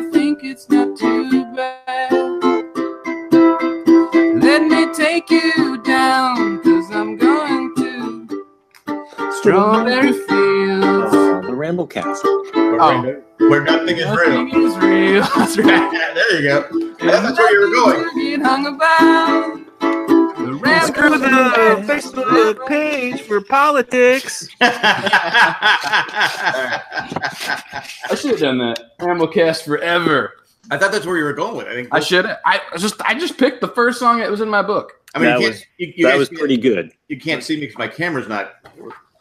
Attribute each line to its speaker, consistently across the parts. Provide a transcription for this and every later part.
Speaker 1: it's not too bad. Let me take you down, cause I'm going to Strawberry Fields.
Speaker 2: Uh, the Ramblecast.
Speaker 3: Where,
Speaker 1: Oh.
Speaker 3: where nothing is real.
Speaker 1: Nothing is real. That's right.
Speaker 3: Yeah, there you go. That's where you were going.
Speaker 1: To get hung about. The rap
Speaker 4: Screw the Facebook page for politics.
Speaker 3: I
Speaker 1: I should have done that. Ramblecast forever.
Speaker 3: thought that's where you were going with. it. I think.
Speaker 1: I should. I just. I just picked the first song that was in my book.
Speaker 3: I mean,
Speaker 2: That
Speaker 3: you can't,
Speaker 2: was-
Speaker 3: you, you
Speaker 2: That
Speaker 3: guys
Speaker 2: was
Speaker 3: can't-
Speaker 2: pretty good.
Speaker 3: You can't see me because my camera's not.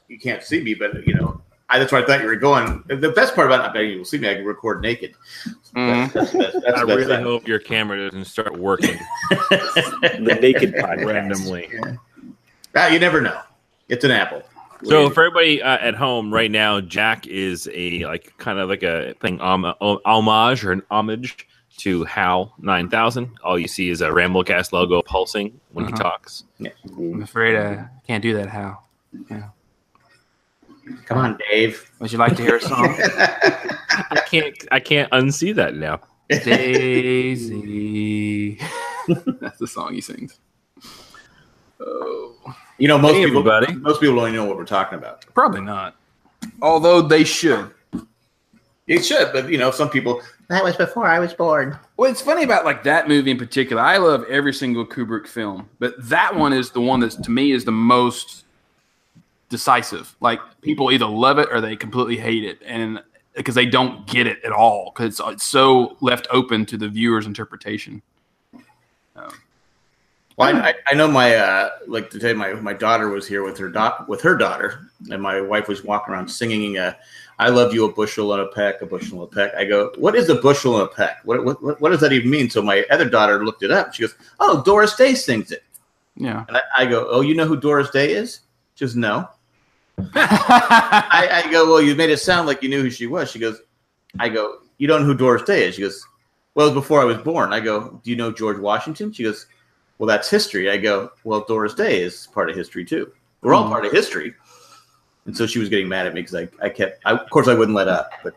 Speaker 3: You can't see me, but you know. I, that's where I thought you were going. The best part about it, I bet you will see me. I can record naked. That's,
Speaker 1: Mm-hmm.
Speaker 3: that's, that's, that's,
Speaker 5: I
Speaker 3: that's
Speaker 5: really hope your camera doesn't start working
Speaker 2: The Naked Podcast.
Speaker 5: randomly.
Speaker 3: Ah, you never know. It's an apple.
Speaker 5: So for everybody uh, at home right now, Jack is a like kind of like a paying hom- hom- homage or an homage to Hal Nine Thousand. All you see is a Ramblecast logo pulsing when he
Speaker 1: Uh-huh.
Speaker 5: talks.
Speaker 1: I'm afraid I can't do that. How?
Speaker 3: come on, Dave.
Speaker 1: Would you like to hear a song?
Speaker 5: I can't I can't unsee that now.
Speaker 1: Daisy. That's the song he sings. Oh,
Speaker 3: You know, most
Speaker 5: Hey,
Speaker 3: people,
Speaker 5: everybody.
Speaker 3: most people don't even know what we're talking about.
Speaker 1: probably not. Although they should.
Speaker 3: It should, but you know, some people. That was before I was born.
Speaker 1: Well, it's funny about like that movie in particular. I love every single Kubrick film, but that one is the one that's to me is the most decisive. Like people either love it or they completely hate it, and because they don't get it at all, because it's, it's so left open to the viewer's interpretation.
Speaker 3: Well, I, I- I know my uh, like today. My my daughter was here with her doc with her daughter, and my wife was walking around singing. Uh, I love you, a bushel and a peck, a bushel and a peck. I go, what is a bushel and a peck? What, what what what does that even mean? So my other daughter looked it up. She goes, oh, Doris Day sings it.
Speaker 1: Yeah.
Speaker 3: And I, I go, oh, you know who Doris Day is? She goes, no. I, I go, well, you made it sound like you knew who she was. She goes, I go, you don't know who Doris Day is. She goes, well, it was before I was born. I go, do you know George Washington? She goes, well, that's history. I go, well, Doris Day is part of history too. We're all
Speaker 1: Hmm.
Speaker 3: part of history. And so she was getting mad at me because I, I kept, I, of course, I wouldn't let up, but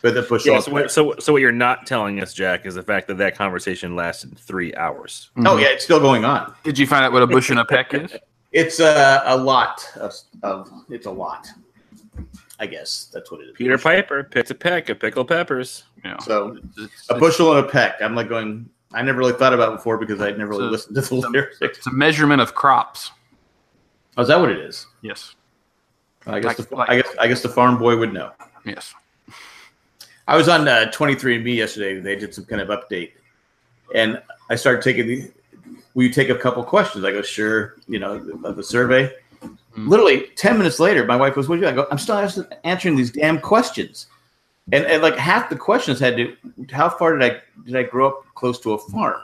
Speaker 3: but the push
Speaker 5: Yeah,
Speaker 3: off.
Speaker 5: so, what, so so what you're not telling us, Jack, is the fact that that conversation lasted three hours.
Speaker 3: oh yeah, it's still going on.
Speaker 1: Did you find out what a bush and a peck is?
Speaker 3: It's uh, a lot of, of it's a lot. I guess that's what it is.
Speaker 5: Peter Piper picked a peck of pickled peppers.
Speaker 1: Yeah.
Speaker 3: So
Speaker 1: It's-
Speaker 3: a bushel and a peck. I'm like going. I never really thought about it before because I'd never really
Speaker 1: So-
Speaker 3: listened to the
Speaker 1: so-
Speaker 3: lyrics.
Speaker 1: It's a measurement of crops.
Speaker 3: Oh, is that what it is?
Speaker 1: Yes.
Speaker 3: I guess.
Speaker 1: Like-
Speaker 3: the, I guess. I guess the farm boy would know.
Speaker 1: Yes.
Speaker 3: I was on uh, 23andMe yesterday. They did some kind of update, and I started taking the. Will you take a couple questions? I go, sure. You know, of the survey.
Speaker 1: Mm.
Speaker 3: Literally ten minutes later, my wife goes, "What do you?" do?" I go, "I'm still ans- answering these damn questions," and, and like half the questions had to. How far did I did I grow up close to a farm?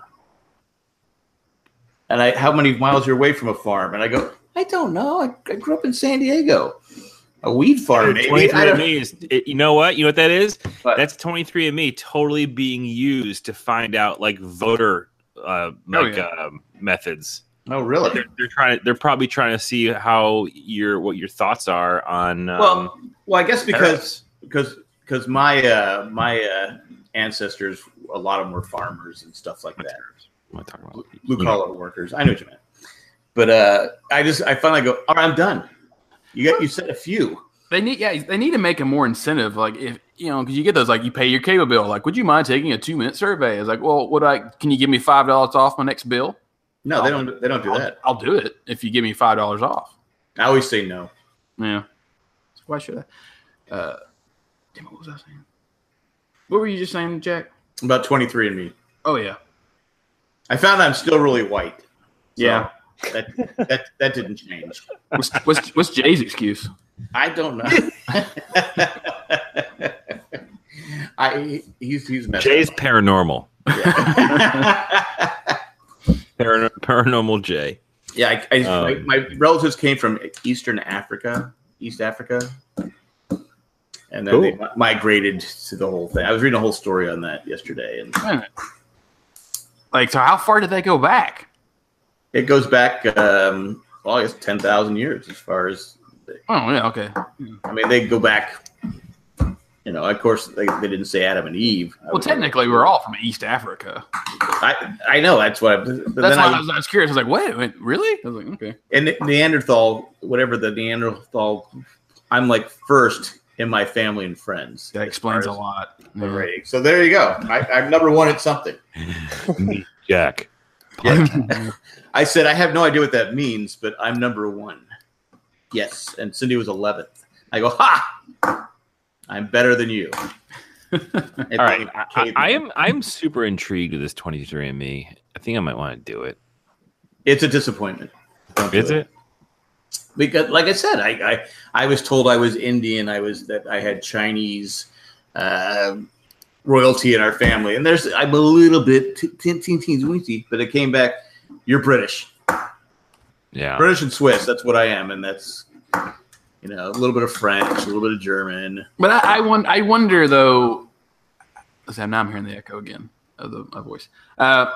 Speaker 3: And I, how many miles you're away from a farm? And I go, I don't know. I, I grew up in San Diego, a weed farm. Maybe.
Speaker 5: Twenty
Speaker 3: I
Speaker 5: three
Speaker 3: don't-
Speaker 5: of me is it, you know what you know what that is.
Speaker 3: What?
Speaker 5: That's twenty three of me totally being used to find out like voter uh, like
Speaker 1: yeah.
Speaker 5: um, methods.
Speaker 3: Oh, really?
Speaker 5: They're, they're trying. They're probably trying to see how your what your thoughts are on. Um,
Speaker 3: well, well, I guess because
Speaker 5: parents.
Speaker 3: because because my uh, my uh, ancestors, a lot of them were farmers and stuff like that,
Speaker 5: What am I talking about?
Speaker 3: blue collar workers. I know what you meant, but uh, I just I finally go, all right, I'm done. You got you said a few.
Speaker 1: They need yeah, they need to make a more incentive. Like if you know, because you get those like you pay your cable bill. Like, would you mind taking a two minute survey? It's like, well, would I can you give me five dollars off my next bill?
Speaker 3: No, they don't they don't do
Speaker 1: I'll,
Speaker 3: that.
Speaker 1: I'll do it if you give me five dollars off.
Speaker 3: I always say no.
Speaker 1: Yeah. So why should I? Uh damn, what was I saying? What were you just saying, Jack?
Speaker 3: About twenty three and me.
Speaker 1: Oh yeah.
Speaker 3: I found I'm still really white. So
Speaker 1: Yeah.
Speaker 3: That, that that didn't change.
Speaker 1: What's what's, what's Jay's excuse?
Speaker 3: I don't know. I he's he's messed
Speaker 5: Jay's
Speaker 3: up.
Speaker 5: paranormal.
Speaker 3: Yeah.
Speaker 5: Paran- paranormal Jay.
Speaker 3: Yeah, I, I,
Speaker 5: Um,
Speaker 3: my, my relatives came from Eastern Africa, East Africa, and then
Speaker 5: Cool.
Speaker 3: they mi- migrated to the whole thing. I was reading a whole story on that yesterday, and
Speaker 1: Like, so how far did they go back?
Speaker 3: it goes back, um, well, I guess ten thousand years. As far as
Speaker 1: Oh yeah, okay.
Speaker 3: I mean, they go back You know, of course, they, they didn't say Adam and Eve. I
Speaker 1: Well,
Speaker 3: was-
Speaker 1: technically, we're all from East Africa.
Speaker 3: I, I know that's what. I, but
Speaker 1: That's
Speaker 3: then
Speaker 1: why I
Speaker 3: I,
Speaker 1: was, I was curious. I was like, wait, wait, really? I was like, okay.
Speaker 3: and Neanderthal, whatever the Neanderthal, I'm like first in my family and friends.
Speaker 1: That
Speaker 3: as
Speaker 1: explains a
Speaker 3: far as
Speaker 1: lot.
Speaker 3: the
Speaker 1: Yeah.
Speaker 3: rating. So there you go. I, I'm number one at something.
Speaker 5: Meet Jack.
Speaker 3: I said I have no idea what that means, but I'm number one. Yes, and Cindy was 11th. I go, ha! I'm better than you.
Speaker 5: All right, I, I, I am I'm super intrigued with this 23andMe. I think I might want to do it.
Speaker 3: It's a disappointment. Don't do
Speaker 5: Is it?
Speaker 3: because like i said I, I i was told i was indian i was that i had chinese uh, royalty in our family and there's i'm a little bit t- t- t- t- t- but it came back you're british
Speaker 5: Yeah.
Speaker 3: british and swiss that's what i am and that's you know a little bit of french a little bit of german
Speaker 1: But I, I, won- I wonder though. let's see, Now I'm hearing the echo again of the, my voice. Uh,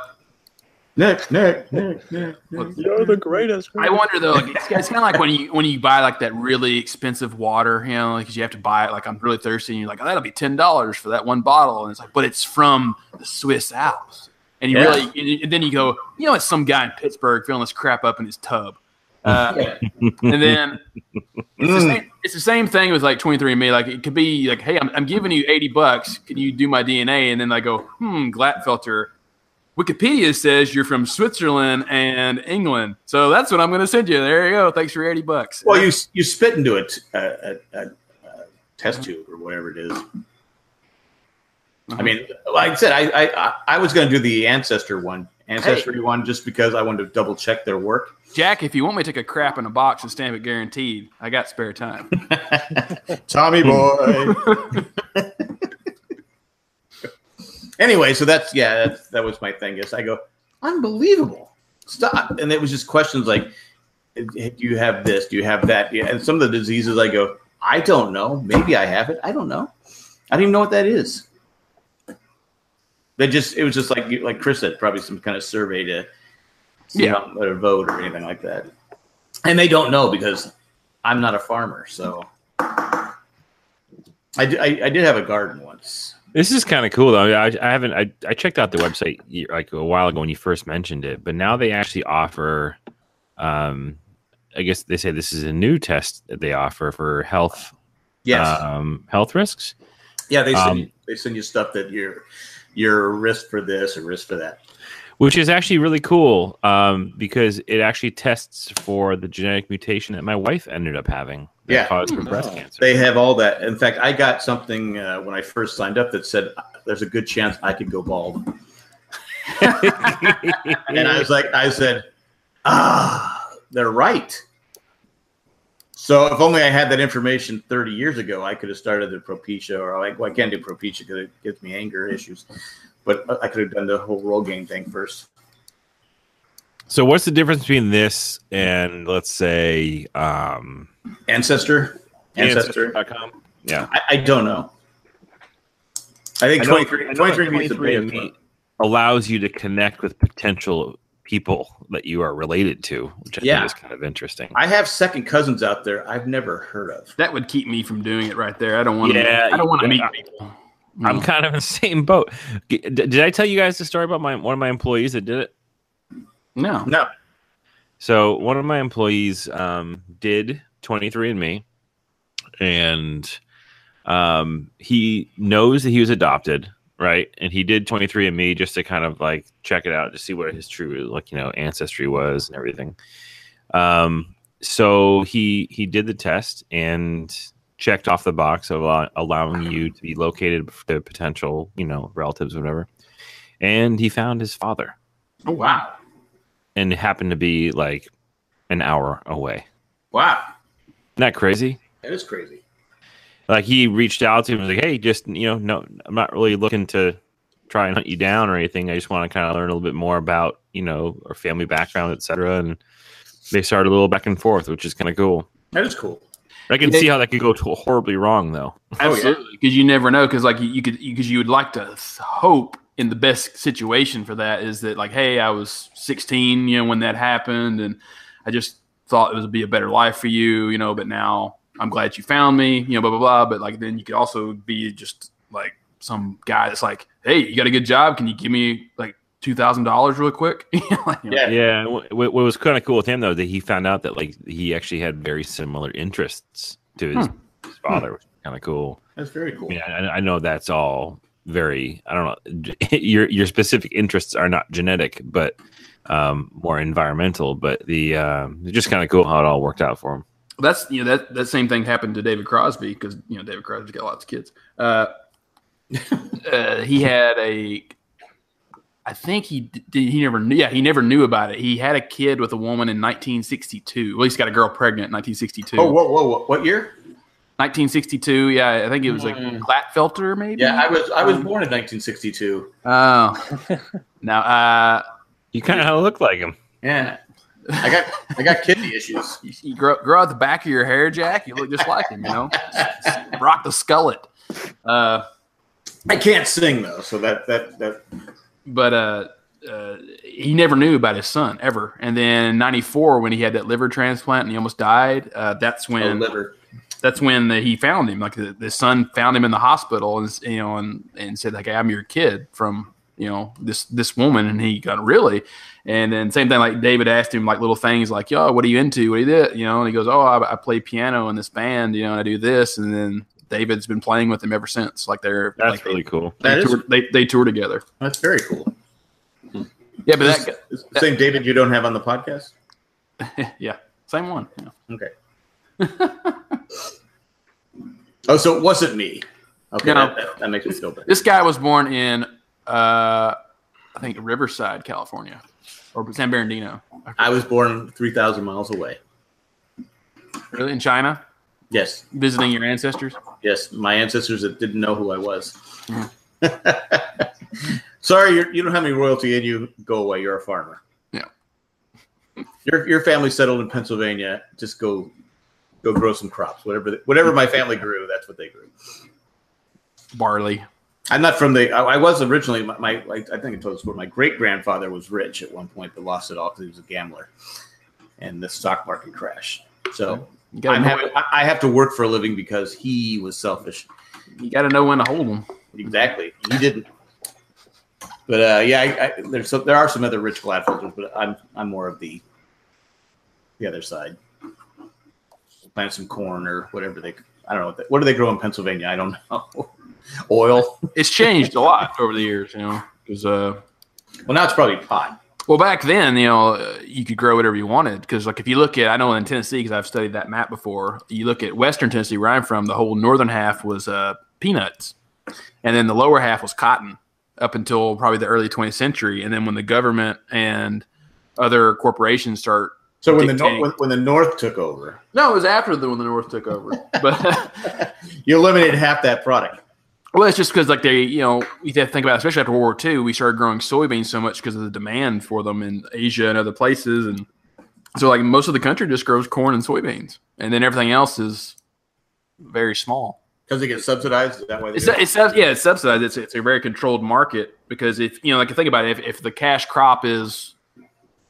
Speaker 3: nick nick nick nick, nick.
Speaker 2: You're the greatest.
Speaker 1: I wonder though. Like, it's, it's kind of like when you when you buy like that really expensive water, you know, because you have to buy it. Like I'm really thirsty, and you're like, oh, that'll be ten dollars for that one bottle, and it's like, but it's from the Swiss Alps, and you
Speaker 3: Yeah.
Speaker 1: really, and, you- and then you go, you know, it's some guy in Pittsburgh filling this crap up in his tub, uh, and then it's
Speaker 3: Mm.
Speaker 1: the, same, it's the same thing with like 23andMe. Like it could be like, hey, I'm, I'm giving you 80 bucks. Can you do my DNA? And then I go, hmm, Glatfelter. Wikipedia says you're from Switzerland and England. So that's what I'm going to send you. There you go. Thanks for your 80 bucks.
Speaker 3: well you you spit into a, t- a, a, a, a uh, test tube or whatever it is
Speaker 1: Uh-huh.
Speaker 3: I mean, like I said, I I, I- I was going to do the ancestor one, ancestry one, just because I wanted to double check their work.
Speaker 1: Jack, if you want me to take a crap in a box and stamp it guaranteed, I got spare time.
Speaker 3: Tommy boy. anyway, so that's yeah, that's, that was my thing. Is I go unbelievable stop, and it was just questions like, do you have this? Do you have that? Yeah, and some of the diseases, I go, I don't know. Maybe I have it. I don't know. I don't even know what that is. They just it was just like like Chris said, probably some kind of survey to see
Speaker 1: Yeah.
Speaker 3: how to vote or anything like that. And they don't know because I'm not a farmer, so I, d- I- I did have a garden once.
Speaker 5: This is kind of cool though. I, I haven't. I, I checked out the website y- like a while ago when you first mentioned it, but now they actually offer. Um, I guess they say this is a new test that they offer for health.
Speaker 3: Yes,
Speaker 5: Um, health risks.
Speaker 3: yeah, they send,
Speaker 5: um,
Speaker 3: you, they send you stuff that you're you're risk for this or risk for that.
Speaker 5: which is actually really cool um, because it actually tests for the genetic mutation that my wife ended up having that
Speaker 3: Yeah.
Speaker 5: caused her breast
Speaker 2: Oh.
Speaker 5: cancer.
Speaker 3: They have all that. In fact, I got something uh, when I first signed up that said there's a good chance I could go bald, and I was like, I said, ah, they're right. So if only I had that information 30 years ago, I could have started the Propecia, or I, well, I can't do Propecia because it gives me anger issues. But I could have done the whole role game thing first.
Speaker 5: so, what's the difference between this and let's say um,
Speaker 3: Ancestor, ancestor.
Speaker 5: Ancestor.com? Yeah,
Speaker 3: I, I don't know. I think
Speaker 5: I know-
Speaker 3: 23,
Speaker 5: I know
Speaker 3: 23 means the
Speaker 5: 23andMe
Speaker 3: big one.
Speaker 5: allows you to connect with potential people that you are related to, which I
Speaker 3: Yeah.
Speaker 5: think is kind of interesting.
Speaker 3: I have second cousins out there I've never heard of.
Speaker 1: that would keep me from doing it right there. I don't want to.
Speaker 5: Yeah,
Speaker 1: I don't want to
Speaker 5: yeah.
Speaker 1: meet people.
Speaker 5: I'm kind of in the same boat. G- d- Did I tell you guys the story about my one of my employees that did it?
Speaker 1: no.
Speaker 3: No.
Speaker 5: So one of my employees um, did 23andMe, and um, he knows that he was adopted, right? And he did 23andMe just to kind of like check it out to see what his true like you know ancestry was and everything. Um, so he he did the test and checked off the box of allow- allowing you to be located to potential you know relatives or whatever, and he found his father
Speaker 1: Oh wow.
Speaker 5: and it happened to be like an hour away.
Speaker 3: Wow.
Speaker 5: Isn't that crazy?
Speaker 3: That is crazy.
Speaker 5: Like he reached out to him and was like, "Hey, just you know, no, I'm not really looking to try and hunt you down or anything. I just want to kind of learn a little bit more about you know our family background, etc." And they started a little back and forth, which is kind of cool.
Speaker 3: That is cool. Oh,
Speaker 5: I can
Speaker 1: They-
Speaker 5: see how that could go to horribly wrong, though.
Speaker 1: Absolutely, because you never know. Because like you, you could, because you, would like to hope in the best situation for that is that like, hey, I was 16, you know, when that happened, and I just thought it would be a better life for you, you know, but now I'm glad you found me, you know, blah blah blah. But like then you could also be just like some guy that's like, hey, you got a good job? Can you give me like two thousand dollars real quick? You know, like, you know,
Speaker 3: Yeah.
Speaker 5: Yeah. What, what was kind of cool with him though that he found out that like he actually had very similar interests to his, his father, which was kind of cool.
Speaker 3: That's very cool.
Speaker 5: I mean, I, I know that's all very. I don't know. Your your specific interests are not genetic, but um, more environmental. But the um, it's just kind of cool how it all worked out for him.
Speaker 1: that's you know that that same thing happened to David Crosby because you know David Crosby's got lots of kids. Uh, uh, he had a, I think he d- did. He never knew. Yeah, he never knew about it. He had a kid with a woman in 1962. Well, he's got a girl pregnant in 1962.
Speaker 3: Oh, whoa, whoa, whoa! What year?
Speaker 1: 1962. Yeah, I think it was like
Speaker 3: Mm.
Speaker 1: Glatfelter, maybe.
Speaker 3: Yeah, I was I was
Speaker 1: Um,
Speaker 3: born in 1962.
Speaker 1: Oh, now uh,
Speaker 5: You kind of look like him.
Speaker 3: Yeah, I got I got kidney issues.
Speaker 1: you, you grow grow out the back of your hair, Jack. You look just like him. You know, rock the skullet. Uh,
Speaker 3: I can't sing though, so that that that
Speaker 1: but uh, uh, he never knew about his son ever. And then in '94, when he had that liver transplant and he almost died, uh, that's
Speaker 3: oh,
Speaker 1: when
Speaker 3: liver.
Speaker 1: that's when the, he found him. Like the, the son found him in the hospital, and you know, and, and said like, hey, "I'm your kid from you know this this woman." And he got really, and then same thing like David asked him like little things like, "Yo, what are you into? What do you do?" You know, and he goes, "Oh, I, I play piano in this band. You know, and I do this." And then David's been playing with him ever since. Like they're
Speaker 5: That's
Speaker 1: like,
Speaker 5: really cool.
Speaker 1: they,
Speaker 3: That
Speaker 1: they
Speaker 3: is-
Speaker 1: tour, they they tour together.
Speaker 3: That's very cool.
Speaker 1: Yeah, but that.
Speaker 3: It's the same David you don't have on the podcast.
Speaker 1: yeah, same one. Yeah.
Speaker 3: Okay. oh, so it wasn't me. Okay,
Speaker 1: No.
Speaker 3: that, that, that makes me feel better.
Speaker 1: This guy was born in, uh, I think Riverside, California, or San Bernardino.
Speaker 3: I was born 3,000 miles away.
Speaker 1: Really, in China,
Speaker 3: Yes,
Speaker 1: visiting your ancestors.
Speaker 3: yes, my ancestors that didn't know who I was. Sorry, you're, you don't have any royalty in you. Go away. You're a farmer.
Speaker 1: Yeah.
Speaker 3: Your your family settled in Pennsylvania. Just go go grow some crops. Whatever the, whatever my family grew, that's what they grew.
Speaker 1: Barley.
Speaker 3: I'm not from the. I, I was originally my. my like, I think I told this story. My great grandfather was rich at one point, but lost it all because he was a gambler, and the stock market crashed. So
Speaker 1: You
Speaker 3: I'm
Speaker 1: gotta, know,
Speaker 3: having, I I have to work for a living because he was selfish.
Speaker 1: you gotta know when to hold them.
Speaker 3: Exactly, he didn't. But uh, yeah, I, I, there's some, there are some other rich Gladfelters, but I'm I'm more of the the other side. Plant some corn or whatever they. I don't know what, they, what do they grow in Pennsylvania. I don't know. Oil.
Speaker 1: It's changed a lot over the years, you know, because uh,
Speaker 3: Well, now it's probably pot.
Speaker 1: Well, back then, you know, uh, you could grow whatever you wanted because, like, if you look at, I know in Tennessee, because I've studied that map before. You look at Western Tennessee, where I'm from, the whole northern half was uh, peanuts, and then the lower half was cotton up until probably the early 20th century. And then when the government and other corporations start,
Speaker 3: So when the north
Speaker 1: dictating.
Speaker 3: when, when the north took over,
Speaker 1: no, it was after the when the North took over, but
Speaker 3: you eliminated half that product.
Speaker 1: Well, it's just because, like, they, you know, you have to think about, it, especially after World War II, we started growing soybeans so much because of the demand for them in Asia and other places. And so, like, most of the country just grows corn and soybeans. And then everything else is very small.
Speaker 3: Because it gets subsidized. Is that why they
Speaker 1: It's,
Speaker 3: do it?
Speaker 1: it's, yeah, it's subsidized. It's, it's a very controlled market because if, you know, like, think about it, if, if the cash crop is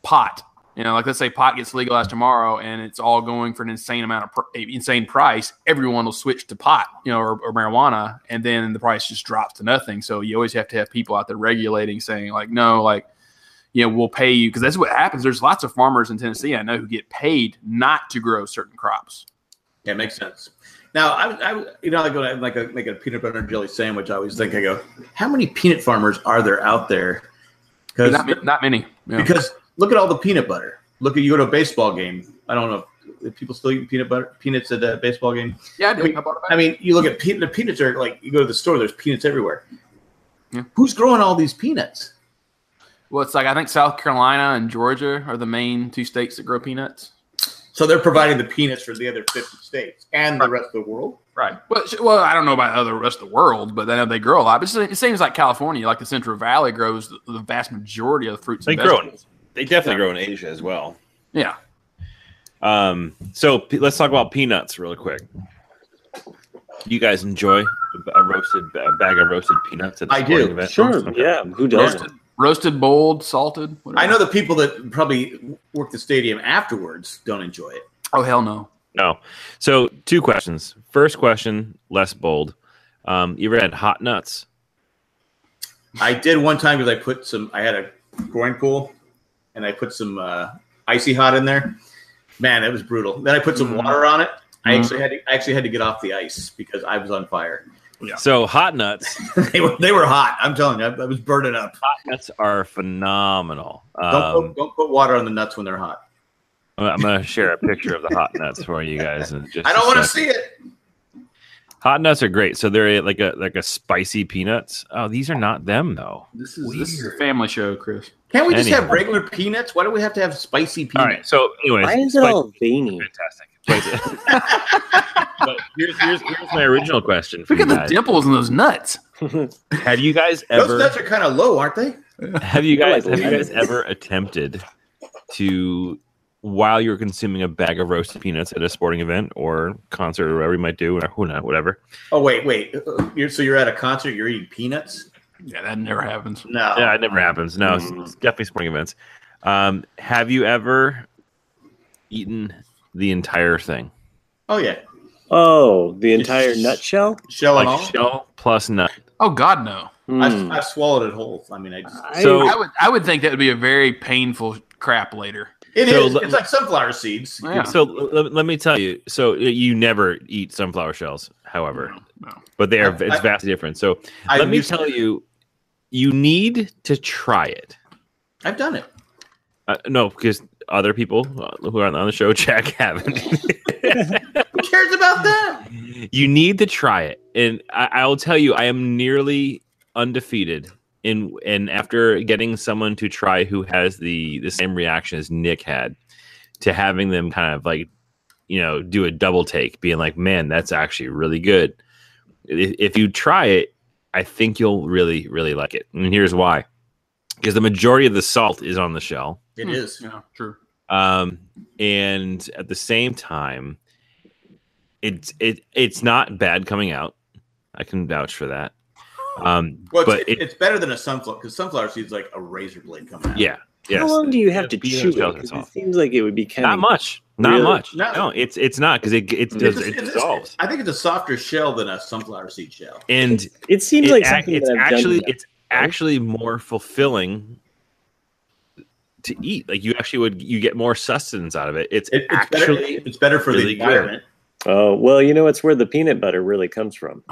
Speaker 1: pot, you know, like, let's say pot gets legalized tomorrow and it's all going for an insane amount of pr- insane price, everyone will switch to pot, you know, or, or marijuana, and then the price just drops to nothing. So you always have to have people out there regulating, saying, like, no, like, you know, we'll pay you because that's what happens. There's lots of farmers in Tennessee I know who get paid not to grow certain crops.
Speaker 3: Yeah, makes sense. Now, I, was- I was- you know, like when I like a, make a peanut butter and jelly sandwich, I always think I go, how many peanut farmers are there out there? Because
Speaker 1: Not, ma- not many. Yeah.
Speaker 3: because look at all the peanut butter. Look at you go to a baseball game. I don't know if people still eat peanut butter peanuts at a baseball game.
Speaker 1: yeah, I do.
Speaker 3: I mean-
Speaker 1: I bought a bag.
Speaker 3: I mean, you look at peanut. The peanuts are like you go to the store. There's peanuts everywhere.
Speaker 1: Yeah.
Speaker 3: Who's growing all these peanuts?
Speaker 1: Well, it's like I think South Carolina and Georgia are the main two states that grow peanuts.
Speaker 3: So they're providing the peanuts for the other 50 states and the rest of the world.
Speaker 1: Right. Well, sh- well, I don't know about other rest of the world, but I know they grow a lot. But it seems like California, like the Central Valley, grows the, the vast majority of the fruits.
Speaker 5: They
Speaker 1: and
Speaker 5: grow
Speaker 1: vegetables.
Speaker 5: in. They definitely grow in Asia as well.
Speaker 1: Yeah.
Speaker 5: Um, so p- let's talk about peanuts real quick. You guys enjoy a roasted a bag of roasted peanuts? At a
Speaker 3: I
Speaker 5: sporting
Speaker 3: do.
Speaker 5: event?
Speaker 2: Sure.
Speaker 5: Okay.
Speaker 2: Yeah. Who doesn't?
Speaker 1: Roasted, roasted, boiled, salted. whatever.
Speaker 3: I know the people that probably work the stadium afterwards don't enjoy it.
Speaker 1: Oh hell no.
Speaker 5: No. So two questions. First question, less bold. Um, you ever had hot nuts?
Speaker 3: I did one time because I put some. I had a groin pool, and I put some uh, icy hot in there. Man, that was brutal. Then I put
Speaker 5: Mm-hmm.
Speaker 3: some water on it. I
Speaker 1: Mhm.
Speaker 3: actually had to, I actually had to get off the ice because I was on fire. Yeah.
Speaker 5: So hot nuts,
Speaker 3: they were they were hot. I'm telling you, I, I was burning up.
Speaker 5: hot nuts are phenomenal.
Speaker 3: Don't,
Speaker 5: Um,
Speaker 3: put, don't put water on the nuts when they're hot.
Speaker 5: I'm I'm gonna share a picture of the hot nuts for you guys. In just
Speaker 3: I
Speaker 5: a
Speaker 3: don't want to
Speaker 5: sec.
Speaker 3: see it.
Speaker 5: Hot nuts are great. So they're like a like a spicy peanuts. Oh, these are not them though.
Speaker 1: This is this is a family show, Chris.
Speaker 3: Can't we just have
Speaker 5: Anyhow.
Speaker 3: regular peanuts? Why do we have to have spicy
Speaker 5: All right.
Speaker 3: peanuts?
Speaker 5: So anyways,
Speaker 2: Why is it
Speaker 5: spicy-
Speaker 2: all veiny?
Speaker 5: fantastic. But- but here's, here's here's my original question for
Speaker 1: Look at
Speaker 5: you
Speaker 1: the
Speaker 5: guys.
Speaker 1: dimples in those nuts.
Speaker 5: Have you guys
Speaker 3: Those
Speaker 5: ever
Speaker 3: nuts are kind of low, aren't they?
Speaker 5: have you
Speaker 2: I
Speaker 5: guys
Speaker 2: like
Speaker 5: have you
Speaker 2: lettuce.
Speaker 5: guys ever attempted to while you're consuming a bag of roasted peanuts at a sporting event or concert or whatever you might do or who not whatever?
Speaker 3: Oh wait, wait. Uh, You're, so you're at a concert, you're eating peanuts?
Speaker 1: Yeah, that never happens.
Speaker 3: No.
Speaker 5: Yeah, it never happens. No, it's, it's definitely sporting events. Um, have you ever eaten the entire thing,
Speaker 3: Oh yeah,
Speaker 2: Oh, the entire nutshell?
Speaker 3: shell and
Speaker 5: like
Speaker 3: all.
Speaker 5: shell plus nut?
Speaker 1: Oh God, no.
Speaker 3: I've,
Speaker 2: Hmm.
Speaker 3: I've swallowed it whole. I mean, I just,
Speaker 2: I-
Speaker 5: So-
Speaker 1: I would I would think that would be a very painful crap later.
Speaker 3: it
Speaker 5: So
Speaker 3: is-
Speaker 5: let-
Speaker 3: It's like sunflower seeds.
Speaker 1: Yeah.
Speaker 5: So l- l- let me tell you. So uh, you never eat sunflower shells, however,
Speaker 1: No, no.
Speaker 5: but they are
Speaker 3: I-
Speaker 5: it's vastly different. So
Speaker 3: I've
Speaker 5: let me
Speaker 3: used-
Speaker 5: tell you, you need to try it.
Speaker 3: I've done it.
Speaker 5: Uh, no, because other people uh, who aren't on the show, Jack, haven't.
Speaker 3: Who cares about that?
Speaker 5: you need to try it, and I, I'll tell you, I am nearly undefeated. In and after getting someone to try who has the the same reaction as Nick had, to having them kind of like, you know, do a double take, being like, "Man, that's actually really good." If, if you try it, I think you'll really, really like it. And here's why: because the majority of the salt is on the shell.
Speaker 3: It is.
Speaker 1: Yeah, true.
Speaker 5: um, and at the same time, it's it it's not bad coming out. I can vouch for that. Um,
Speaker 3: Well, it's,
Speaker 5: but
Speaker 3: it-
Speaker 5: it,
Speaker 3: it's better than a sunflower because sunflower seeds like a razor blade coming out.
Speaker 5: yeah, yes,
Speaker 2: How long do you have
Speaker 5: Yeah,
Speaker 2: to
Speaker 5: peanut
Speaker 2: chew it?
Speaker 5: shells and
Speaker 2: 'Cause It
Speaker 5: salt.
Speaker 2: seems like it would be kind
Speaker 5: not
Speaker 2: of
Speaker 5: much, not
Speaker 2: Really?
Speaker 5: much.
Speaker 3: No.
Speaker 5: No. it's it's not because it it
Speaker 3: It's-
Speaker 5: does it
Speaker 3: it's-
Speaker 5: dissolves.
Speaker 3: I think it's a softer shell than a sunflower seed shell.
Speaker 5: And
Speaker 2: It seems
Speaker 5: it
Speaker 2: like
Speaker 5: ac-
Speaker 2: something
Speaker 5: it's
Speaker 2: that I've
Speaker 5: actually
Speaker 2: done.
Speaker 5: it's actually more fulfilling to eat. Like you actually would you get more sustenance out of it. It's
Speaker 3: It, it's better.
Speaker 5: actually
Speaker 3: It's better for
Speaker 5: really
Speaker 3: the environment.
Speaker 2: oh well, you know it's where the peanut butter really comes from.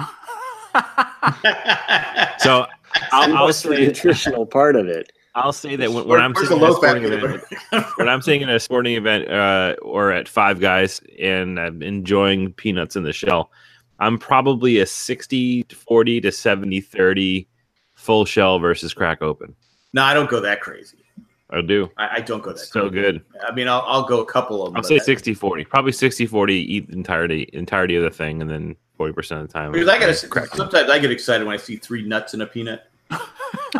Speaker 5: so. I'll, I'll
Speaker 2: What's the
Speaker 5: say
Speaker 2: nutritional part of it?
Speaker 5: I'll say that when, when
Speaker 3: Where-
Speaker 5: I'm
Speaker 3: where's
Speaker 5: sitting
Speaker 3: the
Speaker 5: at a
Speaker 3: low fat
Speaker 5: sporting
Speaker 3: peanut
Speaker 5: event, when I'm sitting at a sporting event uh, or at Five Guys and I'm enjoying peanuts in the shell, I'm probably a 60 40 to 70 30 full shell versus crack open.
Speaker 3: No, I don't go that crazy.
Speaker 5: I do.
Speaker 3: I, I don't go that.
Speaker 5: So
Speaker 3: crazy.
Speaker 5: good.
Speaker 3: I mean, I'll, I'll go a couple of them.
Speaker 5: I'll
Speaker 3: but
Speaker 5: say
Speaker 3: that-
Speaker 5: 60 40. Probably 60 40 eat the entirety entirety of the thing and then 40% of the time.
Speaker 3: Because I gotta,
Speaker 5: crack.
Speaker 3: sometimes I get excited when I see three nuts in a peanut.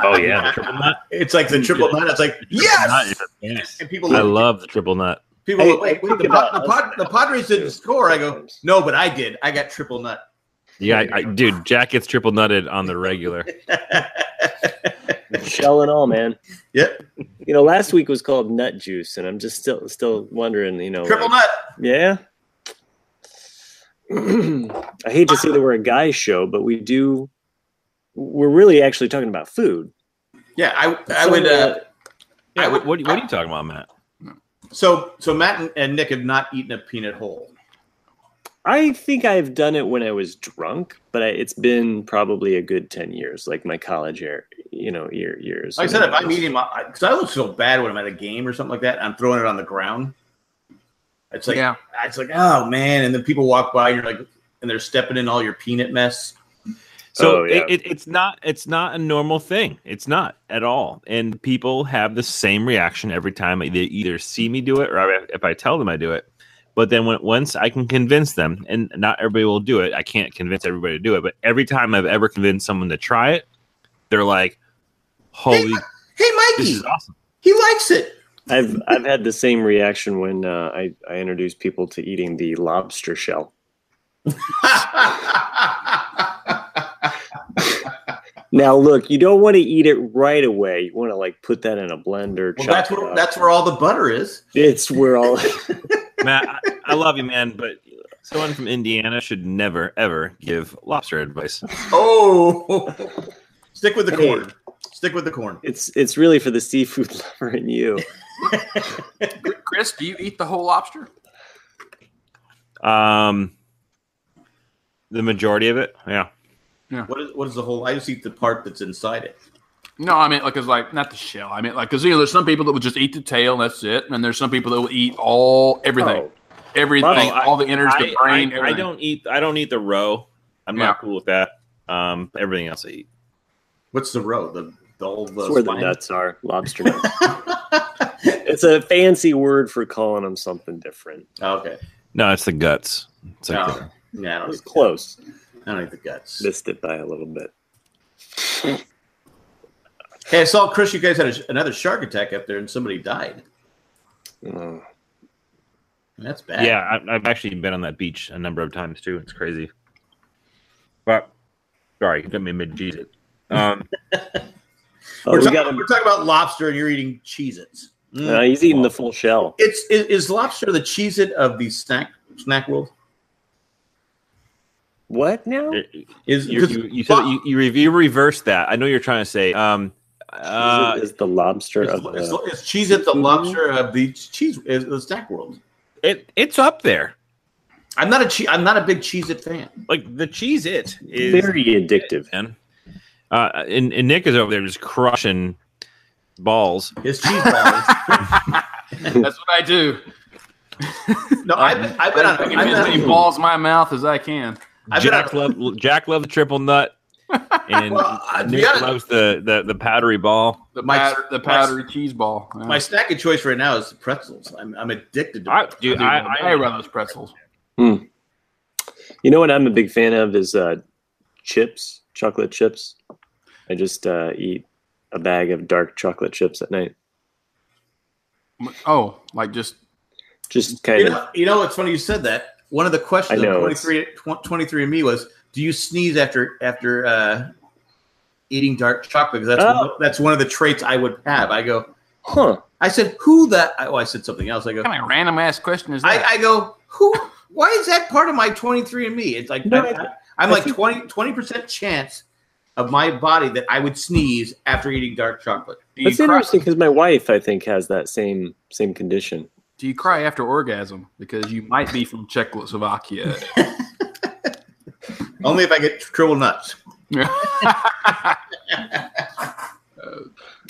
Speaker 5: Oh yeah, the triple nut.
Speaker 3: It's like the triple nut. It's like
Speaker 5: Nut
Speaker 3: yes,
Speaker 5: is the best.
Speaker 3: and people
Speaker 5: I
Speaker 3: look,
Speaker 5: love the triple nut.
Speaker 3: people
Speaker 2: Hey,
Speaker 3: look, wait,
Speaker 2: I
Speaker 3: wait, the,
Speaker 2: think
Speaker 3: pod,
Speaker 2: about
Speaker 3: the, pod,
Speaker 2: us.
Speaker 3: the Padres didn't score. I go no, but I did. I got triple nut.
Speaker 5: Yeah, I, I, dude, Jack gets triple nutted on the regular.
Speaker 2: shell and all, man.
Speaker 3: Yep.
Speaker 2: You know, last week was called nut juice, and I'm just still still wondering. You know,
Speaker 3: Triple
Speaker 2: like,
Speaker 3: nut.
Speaker 2: Yeah. I hate to say that we're a guy show, but we do. We're really actually talking about food.
Speaker 3: Yeah, I I
Speaker 2: So,
Speaker 3: would. Uh,
Speaker 5: Yeah,
Speaker 3: I
Speaker 5: what,
Speaker 3: would.
Speaker 5: what, what are you talking about, Matt?
Speaker 3: So so Matt and, and Nick have not eaten a peanut whole.
Speaker 2: I think I've done it when I was drunk, but I, it's been probably a good ten years, like my college year, you know, year years.
Speaker 3: Like I said, if I'm eating my, because I always feel bad when I'm at a game or something like that. I'm throwing it on the ground. It's like
Speaker 1: yeah,
Speaker 3: it's like oh man, and then people walk by and you're like, and they're stepping in all your peanut mess.
Speaker 5: So
Speaker 2: Oh, yeah.
Speaker 5: it, it, it's not it's not a normal thing. It's not at all. And people have the same reaction every time they either see me do it or I- if I tell them I do it. But then when, once I can convince them, and not everybody will do it. I can't convince everybody to do it. But every time I've ever convinced someone to try it, they're like, "Holy,
Speaker 3: Hey
Speaker 5: this
Speaker 3: Mikey,
Speaker 5: is awesome!"
Speaker 3: he likes it.
Speaker 2: I've I've had the same reaction when uh, I I introduce people to eating the lobster shell. Now, look, you don't want to eat it right away. You want to like put that in a blender.
Speaker 3: well,
Speaker 2: chop
Speaker 3: that's
Speaker 2: it
Speaker 3: where
Speaker 2: up.
Speaker 3: that's where all the butter is.
Speaker 2: It's where all
Speaker 5: Matt, I, I love you, man, but someone from Indiana should never ever give lobster advice.
Speaker 3: Oh, stick with the corn. Stick with the corn.
Speaker 2: It's it's really for the seafood lover in you.
Speaker 1: Chris, do you eat the whole lobster?
Speaker 5: Um, the majority of it, yeah.
Speaker 3: What is what is the whole? I just eat the part that's inside it.
Speaker 1: No, I mean like it's like not the shell. I mean like because you know there's some people that will just eat the tail and that's it, and there's some people that will eat all everything,
Speaker 2: Oh,
Speaker 1: everything,
Speaker 5: Oh, I-
Speaker 1: all the innards,
Speaker 5: I,
Speaker 1: the brain.
Speaker 5: I- I
Speaker 1: everything.
Speaker 5: don't eat. I don't eat the roe. I'm not cool with that. Um, everything else I eat.
Speaker 3: What's the row? The the whole
Speaker 2: that's
Speaker 3: the
Speaker 2: where the
Speaker 3: spine?
Speaker 2: nuts are. Lobster nuts. it's a fancy word for calling them something different.
Speaker 3: Oh, okay.
Speaker 5: No, it's the guts. It's like
Speaker 3: Oh. Yeah, I
Speaker 2: It
Speaker 3: don't,
Speaker 2: was
Speaker 3: eat,
Speaker 2: close.
Speaker 3: I don't eat the guts.
Speaker 2: Missed it by a little bit.
Speaker 3: Hey, I saw Chris. You guys had a, another shark attack up there, and somebody died.
Speaker 2: Oh,
Speaker 3: That's
Speaker 5: the-
Speaker 3: bad.
Speaker 5: yeah. I, I've actually been on that beach a number of times too. It's crazy. But sorry, you got me mid cheese it. Um, Uh,
Speaker 2: Oh,
Speaker 3: we're,
Speaker 2: we
Speaker 3: talking,
Speaker 2: got him.
Speaker 3: we're talking about lobster, and you're eating Cheez-Its. Mm.
Speaker 2: No, he's eating the full shell.
Speaker 3: It's is, is lobster the Cheez-It of the snack snack world?
Speaker 2: What now?
Speaker 5: it-
Speaker 3: Is
Speaker 5: you, you, you said you, you, re- you reversed that. I know you're trying to say. Um, uh,
Speaker 2: is the lobster
Speaker 3: Is,
Speaker 2: of the,
Speaker 3: is, is Cheez-It the lobster of the cheese is the snack world?
Speaker 5: it it's up there.
Speaker 3: I'm not a che- I'm not a big Cheez-It fan.
Speaker 5: Like the cheese, it is
Speaker 2: very addictive.
Speaker 5: man. Uh, and, and Nick is over there just crushing balls.
Speaker 3: His cheese balls.
Speaker 1: That's what I do.
Speaker 3: no, I've been, I've been
Speaker 1: I
Speaker 3: on.
Speaker 1: can
Speaker 3: I've
Speaker 1: get as many
Speaker 3: been on,
Speaker 1: balls in my mouth as I can.
Speaker 3: I've been
Speaker 5: Jack
Speaker 3: on
Speaker 5: loved Jack loved the triple nut, and
Speaker 3: Well, uh, I- to be
Speaker 5: Nick
Speaker 3: honest-
Speaker 5: loves the, the the powdery ball.
Speaker 1: The
Speaker 3: My-
Speaker 1: powder, the
Speaker 3: my-
Speaker 1: powdery cheese ball. Yeah.
Speaker 3: my snack of choice right now is pretzels. I'm, I'm addicted to.
Speaker 5: I,
Speaker 3: pretzels.
Speaker 5: dude,
Speaker 1: I,
Speaker 5: I, I,
Speaker 1: run those pretzels.
Speaker 2: You know what I'm a big fan of is uh, chips, chocolate chips. I just uh, eat a bag of dark chocolate chips at night.
Speaker 1: Oh, like just
Speaker 2: Just kind
Speaker 3: You
Speaker 2: of
Speaker 3: know, you know, it's funny you said that. One of the questions
Speaker 2: I know,
Speaker 3: of 23, tw- 23 and me was, do you sneeze after after uh, eating dark chocolate? Because that's
Speaker 2: Oh.
Speaker 3: one of- that's one of the traits I would have. I go.
Speaker 2: huh?
Speaker 3: I said, who that? Oh, I said something else. I go.
Speaker 1: what kind of random ass question is that?
Speaker 3: I, I go. Who? Why is that part of my twenty three and me? It's like
Speaker 2: No,
Speaker 3: I,
Speaker 2: I-
Speaker 3: am
Speaker 2: I
Speaker 3: like
Speaker 2: think-
Speaker 3: 20 percent chance of my body that I would sneeze after eating dark chocolate.
Speaker 1: do, you
Speaker 2: That's
Speaker 1: cry,
Speaker 2: interesting because my wife, I think, has that same same condition.
Speaker 1: do you cry after orgasm because you might be from Czechoslovakia?
Speaker 3: Only if I get triple nuts.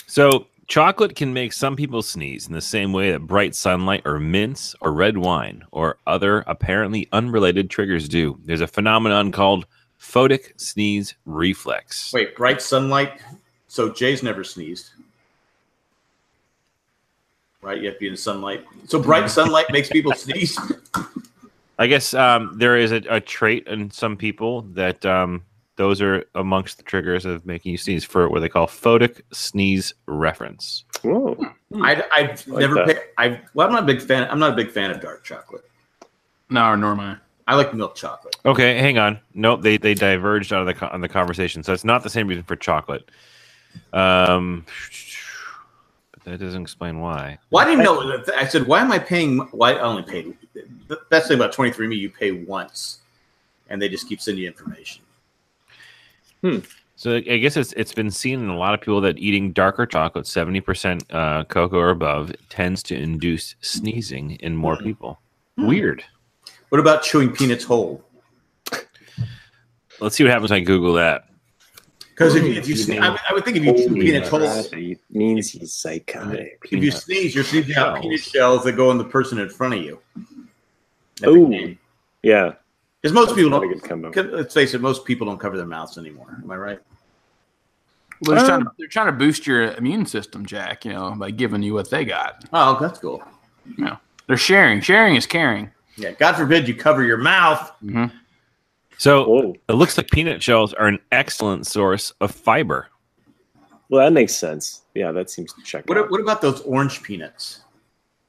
Speaker 5: so chocolate can make some people sneeze in the same way that bright sunlight or mints or red wine or other apparently unrelated triggers do. There's a phenomenon called photic sneeze reflex.
Speaker 3: Wait, bright sunlight. So Jay's never sneezed. Right, you have to be in sunlight. So bright sunlight makes people sneeze.
Speaker 5: I guess um, there is a, a trait in some people that um, those are amongst the triggers of making you sneeze for what they call photic sneeze reference.
Speaker 2: Whoa!
Speaker 3: I, I've
Speaker 2: Like
Speaker 3: never.
Speaker 2: that.
Speaker 3: Picked, I well, I'm not a big fan. I'm not a big fan of dark chocolate.
Speaker 1: no, nor am I.
Speaker 3: I like milk chocolate.
Speaker 5: Okay, hang on. Nope, they they diverged out of the co- on the conversation, so it's not the same reason for chocolate. Um, but that doesn't explain why.
Speaker 3: Well, I didn't know. I said, why am I paying? Why I only paid? The best thing about 23andMe, you pay once, and they just keep sending you information.
Speaker 5: So I guess it's it's been seen in a lot of people that eating darker chocolate, seventy percent uh, cocoa or above, tends to induce sneezing in more people.
Speaker 2: Hmm.
Speaker 5: Weird.
Speaker 3: What about chewing peanuts whole?
Speaker 5: Let's see what happens when I Google that.
Speaker 3: Because if you, if you sne- I, would, I would think if you chew peanuts whole, if
Speaker 2: It means he's psychotic.
Speaker 3: you sneeze, you're sneezing out peanut shells that go on the person in front of you.
Speaker 2: Oh, yeah.
Speaker 3: Because most people
Speaker 2: Not a
Speaker 3: don't.
Speaker 2: good combo.
Speaker 3: 'cause Let's face it, most people don't cover their mouths anymore. Am I right?
Speaker 1: Well, they're,
Speaker 2: Um,
Speaker 1: trying to, they're trying to boost your immune system, Jack. You know, by giving you what they got.
Speaker 3: Oh, that's cool.
Speaker 1: They're sharing. Sharing is caring.
Speaker 3: Yeah. God forbid you cover your mouth.
Speaker 5: So
Speaker 2: Whoa.
Speaker 5: it looks like peanut shells are an excellent source of fiber.
Speaker 2: Well, that makes sense. Yeah, that seems to check
Speaker 3: What,
Speaker 2: out.
Speaker 3: what about those orange peanuts?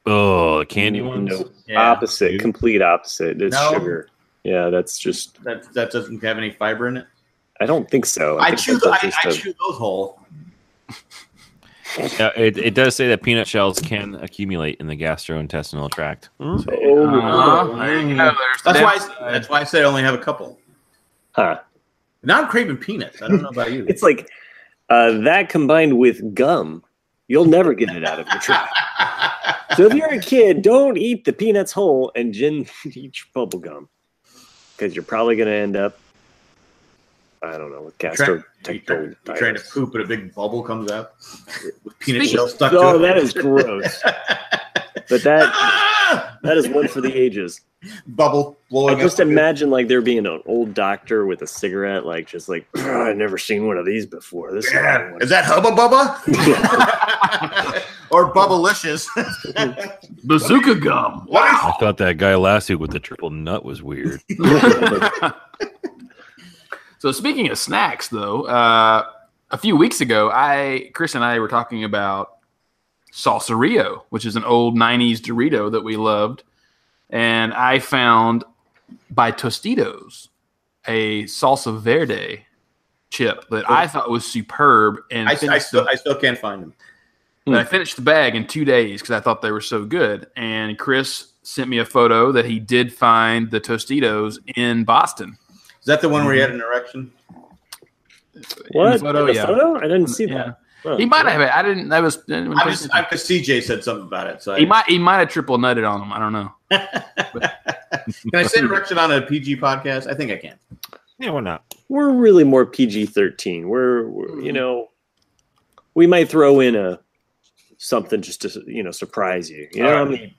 Speaker 5: Oh, the candy
Speaker 2: Mm,
Speaker 5: ones.
Speaker 2: no.
Speaker 3: Yeah.
Speaker 2: opposite,
Speaker 5: Dude.
Speaker 2: complete opposite. It's
Speaker 3: No.
Speaker 2: sugar. Yeah, that's just.
Speaker 3: That that doesn't have any fiber in it.
Speaker 2: I don't think so.
Speaker 3: I
Speaker 2: think
Speaker 3: chew.
Speaker 2: that's
Speaker 3: the- I,
Speaker 2: just
Speaker 3: I
Speaker 2: a-
Speaker 3: chew those whole.
Speaker 5: Uh, it, it does say that peanut shells can accumulate in the gastrointestinal tract.
Speaker 2: Oh.
Speaker 1: Uh-huh. There you go. There's the
Speaker 3: That's why.
Speaker 1: downside.
Speaker 3: I, that's why I said I only have a couple.
Speaker 2: Huh.
Speaker 3: Now I'm craving peanuts. I don't know about you.
Speaker 2: It's like uh, that combined with gum. You'll never get it out of your trap. so if you're a kid, don't eat the peanuts whole and gin eat your bubble gum because you're probably going to end up, I don't know, with
Speaker 3: Trying,
Speaker 2: gastro.
Speaker 3: you trying, you trying to poop, but a big bubble comes out with peanut shell stuck to it.
Speaker 2: Oh, that is gross. but that
Speaker 3: Ah!
Speaker 2: that is one for the ages.
Speaker 3: bubble
Speaker 2: I
Speaker 3: blowing.
Speaker 2: just
Speaker 3: up.
Speaker 2: imagine like there being an old doctor with a cigarette, like just like "Ugh, I've never seen one of these before. This
Speaker 3: Yeah. Is
Speaker 2: is
Speaker 3: that Hubba Bubba? or Bubblicious?
Speaker 1: bazooka gum.
Speaker 5: I
Speaker 3: wow.
Speaker 5: thought that guy last week with the triple nut was weird.
Speaker 1: so speaking of snacks, though, uh, a few weeks ago, I Chris and I were talking about Salsario, which is an old '90s Dorito that we loved, and I found by Tostitos a salsa verde chip that I thought was superb, and
Speaker 3: Oh. I, I,
Speaker 1: finished the-
Speaker 3: still, I still can't find them.
Speaker 1: but I finished the bag in two days because I thought they were so good. And Chris sent me a photo that he did find the Tostitos in Boston.
Speaker 3: Is that the one where he had an erection?
Speaker 2: what?
Speaker 1: In the photo,
Speaker 2: In the
Speaker 1: yeah.
Speaker 2: photo? I didn't see
Speaker 1: Yeah.
Speaker 2: that. Oh, Huh.
Speaker 1: He might have it. I didn't. That was. I didn't
Speaker 3: I'm just because CJ said something about it. So I,
Speaker 1: he might. He might have triple nutted on them. I don't know.
Speaker 3: can I say erection on a PG podcast? I think I can.
Speaker 5: yeah, why not?
Speaker 2: We're really more PG thirteen. We're, we're
Speaker 5: Mm-hmm.
Speaker 2: you know, we might throw in a something just to you know surprise you. You know
Speaker 3: All
Speaker 2: what I
Speaker 3: right.
Speaker 2: mean?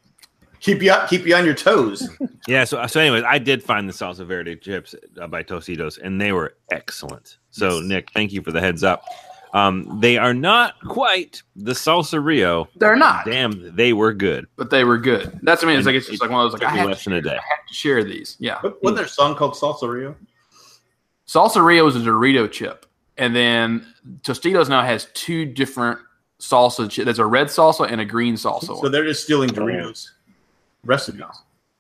Speaker 3: Keep you keep you on your toes.
Speaker 5: Yeah. So, so anyways, I did find the salsa verde chips uh, by Tostitos, and they were excellent. So, Nick, thank you for the heads up. Um, they are not quite the salsa Rio.
Speaker 1: They're not,
Speaker 5: Damn, they were good.
Speaker 1: but they were good. That's what I mean. It's like it's just like one of those.
Speaker 5: Took
Speaker 1: Like I
Speaker 5: me
Speaker 1: have,
Speaker 5: less
Speaker 1: to,
Speaker 5: than a day.
Speaker 1: I have to share these. Yeah.
Speaker 3: Wasn't there a song called Salsa Rio?
Speaker 1: Salsario is a Dorito chip, and then Tostitos now has two different salsa. Chi- there's a red salsa and a green salsa.
Speaker 3: So
Speaker 1: one.
Speaker 3: they're just stealing Doritos recipes.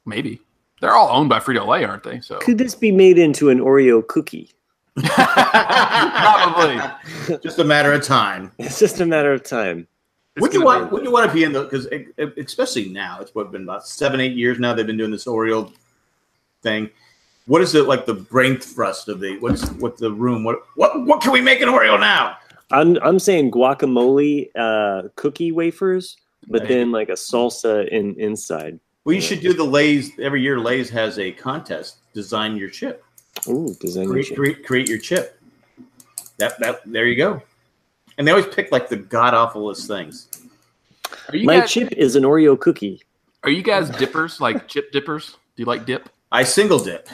Speaker 1: Maybe they're all owned by Frito Lay, aren't they? So
Speaker 2: Could this be made into an Oreo cookie?
Speaker 1: probably.
Speaker 3: just a matter of time.
Speaker 2: It's just a matter of time.
Speaker 3: Would you
Speaker 1: gonna
Speaker 3: want? Would you want to be in the? Because especially now, it's what been about seven, eight years now. They've been doing this Oreo thing. What is it like? The brain thrust of the what's what the room? What what what can we make an Oreo now?
Speaker 2: I'm I'm saying guacamole uh, cookie wafers, but then like a salsa in inside.
Speaker 3: Well, you should do the Lay's. Every year, Lay's has a contest. Design your chip.
Speaker 2: Ooh, design
Speaker 3: Create, create, create your chip. That that there you go. And they always pick like the god awfulest things.
Speaker 1: Are you
Speaker 2: My
Speaker 1: guys,
Speaker 2: chip is an Oreo cookie.
Speaker 1: are you guys dippers like chip dippers? Do you like dip?
Speaker 3: I single dip.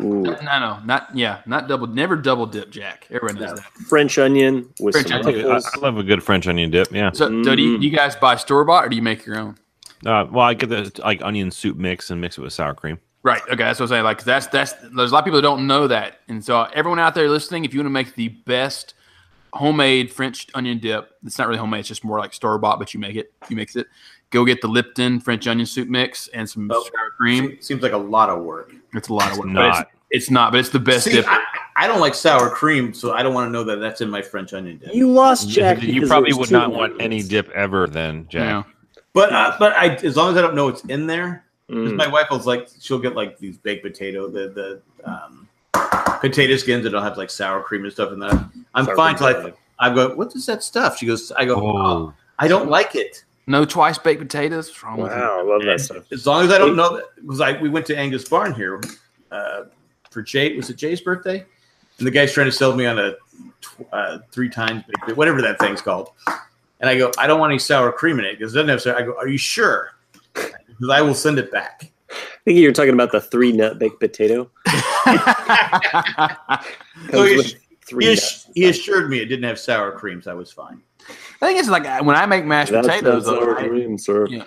Speaker 2: Ooh,
Speaker 1: No, no, not yeah, not double. Never double dip, Jack. Everyone knows that.
Speaker 2: French onion with
Speaker 1: French
Speaker 2: some
Speaker 5: I, take- I-
Speaker 2: truffles.
Speaker 5: I love a good French onion dip. Yeah.
Speaker 1: So, so do, you, do you guys buy store bought or do you make your own?
Speaker 5: Uh, well, I get the like onion soup mix and mix it with sour cream.
Speaker 1: Right. Okay, that's what I'm saying. Like that's that's there's a lot of people that don't know that, and so uh, everyone out there listening, if you want to make the best homemade French onion dip, it's not really homemade; it's just more like store bought, but you make it, you mix it. Go get the Lipton French onion soup mix and some
Speaker 3: Oh.
Speaker 1: sour cream.
Speaker 3: Seems like a lot of work.
Speaker 1: It's a lot of
Speaker 5: It's
Speaker 1: work. but
Speaker 5: not.
Speaker 1: It's, it's not, but it's the best
Speaker 3: See,
Speaker 1: dip.
Speaker 3: I, I don't like sour cream, so I don't want to know that that's in my French onion dip.
Speaker 2: You lost Jack.
Speaker 5: you
Speaker 2: because
Speaker 5: probably
Speaker 2: there's
Speaker 5: would
Speaker 2: two
Speaker 5: not want
Speaker 2: Oreos.
Speaker 5: any dip ever then,
Speaker 1: you know.
Speaker 5: Jack.
Speaker 3: But uh, but I as long as I don't know what's in there, 'cause
Speaker 2: Mm.
Speaker 3: my wife was like she'll get like these baked potato the the um, potato skins that'll have like sour cream and stuff in that. I'm
Speaker 2: Sour
Speaker 3: fine
Speaker 2: cream
Speaker 3: till I
Speaker 2: salad.
Speaker 3: I go what is that stuff? She goes I go oh.
Speaker 5: Oh,
Speaker 3: I don't like it
Speaker 1: No twice baked potatoes. What's wrong with you?
Speaker 2: Wow, I love that stuff.
Speaker 3: as long as I don't know because I we went to Angus Barn here uh, for Jay was it Jay's birthday and the guy's trying to sell me on a tw- uh, three times baked- whatever that thing's called and I go I don't want any sour cream in it because it doesn't have sour. I go are you sure? Because I will send it back.
Speaker 2: I think you were talking about the three nut baked potato. Comes
Speaker 1: Oh,
Speaker 3: So you
Speaker 2: with
Speaker 3: sh-
Speaker 2: three
Speaker 3: He, ass-
Speaker 2: nuts.
Speaker 3: he assured me it didn't have sour cream, so I was fine.
Speaker 1: I think it's like uh, when I make mashed
Speaker 2: That's
Speaker 1: potatoes,
Speaker 2: not
Speaker 1: though,
Speaker 2: sour
Speaker 1: I,
Speaker 2: cream, sir.
Speaker 1: Yeah.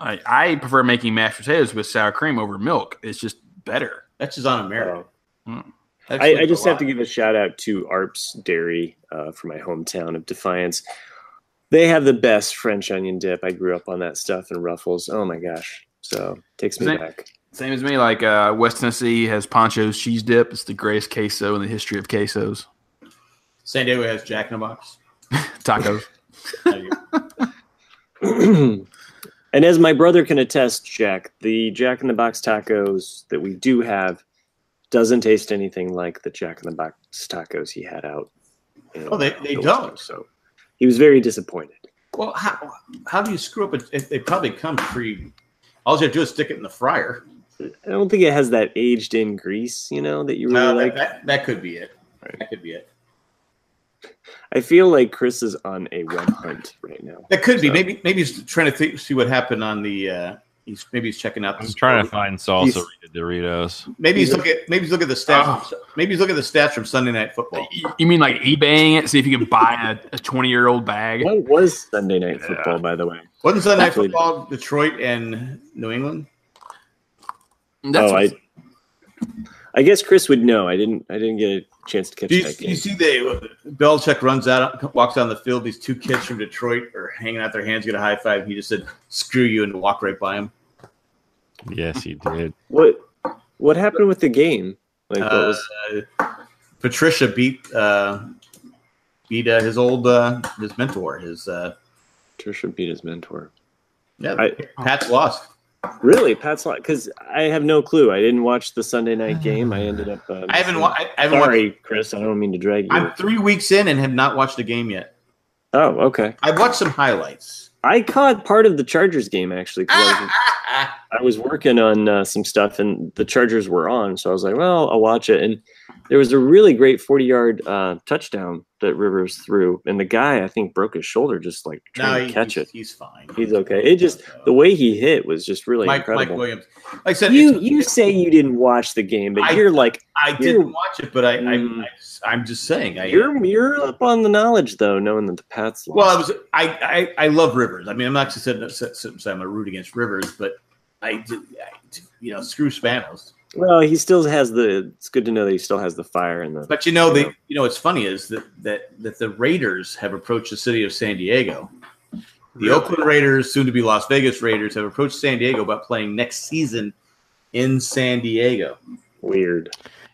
Speaker 1: I, I prefer making mashed potatoes with sour cream over milk. It's just better.
Speaker 3: That's just on America.
Speaker 1: Mm.
Speaker 3: That's
Speaker 2: Oh. I,
Speaker 3: like
Speaker 2: I just
Speaker 3: a
Speaker 2: have
Speaker 3: lot.
Speaker 2: to give a shout out to Arps Dairy uh, for my hometown of Defiance. They have the best French onion dip. I grew up on that stuff and Ruffles. Oh my gosh! So takes me
Speaker 1: Same.
Speaker 2: back.
Speaker 1: Same as me. Like uh, West Tennessee has Poncho's cheese dip. It's the greatest queso in the history of quesos.
Speaker 3: San Diego has Jack in the Box.
Speaker 1: Tacos.
Speaker 2: and as my brother can attest, Jack, the Jack in the Box tacos that we do have doesn't taste anything like the Jack in the Box tacos he had out. in,
Speaker 3: Oh, they-
Speaker 2: uh,
Speaker 3: they
Speaker 2: Louisville.
Speaker 3: don't.
Speaker 2: So he was very disappointed.
Speaker 3: Well, how, how do you screw up? A, they probably come pre. All you have to do is stick it in the fryer.
Speaker 2: I don't think it has that aged in grease, you know, that you really
Speaker 3: No,
Speaker 2: like.
Speaker 3: Uh, that, that, that could be it.
Speaker 2: Right.
Speaker 3: That could be it.
Speaker 2: I feel like Chris is on a web hunt right now.
Speaker 3: That could be.
Speaker 2: So-
Speaker 3: Maybe maybe he's trying to think, see what happened on the. Uh, he's maybe he's checking out. the
Speaker 5: I'm trying to
Speaker 3: score.
Speaker 5: find salsa Doritos.
Speaker 3: Maybe he's looking. At, maybe he's looking at the
Speaker 2: Ah.
Speaker 3: stats. Maybe he's looking at the stats from Sunday Night Football.
Speaker 1: You- You mean like eBaying it, see if you can buy a, a 20 year old bag?
Speaker 2: That was Sunday night football, by the way.
Speaker 3: Wasn't Sunday Night
Speaker 2: Actually-
Speaker 3: Football Detroit and New England?
Speaker 1: That's
Speaker 2: oh, I, I guess Chris would know. I didn't. I didn't get a chance to catch
Speaker 3: Do you,
Speaker 2: that
Speaker 3: do
Speaker 2: game.
Speaker 3: you see the Belichick runs out, walks down the field. These two kids from Detroit are hanging out their hands, get a high five. He just said, "Screw you," and walked right by him.
Speaker 5: Yes, he did.
Speaker 2: what What happened with the game? Like what
Speaker 3: Uh,
Speaker 2: was?
Speaker 3: Patricia beat uh, beat uh, his old uh, his mentor. His uh,
Speaker 2: Trisha beat his mentor.
Speaker 3: yeah,
Speaker 2: I-
Speaker 3: Pat's lost.
Speaker 2: Really, Pat's lot because I have no clue. I didn't watch the Sunday night game. I ended up. Uh,
Speaker 3: I haven't. Wa- I, I haven't watched,
Speaker 2: Sorry, Chris. I don't mean to drag you.
Speaker 3: I'm three weeks in and have not watched a game yet.
Speaker 2: oh, okay.
Speaker 3: I've watched some highlights.
Speaker 2: I caught part of the Chargers game actually. 'cause I,
Speaker 3: Ah,
Speaker 2: was, I was working on uh, some stuff and the Chargers were on, so I was like, "Well, I'll watch it." And there was a really great forty-yard uh, touchdown that Rivers threw, and the guy I think broke his shoulder just like trying
Speaker 3: no,
Speaker 2: to
Speaker 3: he-
Speaker 2: catch
Speaker 3: he's,
Speaker 2: it.
Speaker 3: He's fine. Uh,
Speaker 2: He's okay. It just the way he hit was just really
Speaker 3: Mike, Mike
Speaker 2: incredible.
Speaker 3: Williams. Like I said,
Speaker 2: you
Speaker 3: it's-
Speaker 2: you say you didn't watch the game, but
Speaker 3: I-
Speaker 2: you're like
Speaker 3: I didn't watch it, but I,
Speaker 2: Mm.
Speaker 3: I, I I'm just saying. I,
Speaker 2: you're you're up on the knowledge though, knowing that the Pats lost.
Speaker 3: well, I was I, I I love Rivers. I mean, I'm not just sitting sitting- sitting saying I'm a root against Rivers, but I, did, I did- you know screw Spanos.
Speaker 2: Well, he still has the. It's good to know that he still has the fire and the.
Speaker 3: But you know the you know what's funny is that that that the Raiders have approached the city of San Diego. The Oakland Raiders, soon to be Las Vegas Raiders, have approached San Diego about playing next season in San Diego.
Speaker 2: Weird.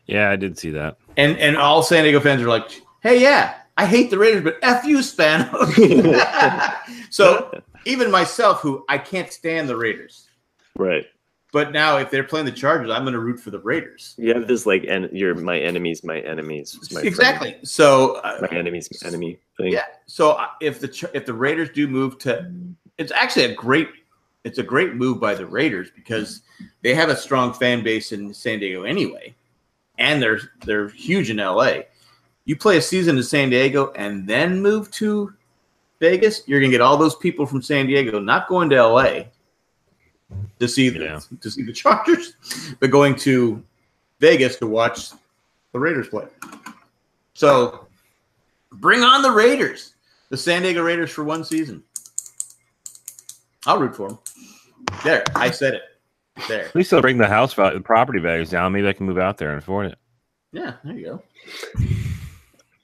Speaker 5: Yeah, I did see that.
Speaker 3: And and all San Diego fans are like, hey, yeah, I hate the Raiders, but F you, Spanos. so even myself, who I can't stand the Raiders,
Speaker 2: Right.
Speaker 3: but now if they're playing the Chargers, I'm going to root for the Raiders.
Speaker 2: You have this like, and you're my enemies, my enemies, is my friend,
Speaker 3: exactly. So uh,
Speaker 2: my enemies, my enemy thing.
Speaker 3: yeah. So uh, if the Ch- if the Raiders do move to, it's actually a great it's a great move by the Raiders because they have a strong fan base in San Diego anyway, and they're they're huge in L.A. You play a season in San Diego and then move to Vegas, you're gonna get all those people from San Diego not going to L.A. to see the,
Speaker 5: Yeah.
Speaker 3: to see the Chargers, but going to Vegas to watch the Raiders play. So bring on the Raiders, the San Diego Raiders for one season. I'll root for them. There, I said it. There.
Speaker 5: At least they'll bring the house value, the property values down. Maybe I can move out there and afford it.
Speaker 3: Yeah, there you go.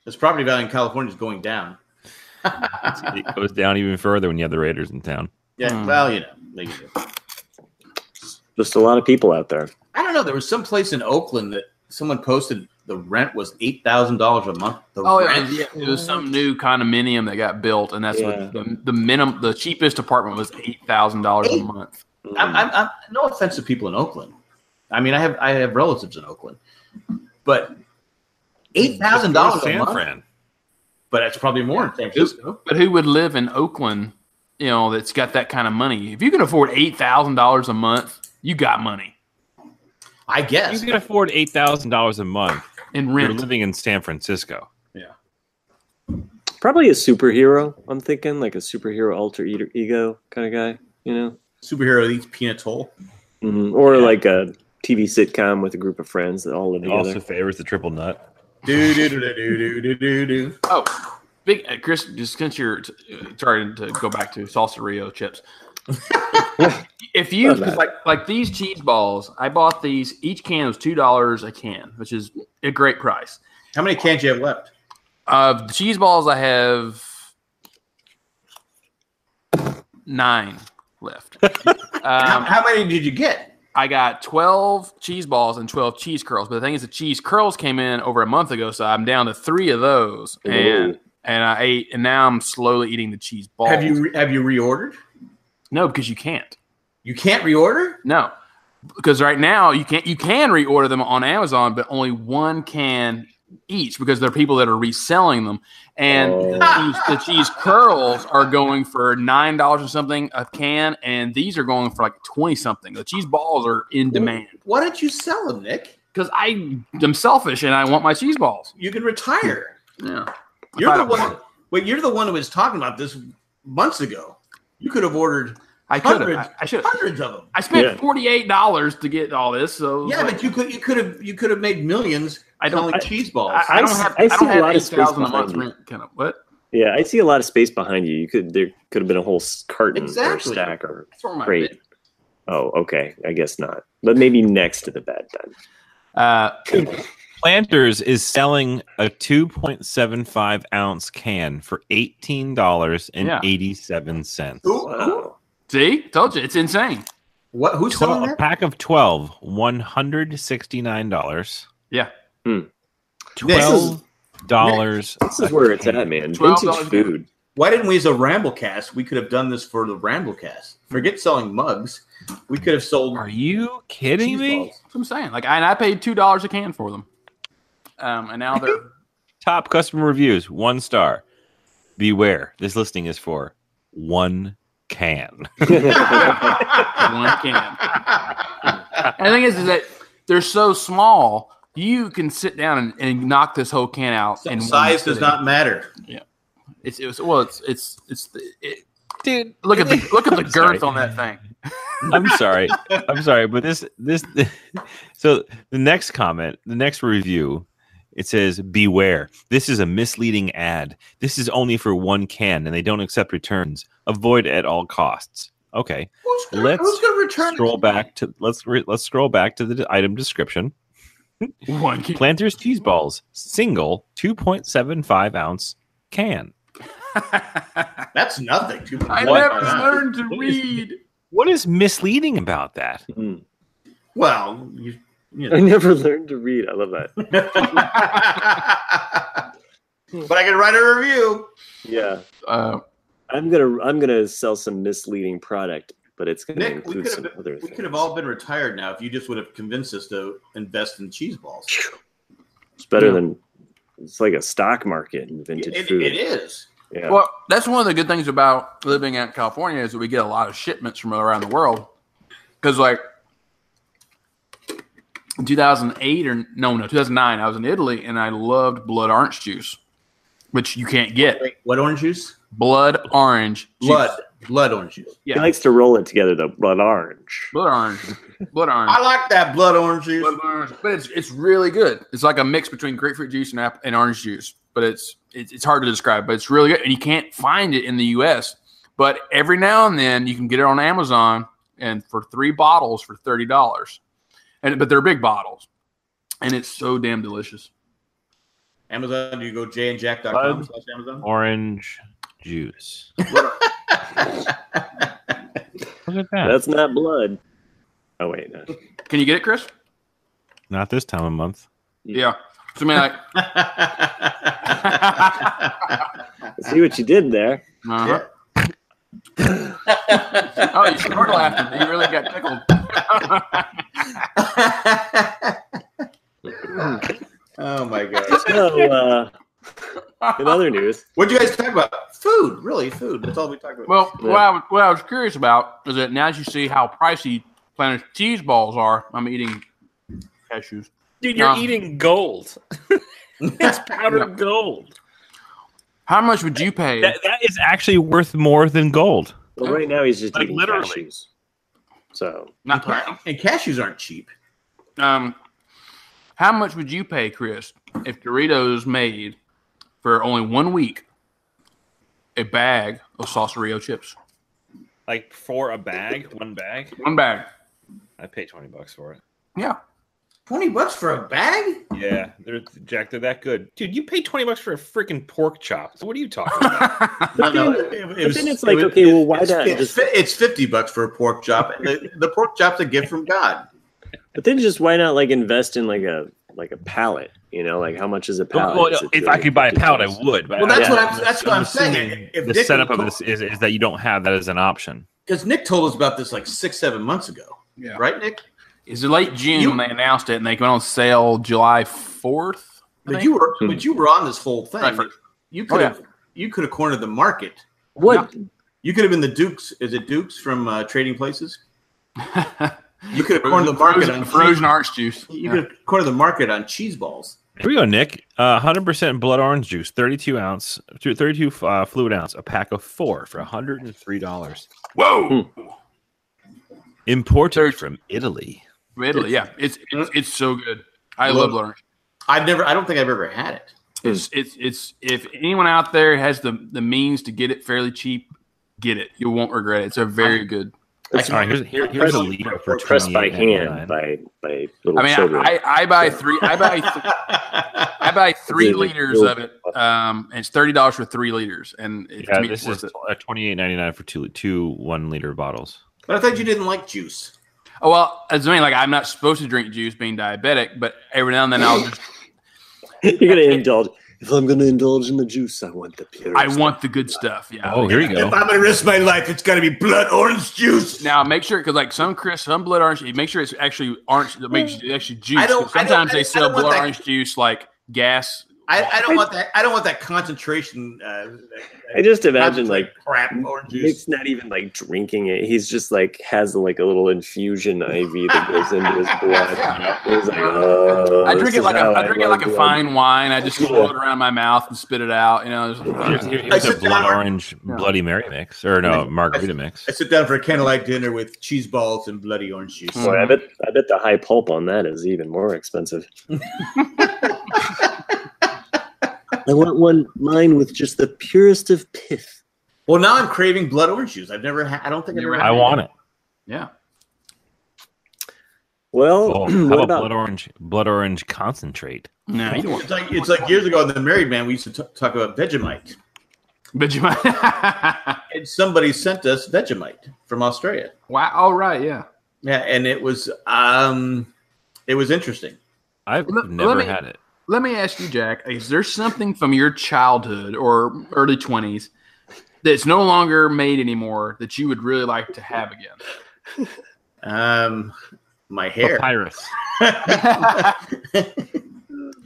Speaker 3: This property value in California is going down.
Speaker 5: it goes down even further when you have the Raiders in town.
Speaker 3: Yeah,
Speaker 1: Hmm.
Speaker 3: well, you know, they can do.
Speaker 2: Just a lot of people out there.
Speaker 3: I don't know. There was some place in Oakland that someone posted the rent was eight thousand dollars a month. The
Speaker 1: Oh yeah,
Speaker 3: rent.
Speaker 1: yeah, it was some new condominium that got built, and that's
Speaker 2: Yeah.
Speaker 1: what the the minimum, the cheapest apartment was eight thousand dollars a
Speaker 3: Eight?
Speaker 1: month.
Speaker 2: Hmm.
Speaker 3: I'm, I'm, I'm, no offense to people in Oakland. I mean, I have I have relatives in Oakland, but eight thousand dollars a
Speaker 5: San
Speaker 3: month.
Speaker 5: Fran.
Speaker 3: But that's probably more in San Francisco.
Speaker 1: But who would live in Oakland? You know, that's got that kind of money. If you can afford eight thousand dollars a month, you got money
Speaker 3: I
Speaker 5: You
Speaker 3: guess.
Speaker 5: can afford eight thousand dollars a month.
Speaker 1: in
Speaker 5: You're
Speaker 1: rent.
Speaker 5: living in San Francisco.
Speaker 2: Probably a superhero. I'm thinking like a superhero alter e- ego kind of guy. You know,
Speaker 3: Superhero eats peanuts whole.
Speaker 2: Mhm. or like a TV sitcom with a group of friends that all live
Speaker 5: It
Speaker 2: together.
Speaker 5: also favors the triple nut.
Speaker 3: Do do do do do do do do.
Speaker 1: Oh, big uh, Chris, just since you're t- uh, sorry to go back to salserio chips. if you
Speaker 2: Love that.
Speaker 1: 'cause like like these cheese balls, I bought these. Each can was two dollars a can, which is a great price.
Speaker 3: How many cans you have left?
Speaker 1: Of the cheese balls, I have nine left.
Speaker 3: How,
Speaker 1: um,
Speaker 3: how many did you get?
Speaker 1: I got twelve cheese balls and twelve cheese curls. But the thing is, the cheese curls came in over a month ago, so I'm down to three of those. And
Speaker 2: Ooh.
Speaker 1: and I ate, and now I'm slowly eating the cheese balls.
Speaker 3: Have you have you reordered?
Speaker 1: No, because you can't.
Speaker 3: You can't reorder.
Speaker 1: No, because right now you can't. You can reorder them on Amazon, but only one can each because there are people that are reselling them, and the, cheese, the cheese curls are going for nine dollars or something a can, and these are going for like twenty something. The cheese balls are in demand
Speaker 3: Why don't you sell them, Nick?
Speaker 1: because I am selfish and I want my cheese balls.
Speaker 3: You can retire.
Speaker 1: Yeah,
Speaker 3: You're the
Speaker 1: thought I
Speaker 3: one. Wait, you're the one who was talking about this months ago. You could have ordered
Speaker 1: I could have.
Speaker 3: hundreds,
Speaker 1: I, I should. have.
Speaker 3: hundreds of them.
Speaker 1: I spent
Speaker 2: Yeah.
Speaker 1: forty eight dollars to get all this. So
Speaker 3: Yeah,
Speaker 1: like,
Speaker 3: but you could you could have you could have made millions
Speaker 1: I don't-
Speaker 3: selling
Speaker 1: I-
Speaker 3: cheese balls.
Speaker 1: I, I
Speaker 2: I
Speaker 1: don't
Speaker 2: s-
Speaker 1: have.
Speaker 2: I
Speaker 1: I,
Speaker 2: see
Speaker 1: don't
Speaker 2: a
Speaker 1: have
Speaker 2: lot of
Speaker 1: eight
Speaker 2: space
Speaker 1: thousand a month
Speaker 2: behind you.
Speaker 1: rent. Kind of what?
Speaker 2: Yeah, I see a lot of space behind you. You could there could have been a whole s- carton
Speaker 3: Exactly.
Speaker 2: or stack or
Speaker 1: That's where my
Speaker 2: crate. Oh, okay. I guess not. But maybe next to the bed then.
Speaker 1: Uh,
Speaker 5: Planters is selling a 2.75 ounce can for $18.87.
Speaker 3: Who- who-
Speaker 2: Wow.
Speaker 1: see, told you it's insane.
Speaker 3: what? Who's selling
Speaker 5: Twelve- a
Speaker 3: that?
Speaker 5: pack of 12, $169.
Speaker 1: Yeah.
Speaker 2: Hmm.
Speaker 3: This is-
Speaker 5: $12.
Speaker 2: This is where it's at, man.
Speaker 1: $12
Speaker 2: Vintage
Speaker 1: game.
Speaker 2: food.
Speaker 3: Why didn't we, as a Ramblecast, we could have done this for the Ramblecast? Forget selling mugs. We could have sold
Speaker 5: Are you kidding
Speaker 3: cheese
Speaker 5: me?
Speaker 3: balls.
Speaker 1: That's what I'm saying. Like, I, and I paid two dollars a can for them, um, and now they're
Speaker 5: Top customer reviews, one star. Beware, this listing is for one can.
Speaker 1: one can. And the thing is, is that they're so small, you can sit down and, and knock this whole can out. in
Speaker 3: And
Speaker 1: one
Speaker 3: size does
Speaker 1: sitting.
Speaker 3: not matter.
Speaker 1: It's it was, well, it's it's it's the- it,
Speaker 5: Dude,
Speaker 1: look at the look at the
Speaker 5: I'm sorry.
Speaker 1: girth on that thing.
Speaker 5: I'm sorry. I'm sorry, but this this so the next comment, the next review, it says beware. This is a misleading ad. This is only for one can and they don't accept returns. Avoid at all costs. Okay.
Speaker 3: Who's gonna,
Speaker 5: Let's
Speaker 3: who's gonna return?
Speaker 5: Scroll back to let's re, let's scroll back to the item description.
Speaker 1: One can.
Speaker 5: Planters cheese balls, single 2.75 ounce can.
Speaker 3: That's nothing. Two-
Speaker 1: I
Speaker 5: What?
Speaker 1: never learned to read.
Speaker 5: What is misleading about that?
Speaker 2: Mm.
Speaker 3: Well, you, you
Speaker 2: I
Speaker 3: know.
Speaker 2: never learned to read. I love that.
Speaker 3: but I can write a review.
Speaker 2: Yeah.
Speaker 1: Uh,
Speaker 2: I'm gonna I'm gonna sell some misleading product, but it's gonna
Speaker 3: Nick, we
Speaker 2: include
Speaker 3: could
Speaker 2: some
Speaker 3: have
Speaker 2: other
Speaker 3: we
Speaker 2: things.
Speaker 3: could have all been retired now if you just would have convinced us to invest in cheese balls.
Speaker 2: It's better
Speaker 1: Yeah.
Speaker 2: than it's like a stock market in vintage
Speaker 3: It-
Speaker 2: food.
Speaker 3: it is.
Speaker 2: Yeah.
Speaker 1: Well, that's one of the good things about living out in California is that we get a lot of shipments from around the world. Because like in 2008 or no, no, 2009, I was in Italy and I loved blood orange juice, which you can't get.
Speaker 3: Wait, what orange juice?
Speaker 1: Blood orange juice.
Speaker 3: Blood, blood orange juice.
Speaker 2: He
Speaker 1: Yeah.
Speaker 2: likes to roll it together though, blood orange.
Speaker 1: blood orange. Blood
Speaker 3: I
Speaker 1: orange.
Speaker 3: like that blood orange juice.
Speaker 1: Blood orange. But it's it's really good. It's like a mix between grapefruit juice and apple, and orange juice. But it's, it's it's hard to describe, but it's really good, and you can't find it in the U.S. But every now and then you can get it on Amazon, and for three bottles for thirty dollars, and but they're big bottles, and it's so damn delicious.
Speaker 3: Amazon, do you go jandjack.com
Speaker 5: Blood.
Speaker 3: slash Amazon?
Speaker 5: Orange juice. Look at that.
Speaker 2: That's not blood. Oh wait, no.
Speaker 1: Can you get it, Chris?
Speaker 5: Not this time of month.
Speaker 1: Yeah. So I mean, like,
Speaker 2: I see what you did there.
Speaker 1: uh-huh. oh, you started laughing. You really got tickled.
Speaker 3: oh my god.
Speaker 2: So uh, in other news,
Speaker 3: What'd you guys talk about? Food, really, food. That's all we talked about.
Speaker 1: Well,
Speaker 2: Yeah.
Speaker 1: what, I was, what I was curious about is that now that you see how pricey Planet cheese balls are, I'm eating cashews.
Speaker 6: Dude, you're
Speaker 1: Um,
Speaker 6: eating gold. it's powdered gold.
Speaker 1: How much would you pay?
Speaker 5: That, that is actually worth more than gold.
Speaker 2: well, right now he's just
Speaker 5: Like,
Speaker 2: eating
Speaker 5: literally.
Speaker 2: cashews. So
Speaker 1: Not
Speaker 3: Ca- and cashews aren't cheap.
Speaker 1: um, how much would you pay, Chris, if Doritos made for only one week a bag of Saucerio chips?
Speaker 5: Like for a bag, one bag,
Speaker 1: One bag.
Speaker 5: I pay twenty bucks for it.
Speaker 1: Yeah.
Speaker 3: Twenty bucks for a bag?
Speaker 5: Yeah, they're Jack. They're that good, dude. You pay twenty bucks for a freaking pork chop. So what are you talking about?
Speaker 3: No, no.
Speaker 2: then-
Speaker 3: it- it
Speaker 2: but
Speaker 3: was-
Speaker 2: then it's
Speaker 3: it
Speaker 2: like,
Speaker 3: was-
Speaker 2: okay, well, why
Speaker 3: it's,
Speaker 2: not
Speaker 3: It's,
Speaker 2: just-
Speaker 3: fi- it's fifty bucks for a pork chop, and the, the pork chop's a gift from God.
Speaker 2: But then just why not like invest in like a like a pallet? You know, like how much is a pallet?
Speaker 5: Well,
Speaker 2: Is it
Speaker 5: if I could buy a pallet, I
Speaker 2: $250?
Speaker 5: would. But
Speaker 3: Well, that's
Speaker 5: I-
Speaker 2: Yeah.
Speaker 3: what I'm. That's what I'm saying.
Speaker 5: assuming
Speaker 3: If
Speaker 5: the
Speaker 3: Nick
Speaker 5: setup of
Speaker 3: told-
Speaker 5: this is, is that you don't have that as an option.
Speaker 3: because Nick told us about this like six, seven months ago,
Speaker 1: Yeah.
Speaker 3: right, Nick?
Speaker 1: It's late June
Speaker 3: You-
Speaker 1: when they announced it, and they went on sale July fourth.
Speaker 3: But you were, but you were on this whole thing.
Speaker 1: Right, for-
Speaker 3: You
Speaker 1: Oh,
Speaker 3: could have, you could have cornered the market.
Speaker 2: What?
Speaker 3: You could have been the Dukes. Is it Dukes from uh, Trading Places? You could have cornered the market
Speaker 1: frozen,
Speaker 3: on
Speaker 1: frozen orange juice.
Speaker 3: You
Speaker 1: Yeah.
Speaker 3: could have cornered the market on cheese balls.
Speaker 5: Here we go, Nick. Uh, 100% blood orange juice, 32 ounce, 32 uh, fluid ounce, a pack of four for $103.
Speaker 1: Whoa,
Speaker 5: Imported from Italy.
Speaker 1: Italy. Yeah, it's it's, it's so good. I
Speaker 3: Love-
Speaker 1: love blood orange.
Speaker 3: I've never. I don't think I've ever had it.
Speaker 1: It's it's it's if anyone out there has the the means to get it fairly cheap, get it. You won't regret it. It's a very good.
Speaker 3: That's
Speaker 5: All right, here's, here, here's a lead for
Speaker 2: pressed by hand
Speaker 5: 28.99.
Speaker 2: by by little
Speaker 1: I mean,
Speaker 2: children.
Speaker 1: I, I, I buy three. I buy th- I buy three
Speaker 2: Really
Speaker 1: liters
Speaker 2: cool.
Speaker 1: of it. Um, and it's thirty dollars for three liters, and it's,
Speaker 5: Yeah,
Speaker 1: to me,
Speaker 5: this
Speaker 1: it's worth
Speaker 5: is
Speaker 1: it.
Speaker 5: uh, 28.99 for two two one liter bottles.
Speaker 3: But I thought you didn't like juice.
Speaker 1: Oh well, as I mean, like I'm not supposed to drink juice being diabetic, but every now and then I'll just
Speaker 2: You're gonna indulge. If I'm gonna indulge in the juice, I want the pure.
Speaker 1: I want the good stuff. Yeah.
Speaker 5: Oh, here you go.
Speaker 3: I'm gonna risk my life, it's gotta be blood orange juice.
Speaker 1: Now make sure because like some Chris, some blood orange. Make sure it's actually orange. That makes it actually juice.
Speaker 3: Hmm. I don't-
Speaker 1: 'cause
Speaker 3: I don't-
Speaker 1: Sometimes
Speaker 3: I
Speaker 1: they
Speaker 3: don't- I
Speaker 1: sell
Speaker 3: don't want
Speaker 1: blood
Speaker 3: that-
Speaker 1: orange juice like gas.
Speaker 3: I, I don't want that. I don't want that concentration. Uh,
Speaker 2: I just imagine like
Speaker 3: crap orange juice.
Speaker 2: Nick's not even like drinking it. He's just like has like a little infusion IV that goes into his blood. He's like, oh,
Speaker 1: I drink
Speaker 2: this
Speaker 1: it like
Speaker 2: is
Speaker 1: a,
Speaker 2: how
Speaker 1: I drink it
Speaker 2: love
Speaker 1: like a
Speaker 2: blood.
Speaker 1: fine wine. I just blow it around my mouth and spit it out. You know. it's-
Speaker 5: Uh, Here's, here- here's a
Speaker 3: sit down
Speaker 5: blood
Speaker 3: or-
Speaker 5: orange Bloody Mary mix, or no, margarita mix.
Speaker 3: I sit down for a candlelight dinner with cheese balls and bloody orange juice.
Speaker 2: Boy, I bet I bet the high pulp on that is even more expensive. I want one mine with just the purest of pith.
Speaker 3: Well, now I'm craving blood orange juice. I've never. Ha- I don't think I've ever.
Speaker 5: I want it.
Speaker 1: yeah.
Speaker 2: Well,
Speaker 5: Oh, how
Speaker 2: what
Speaker 5: about,
Speaker 2: about
Speaker 5: blood orange? Blood orange concentrate.
Speaker 1: No, you don't want.
Speaker 3: It's like it's like years ago in the Married Man, we used to t- talk about Vegemite,
Speaker 1: But you might.
Speaker 3: and somebody sent us Vegemite from Australia.
Speaker 1: wow. All right. Yeah.
Speaker 3: Yeah, and it was um, it was interesting.
Speaker 5: I've
Speaker 1: Let- let
Speaker 5: never
Speaker 1: me-
Speaker 5: had it.
Speaker 1: Let me ask you, Jack. Is there something from your childhood or early twenties that's no longer made anymore that you would really like to have again?
Speaker 3: Um, my hair.
Speaker 5: Papyrus.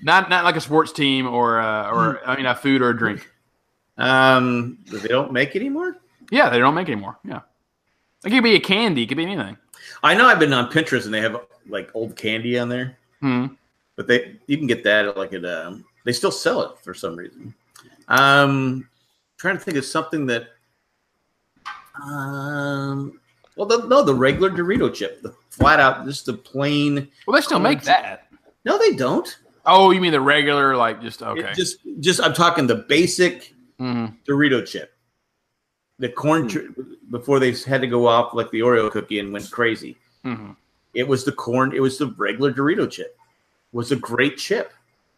Speaker 1: Not not like a sports team or uh, or I mean a food or a drink.
Speaker 3: um, that they don't make anymore.
Speaker 1: Yeah, they don't make anymore. Yeah, it could be a candy. It could be anything.
Speaker 3: I know I've been on Pinterest and they have like old candy on there,
Speaker 1: Hmm.
Speaker 3: but they you can get that at like at um, they still sell it for some reason. Um, trying to think of something that um, well, the, no, the regular Dorito chip, the flat out, just the plain.
Speaker 1: Well, they still make that.
Speaker 3: No, they don't.
Speaker 1: Oh, you mean the regular, like just
Speaker 3: It
Speaker 1: okay.
Speaker 3: just, just I'm talking the basic
Speaker 1: Mhm.
Speaker 3: Dorito chip. The
Speaker 1: Hmm.
Speaker 3: corn tr- before they had to go off like the Oreo cookie and went crazy.
Speaker 1: Mhm.
Speaker 3: It was the corn. It was the regular Dorito chip. Was a great chip,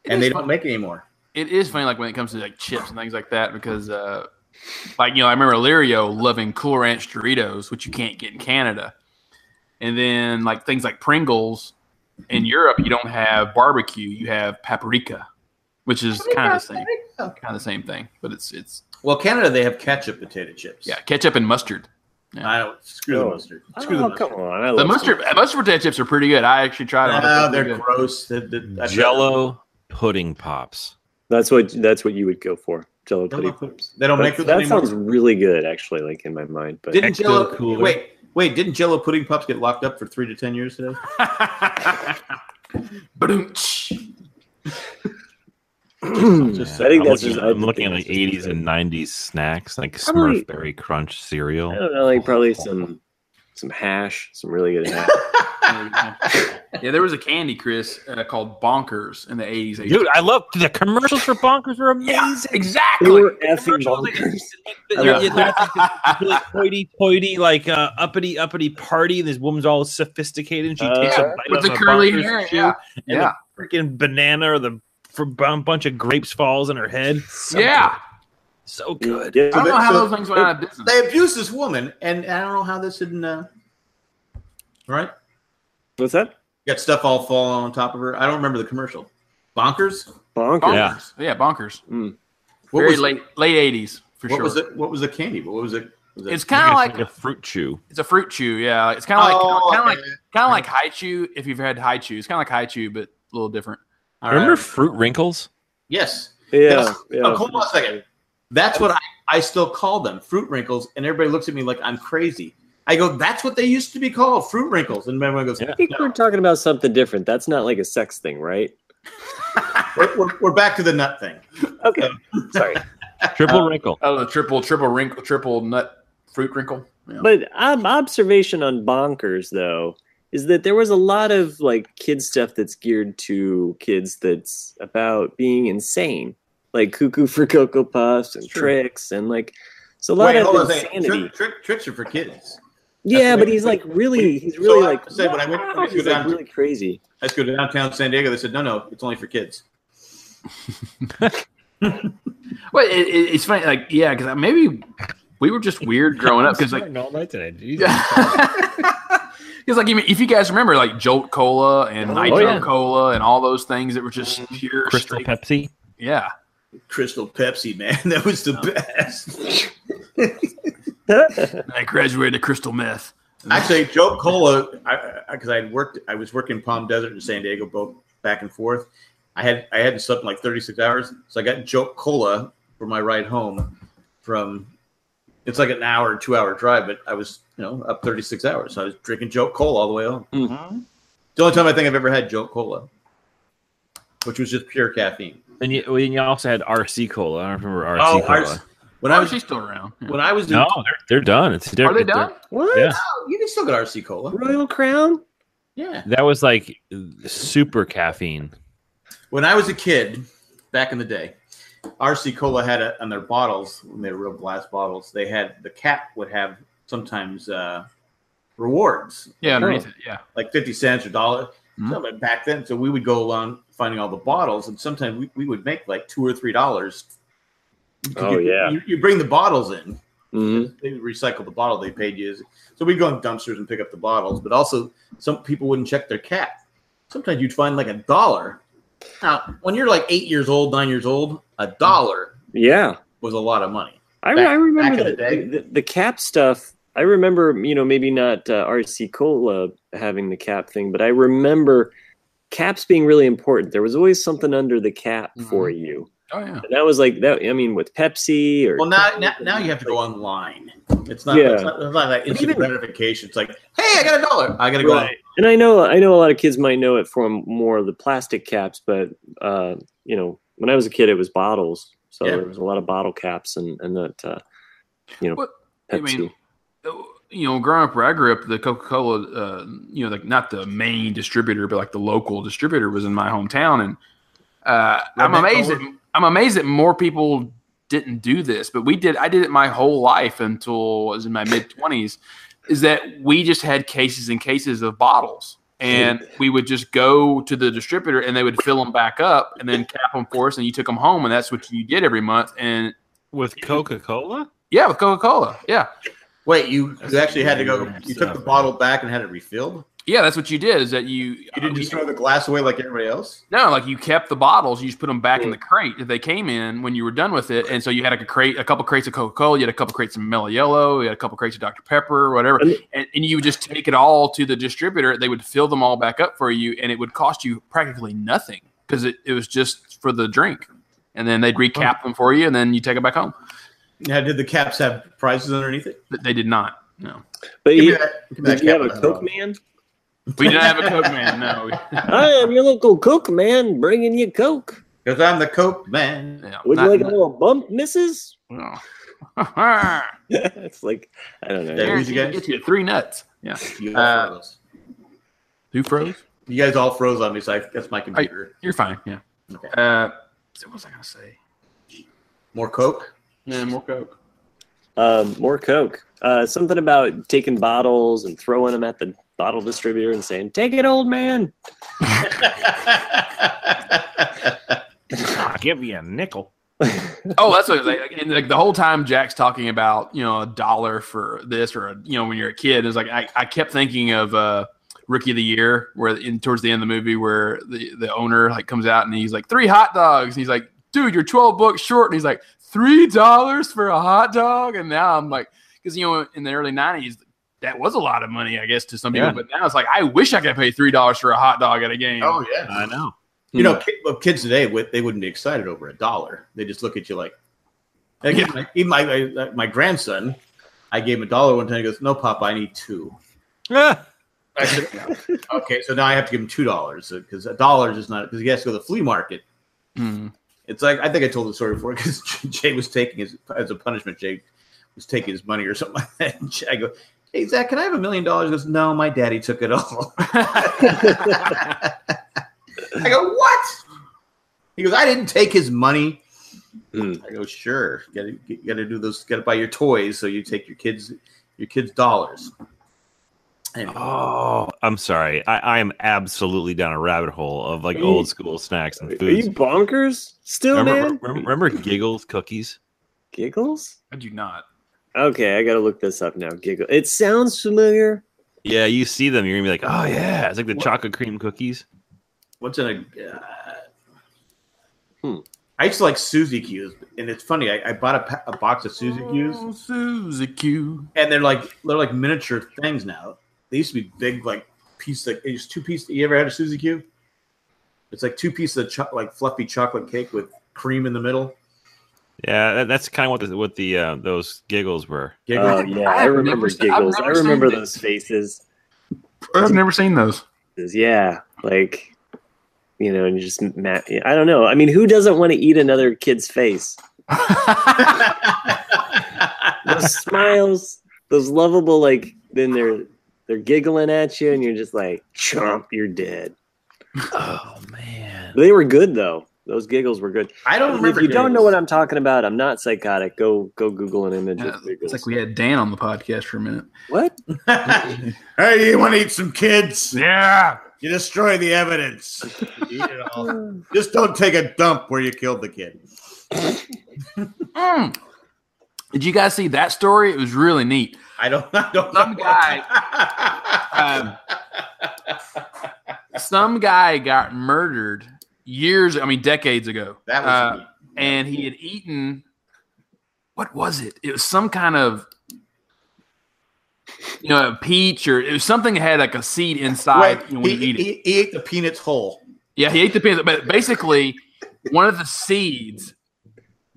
Speaker 1: It
Speaker 3: and
Speaker 1: is
Speaker 3: they
Speaker 1: fun-
Speaker 3: don't make it anymore.
Speaker 1: It is funny, like when it comes to like chips and things like that, because uh, like you know, I remember Lirio loving Cool Ranch Doritos, which you can't get in Canada, and then like things like Pringles in Europe, you don't have barbecue, you have paprika, which is kind of the same, kind of the same thing, but it's it's
Speaker 3: Well, Canada they have ketchup potato chips.
Speaker 1: yeah, ketchup and mustard.
Speaker 3: I don't screw the
Speaker 2: Oh.
Speaker 3: mustard. Screw the
Speaker 2: Oh,
Speaker 3: mustard.
Speaker 2: come on. I
Speaker 1: The
Speaker 2: love
Speaker 1: mustard mustard potato chips are pretty good. I actually tried them.
Speaker 3: Ah,
Speaker 1: They're
Speaker 3: they're
Speaker 1: good.
Speaker 3: gross. They- they- I-
Speaker 5: Jello pudding pops.
Speaker 2: That's what that's what you would go for. Jello
Speaker 3: Jello
Speaker 2: pudding
Speaker 3: pudding.
Speaker 2: pops.
Speaker 3: They don't
Speaker 2: That,
Speaker 3: make those
Speaker 2: that
Speaker 3: anymore.
Speaker 2: sounds really good, actually, like in my mind. But
Speaker 3: Didn't
Speaker 5: Ecto
Speaker 3: Jello?
Speaker 5: Cooler.
Speaker 3: Wait, wait. Didn't Jello pudding pops get locked up for three to ten years today?
Speaker 1: Ba-dum-tsh.
Speaker 3: Just
Speaker 2: I think
Speaker 5: I'm
Speaker 2: that's
Speaker 5: looking,
Speaker 2: just- I
Speaker 5: I'm
Speaker 2: just
Speaker 5: looking at
Speaker 2: think
Speaker 5: like
Speaker 2: that's
Speaker 5: 80s
Speaker 2: just-
Speaker 5: and 90s snacks, like
Speaker 2: Probably-
Speaker 5: Smurfberry Crunch
Speaker 2: I
Speaker 5: cereal.
Speaker 2: don't know, like probably some some hash, some really good hash.
Speaker 1: yeah, there was a candy, Chris, uh, called Bonkers in the eighties.
Speaker 5: Dude, I love the commercials for Bonkers were
Speaker 1: Yeah,
Speaker 5: amazing.
Speaker 1: exactly.
Speaker 2: they were effing bonkers.
Speaker 1: Yeah.
Speaker 5: Hoity toity, like uh, uppity uppity party. and This woman's all sophisticated and she takes a
Speaker 2: Uh,
Speaker 5: bite
Speaker 1: With
Speaker 5: of
Speaker 1: the
Speaker 5: a
Speaker 1: curly
Speaker 5: Bonkers
Speaker 1: hair,
Speaker 5: shoe,
Speaker 1: yeah,
Speaker 5: and
Speaker 1: yeah,
Speaker 5: the freaking banana or the for a bunch of grapes falls in her head.
Speaker 1: yeah.
Speaker 5: so good.
Speaker 1: I don't
Speaker 2: Yeah.
Speaker 1: know how
Speaker 3: So-
Speaker 1: those things went out of business.
Speaker 3: they abused this woman, and I don't know how this didn't. Uh, right?
Speaker 2: What's that?
Speaker 3: Got stuff all falling on top of her. I don't remember the commercial. Bonkers.
Speaker 2: Bonkers.
Speaker 5: Yeah.
Speaker 1: Bonkers. Yeah, bonkers.
Speaker 3: What
Speaker 1: Very
Speaker 3: was
Speaker 1: late late eighties for
Speaker 3: What
Speaker 1: sure.
Speaker 3: was it? What was the candy? What was it? Was it
Speaker 1: It's kind of like
Speaker 5: a fruit chew.
Speaker 1: it's a fruit chew. Yeah, it's kind of like
Speaker 3: Oh,
Speaker 1: kind of
Speaker 3: okay.
Speaker 1: like kind of like high chew. If you've had high chew, it's kind of like high chew, but a little different.
Speaker 3: All
Speaker 5: Remember
Speaker 3: right.
Speaker 5: fruit wrinkles?
Speaker 3: Yes.
Speaker 2: Yeah. yeah.
Speaker 3: Oh, hold on a second. That's what I, I still call them fruit wrinkles, and everybody looks at me like I'm crazy. I go, that's what they used to be called, fruit wrinkles, and everyone goes,
Speaker 5: Yeah.
Speaker 2: I think
Speaker 3: "No."
Speaker 2: we're talking about something different. That's not like a sex thing, right?
Speaker 3: we're, we're, we're back to the nut thing.
Speaker 2: Okay. Sorry.
Speaker 5: Triple wrinkle.
Speaker 1: Oh, the triple triple wrinkle triple nut fruit wrinkle. Yeah.
Speaker 2: But um, observation on bonkers though is that there was a lot of like kid stuff that's geared to kids that's about being insane, like cuckoo for cocoa puffs and
Speaker 3: true.
Speaker 2: tricks and like it's a lot
Speaker 3: Wait, hold on a
Speaker 2: of
Speaker 3: second.
Speaker 2: insanity.
Speaker 3: Trick, trick, tricks are for kids.
Speaker 2: yeah,
Speaker 3: what
Speaker 2: but
Speaker 3: I-
Speaker 2: he's like really, he's
Speaker 3: so
Speaker 2: really
Speaker 3: I
Speaker 2: like
Speaker 3: said when I went- when I
Speaker 2: wow,
Speaker 3: was
Speaker 2: he's like
Speaker 3: down-
Speaker 2: really crazy.
Speaker 3: Let's go to downtown San Diego. They said, no, no, it's only for kids.
Speaker 1: Well, it, it, it's funny, like yeah, because maybe we were just weird growing up. Because like,
Speaker 7: all night today. Jesus.
Speaker 1: because like even- if you guys remember, like Jolt Cola and
Speaker 2: Oh,
Speaker 1: Nitro
Speaker 5: yeah.
Speaker 1: Cola and all those things that were just pure
Speaker 5: Crystal
Speaker 1: straight-
Speaker 5: Pepsi.
Speaker 1: Yeah,
Speaker 3: Crystal Pepsi, man. That was the
Speaker 2: Oh.
Speaker 3: best.
Speaker 1: And I graduated to crystal meth.
Speaker 3: Actually, Joe Cola, because I, had worked, I was working Palm Desert and San Diego, both back and forth. I had I hadn't slept in like 36 hours, so I got Joe Cola for my ride home. From it's like an hour, two hour drive, but I was you know up 36 hours, so I was drinking Joe Cola all the way home. The only time I think I've ever had Joe Cola, which was just pure caffeine.
Speaker 5: And you, and you also had RC Cola. I don't remember RC
Speaker 3: Oh,
Speaker 5: Cola.
Speaker 3: RC When
Speaker 1: Why
Speaker 3: I
Speaker 1: was
Speaker 3: was
Speaker 1: she still around? Yeah.
Speaker 3: when I was in,
Speaker 5: No, they're, they're done. It's
Speaker 1: Are they done?
Speaker 2: What?
Speaker 5: Yeah.
Speaker 3: Oh, you can still get RC Cola.
Speaker 2: Royal Crown?
Speaker 3: Yeah.
Speaker 5: That was like super caffeine.
Speaker 3: When I was a kid, back in the day, RC Cola had a, on their bottles, when they were real glass bottles, they had the cap would have sometimes uh, rewards
Speaker 1: Yeah, underneath it. Yeah.
Speaker 3: like 50 cents or dollar.
Speaker 2: Hmm.
Speaker 1: Mhm.
Speaker 3: So, but back then, so we would go along finding all the bottles, and sometimes we, we would make like two or three dollars.
Speaker 2: Oh,
Speaker 3: you,
Speaker 2: yeah.
Speaker 3: You, you bring the bottles in,
Speaker 2: hmm
Speaker 3: they would recycle the bottle they paid you. So we'd go in dumpsters and pick up the bottles, but also some people wouldn't check their cap. Sometimes you'd find like a dollar. Now, when you're like eight years old, nine years old, a dollar
Speaker 2: Yeah.
Speaker 3: was a lot of money.
Speaker 2: I,
Speaker 3: Back-
Speaker 2: I
Speaker 3: back
Speaker 2: remember
Speaker 3: in
Speaker 2: the,
Speaker 3: the day.
Speaker 2: the, the cap stuff. I remember, you know, maybe not uh, RC Cola having the cap thing, but I remember caps being really important. There was always something under the cap for
Speaker 3: Mm-hmm.
Speaker 2: you.
Speaker 1: Oh yeah.
Speaker 2: And that was like that. I mean, with Pepsi or
Speaker 3: Well, now, now, now you have to go online. It's not,
Speaker 2: Yeah.
Speaker 3: it's not, it's not like instant
Speaker 2: Even-
Speaker 3: gratification. It's like, hey, I got a dollar. I got to go.
Speaker 2: Right. and I know I know a lot of kids might know it from more of the plastic caps, but uh, you know, when I was a kid, it was bottles. So
Speaker 3: Yeah.
Speaker 2: there was a lot of bottle caps and and that uh, you know
Speaker 1: What- I
Speaker 2: Pepsi.
Speaker 1: mean, uh, you know, growing up where I grew up, the Coca Cola, uh, you know, like not the main distributor, but like the local distributor was in my hometown, and uh, I'm
Speaker 3: Redneck
Speaker 1: amazed. That, I'm amazed that more people didn't do this, but we did. I did it my whole life until I was in my mid twenties. Is that we just had cases and cases of bottles, and we would just go to the distributor, and they would fill them back up, and then cap them for us, and you took them home, and that's what you did every month. And
Speaker 7: With Coca Cola?
Speaker 1: yeah, with Coca Cola, yeah.
Speaker 3: Wait, you, you actually had to go.
Speaker 7: weird
Speaker 3: You took
Speaker 7: stuff,
Speaker 3: the
Speaker 7: man.
Speaker 3: bottle back and had it refilled.
Speaker 1: Yeah, that's what you did. Is that you?
Speaker 3: You didn't just throw the glass away like everybody else.
Speaker 1: no, like you kept the bottles. You just put them back in the crate that they came in when you were done with it. And so you had like a crate, a couple crates of Coca Cola, you had a couple crates of Mellow Yellow, you had a couple crates of Dr Pepper, whatever.
Speaker 2: And-
Speaker 1: And, and you would just take it all to the distributor. They would fill them all back up for you, and it would cost you practically nothing because it, it was just for the drink. And then they'd recap them for you, and then you take it back home.
Speaker 3: Now, did the caps have prizes underneath it?
Speaker 1: But they did not. No,
Speaker 2: but
Speaker 3: Give me
Speaker 2: you,
Speaker 3: that- give me
Speaker 2: did
Speaker 3: that
Speaker 2: you have
Speaker 3: cap
Speaker 2: a
Speaker 3: with that
Speaker 2: Coke
Speaker 3: dollar.
Speaker 2: man?
Speaker 1: we didn't have a Coke man. No, we,
Speaker 2: I am your local Coke man, bringing you Coke.
Speaker 3: Because I'm the Coke man.
Speaker 1: no,
Speaker 2: Would
Speaker 1: not-
Speaker 2: you like a little bump, Mrs.?
Speaker 1: no.
Speaker 2: it's like I don't know.
Speaker 3: Yeah.
Speaker 1: Guaranteed to
Speaker 3: guys?
Speaker 1: get you three nuts. Yeah.
Speaker 3: You all,
Speaker 1: Uh,
Speaker 3: froze.
Speaker 1: Who froze?
Speaker 3: You guys all froze on me, so I, that's my computer.
Speaker 1: You're fine. Yeah.
Speaker 3: Okay.
Speaker 1: Uh, so what was I gonna say?
Speaker 3: More Coke?
Speaker 1: Yeah, more coke.
Speaker 2: Um, more Coke. Uh, something about taking bottles and throwing them at the bottle distributor and saying, "Take it, old man."
Speaker 3: Oh,
Speaker 7: I'll Ah, give you a nickel.
Speaker 1: Oh, that's what it was like. And like the whole time Jack's talking about, you know, a dollar for this or a, you know, when you're a kid, it's like I, I kept thinking of uh Rookie of the Year, where in towards the end of the movie, where the the owner like comes out and he's like three hot dogs. he's like, dude, you're twelve bucks short, and he's like three dollars for a hot dog. And now I'm like, because you know in the early nineties. That was a lot of money, I guess, to some people.
Speaker 3: Yeah.
Speaker 1: But now it's like I wish I could pay three dollars for a hot dog at a game.
Speaker 3: Oh yeah,
Speaker 5: I know.
Speaker 3: You
Speaker 1: Hmm.
Speaker 3: know, kid, well, kids today would they wouldn't be excited over a dollar. They just look at you like. Like,
Speaker 1: Yeah.
Speaker 3: my, even my, uh, my my grandson, I gave him a dollar one time. He goes, "No, Papa, I need two. I said, "No." "Okay, so now I have to give him two dollars because a dollar is not because he has to go to the flea market."
Speaker 1: Hmm.
Speaker 3: It's like I think I told the story before because Jay was taking his as a punishment. Jay was taking his money or something. like that. And I go, "Hey Zach, can I have a million dollars?" He goes, "No, my daddy took it all." I go, "What?" He goes, "I didn't take his money."
Speaker 2: Hmm.
Speaker 3: I go, "Sure, got to got to do those. Got to buy your toys, so you take your kids your kids' dollars." Anyway.
Speaker 5: Oh, I'm sorry. I, I am absolutely down a rabbit hole of like
Speaker 2: Are you-
Speaker 5: old school snacks and
Speaker 2: Are
Speaker 5: foods.
Speaker 2: you bonkers still,
Speaker 5: remember,
Speaker 2: man?
Speaker 5: remember, remember giggles cookies?
Speaker 2: Giggles?
Speaker 1: I do not.
Speaker 2: Okay, I gotta look this up now. Giggle. It sounds familiar.
Speaker 5: Yeah, you see them, you're gonna be like, oh yeah, it's like the chocolate cream cookies.
Speaker 3: what's in a. Uh,
Speaker 2: Hmm.
Speaker 3: I used to like Suzy Q's, and it's funny. I, I bought a, pa- a box of Suzy Q's,
Speaker 1: Oh, Suzy Q.
Speaker 3: and they're like they're like miniature things now. They used to be big, like piece like it's two piece. You ever had a Suzy Q? It's like two pieces of cho- like fluffy chocolate cake with cream in the
Speaker 2: Uh,
Speaker 3: middle.
Speaker 5: Yeah, that, that's kind of what the, what the uh, those giggles were.
Speaker 3: Giggle.
Speaker 2: Oh yeah, I,
Speaker 1: I've
Speaker 2: remember
Speaker 1: never seen- I've
Speaker 2: giggles. I
Speaker 1: never seen
Speaker 2: remember
Speaker 1: that.
Speaker 2: those faces.
Speaker 1: I've never seen those.
Speaker 2: Yeah, like you know, and you just Matt. I don't know. I mean, who doesn't want to eat another kid's face? Those smiles, those lovable, like then they're they're giggling at you, and you're just like, chomp, you're dead.
Speaker 5: Oh man,
Speaker 2: They were good though. Those giggles were good.
Speaker 3: I don't
Speaker 2: If
Speaker 3: remember.
Speaker 2: you don't know
Speaker 3: giggles.
Speaker 2: what I'm talking about, I'm not psychotic. Go go Google an image
Speaker 1: Yeah,
Speaker 2: of
Speaker 1: it's
Speaker 2: giggles.
Speaker 1: like we had Dan on the podcast for a minute.
Speaker 2: what?
Speaker 3: hey, you want to eat some kids?
Speaker 1: Yeah.
Speaker 3: You destroy the evidence. You eat it all. Just don't take a dump where you killed the kid.
Speaker 1: Mm. Did you guys see that story? It was really neat.
Speaker 3: I don't. I don't
Speaker 1: Some
Speaker 3: know.
Speaker 1: Um, some guy got murdered years, I mean, decades ago.
Speaker 3: that was
Speaker 1: Uh, and he had eaten what was it? It was some kind of you know a peach or it was something that had like a seed inside
Speaker 3: Wait,
Speaker 1: you know, when
Speaker 3: he,
Speaker 1: you eat it.
Speaker 3: he- he ate the peanuts whole.
Speaker 1: Yeah, he ate the peanuts, but basically, one of the seeds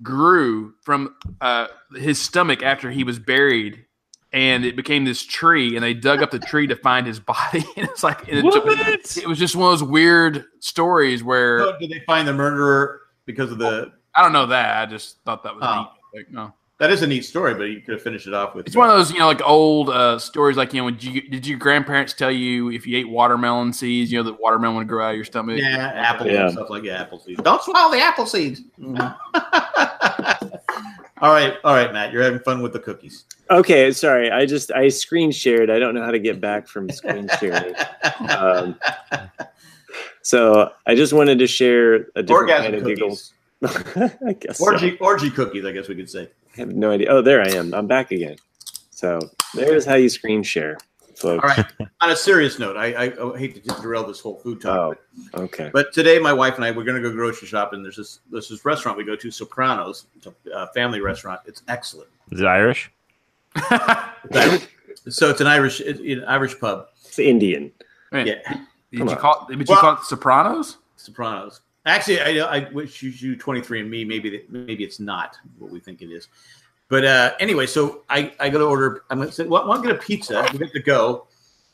Speaker 1: grew from uh, his stomach after he was buried, and it became this tree. And they dug up the tree to find his body. And it's like and it, took- it was just one of those weird stories where
Speaker 3: So did they find the murderer because of the?
Speaker 1: I don't know that. I just thought that was
Speaker 3: Oh.
Speaker 1: neat. Like, no.
Speaker 3: That is a neat story, but you could have finished it off with.
Speaker 1: It's one of those you know like old uh, stories like you know when did, you, did your grandparents tell you if you ate watermelon seeds you know that watermelon would grow out of your stomach.
Speaker 3: yeah, apples
Speaker 2: Yeah.
Speaker 3: and stuff like yeah, apple seeds. Don't swallow the apple seeds.
Speaker 1: Mm-hmm.
Speaker 3: all right, all right, Matt, you're having fun with the cookies.
Speaker 2: Okay, sorry. I just I screen shared. I don't know how to get back from screen sharing. Um, so I just wanted to share a different kind
Speaker 3: Orgasm
Speaker 2: of
Speaker 3: cookies,
Speaker 2: giggle. I guess so.
Speaker 3: orgy, orgy cookies, I guess we could say.
Speaker 2: I have no idea. Oh, there I am. I'm back again. So there's how you screen share,
Speaker 3: All
Speaker 2: folks.
Speaker 3: right. on a serious note, I, I, I hate to derail this whole food talk,
Speaker 2: Oh, okay.
Speaker 3: But today, my wife and I we're going to go grocery shopping. There's this there's this restaurant we go to, Sopranos, it's a uh, family restaurant. It's excellent.
Speaker 5: is it Irish?
Speaker 3: so it's an Irish it, an Irish pub.
Speaker 2: It's Indian.
Speaker 1: Man,
Speaker 3: Yeah,
Speaker 1: Did
Speaker 2: Come
Speaker 1: you
Speaker 2: on.
Speaker 1: call? Did you
Speaker 3: Well-
Speaker 1: call it Sopranos?
Speaker 3: Sopranos. Actually, I, I wish you do twenty three and me. Maybe that- maybe it's not what we think it is. But uh, anyway, so I I go to order. I'm gonna say, well, I'm gonna get a pizza. We get to go,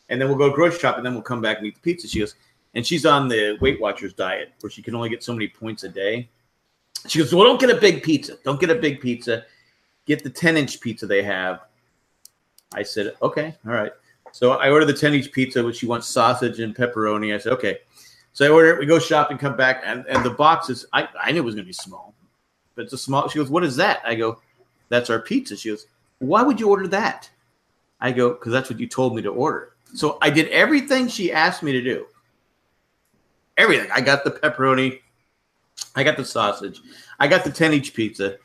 Speaker 3: and then we'll go grocery shop, and then we'll come back and eat the pizza. She goes, and she's on the Weight Watchers diet where she can only get so many points a day. She goes, well, don't get a big pizza. Don't get a big pizza. Get the ten inch pizza they have. I said, okay, all right. So I ordered the ten inch pizza, which she wants sausage and pepperoni. I said, okay. So I order it. We go shopping, come back, and, and the box is I, I knew it was going to be small, but it's a small. She goes, "What is that?" I go, "That's our pizza." She goes, "Why would you order that?" I go, "Because that's what you told me to order." So I did everything she asked me to do. Everything. I got the pepperoni. I got the sausage. I got the ten inch pizza.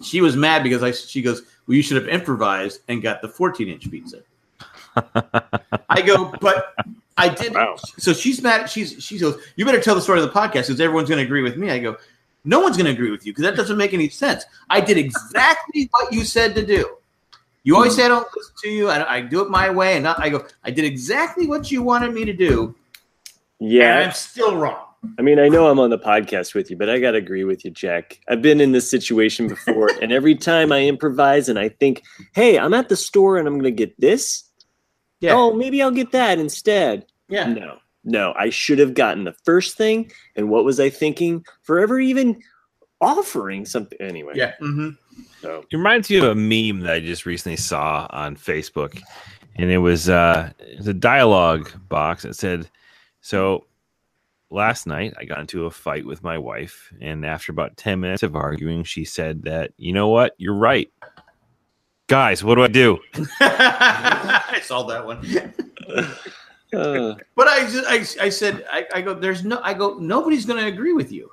Speaker 3: She was mad because I. She goes, "Well, you should have improvised and got the fourteen inch pizza." I go, but I did.
Speaker 2: Wow.
Speaker 3: So she's mad. She's she goes. You better tell the story of the podcast because everyone's going to agree with me. I go. No one's going to agree with you because that doesn't make any sense. I did exactly what you said to do. You always say I don't listen to you. I, don't- I do it my way, and not, I go. I did exactly what you wanted me to do, and I'm
Speaker 2: Yeah,
Speaker 3: still wrong.
Speaker 2: I mean, I know I'm on the podcast with you, but I gotta agree with you, Jack. I've been in this situation before, and every time I improvise and I think, "Hey, I'm at the store and I'm gonna get this,"
Speaker 3: Yeah,
Speaker 2: oh, maybe I'll get that instead.
Speaker 3: yeah.
Speaker 2: No, no, I should have gotten the first thing. And what was I thinking? Forever even offering something anyway.
Speaker 3: Yeah. hmm
Speaker 2: So
Speaker 5: It reminds me of a meme that I just recently saw on Facebook, and it was uh, it was a dialogue box that said, "So last night I got into a fight with my wife, and after about ten minutes of arguing, she said that you know what, you're right, guys. What do I do?
Speaker 3: I saw that one.
Speaker 2: uh,
Speaker 3: But I, just, I, I said, I, I go, there's no, I go, nobody's going to agree with you.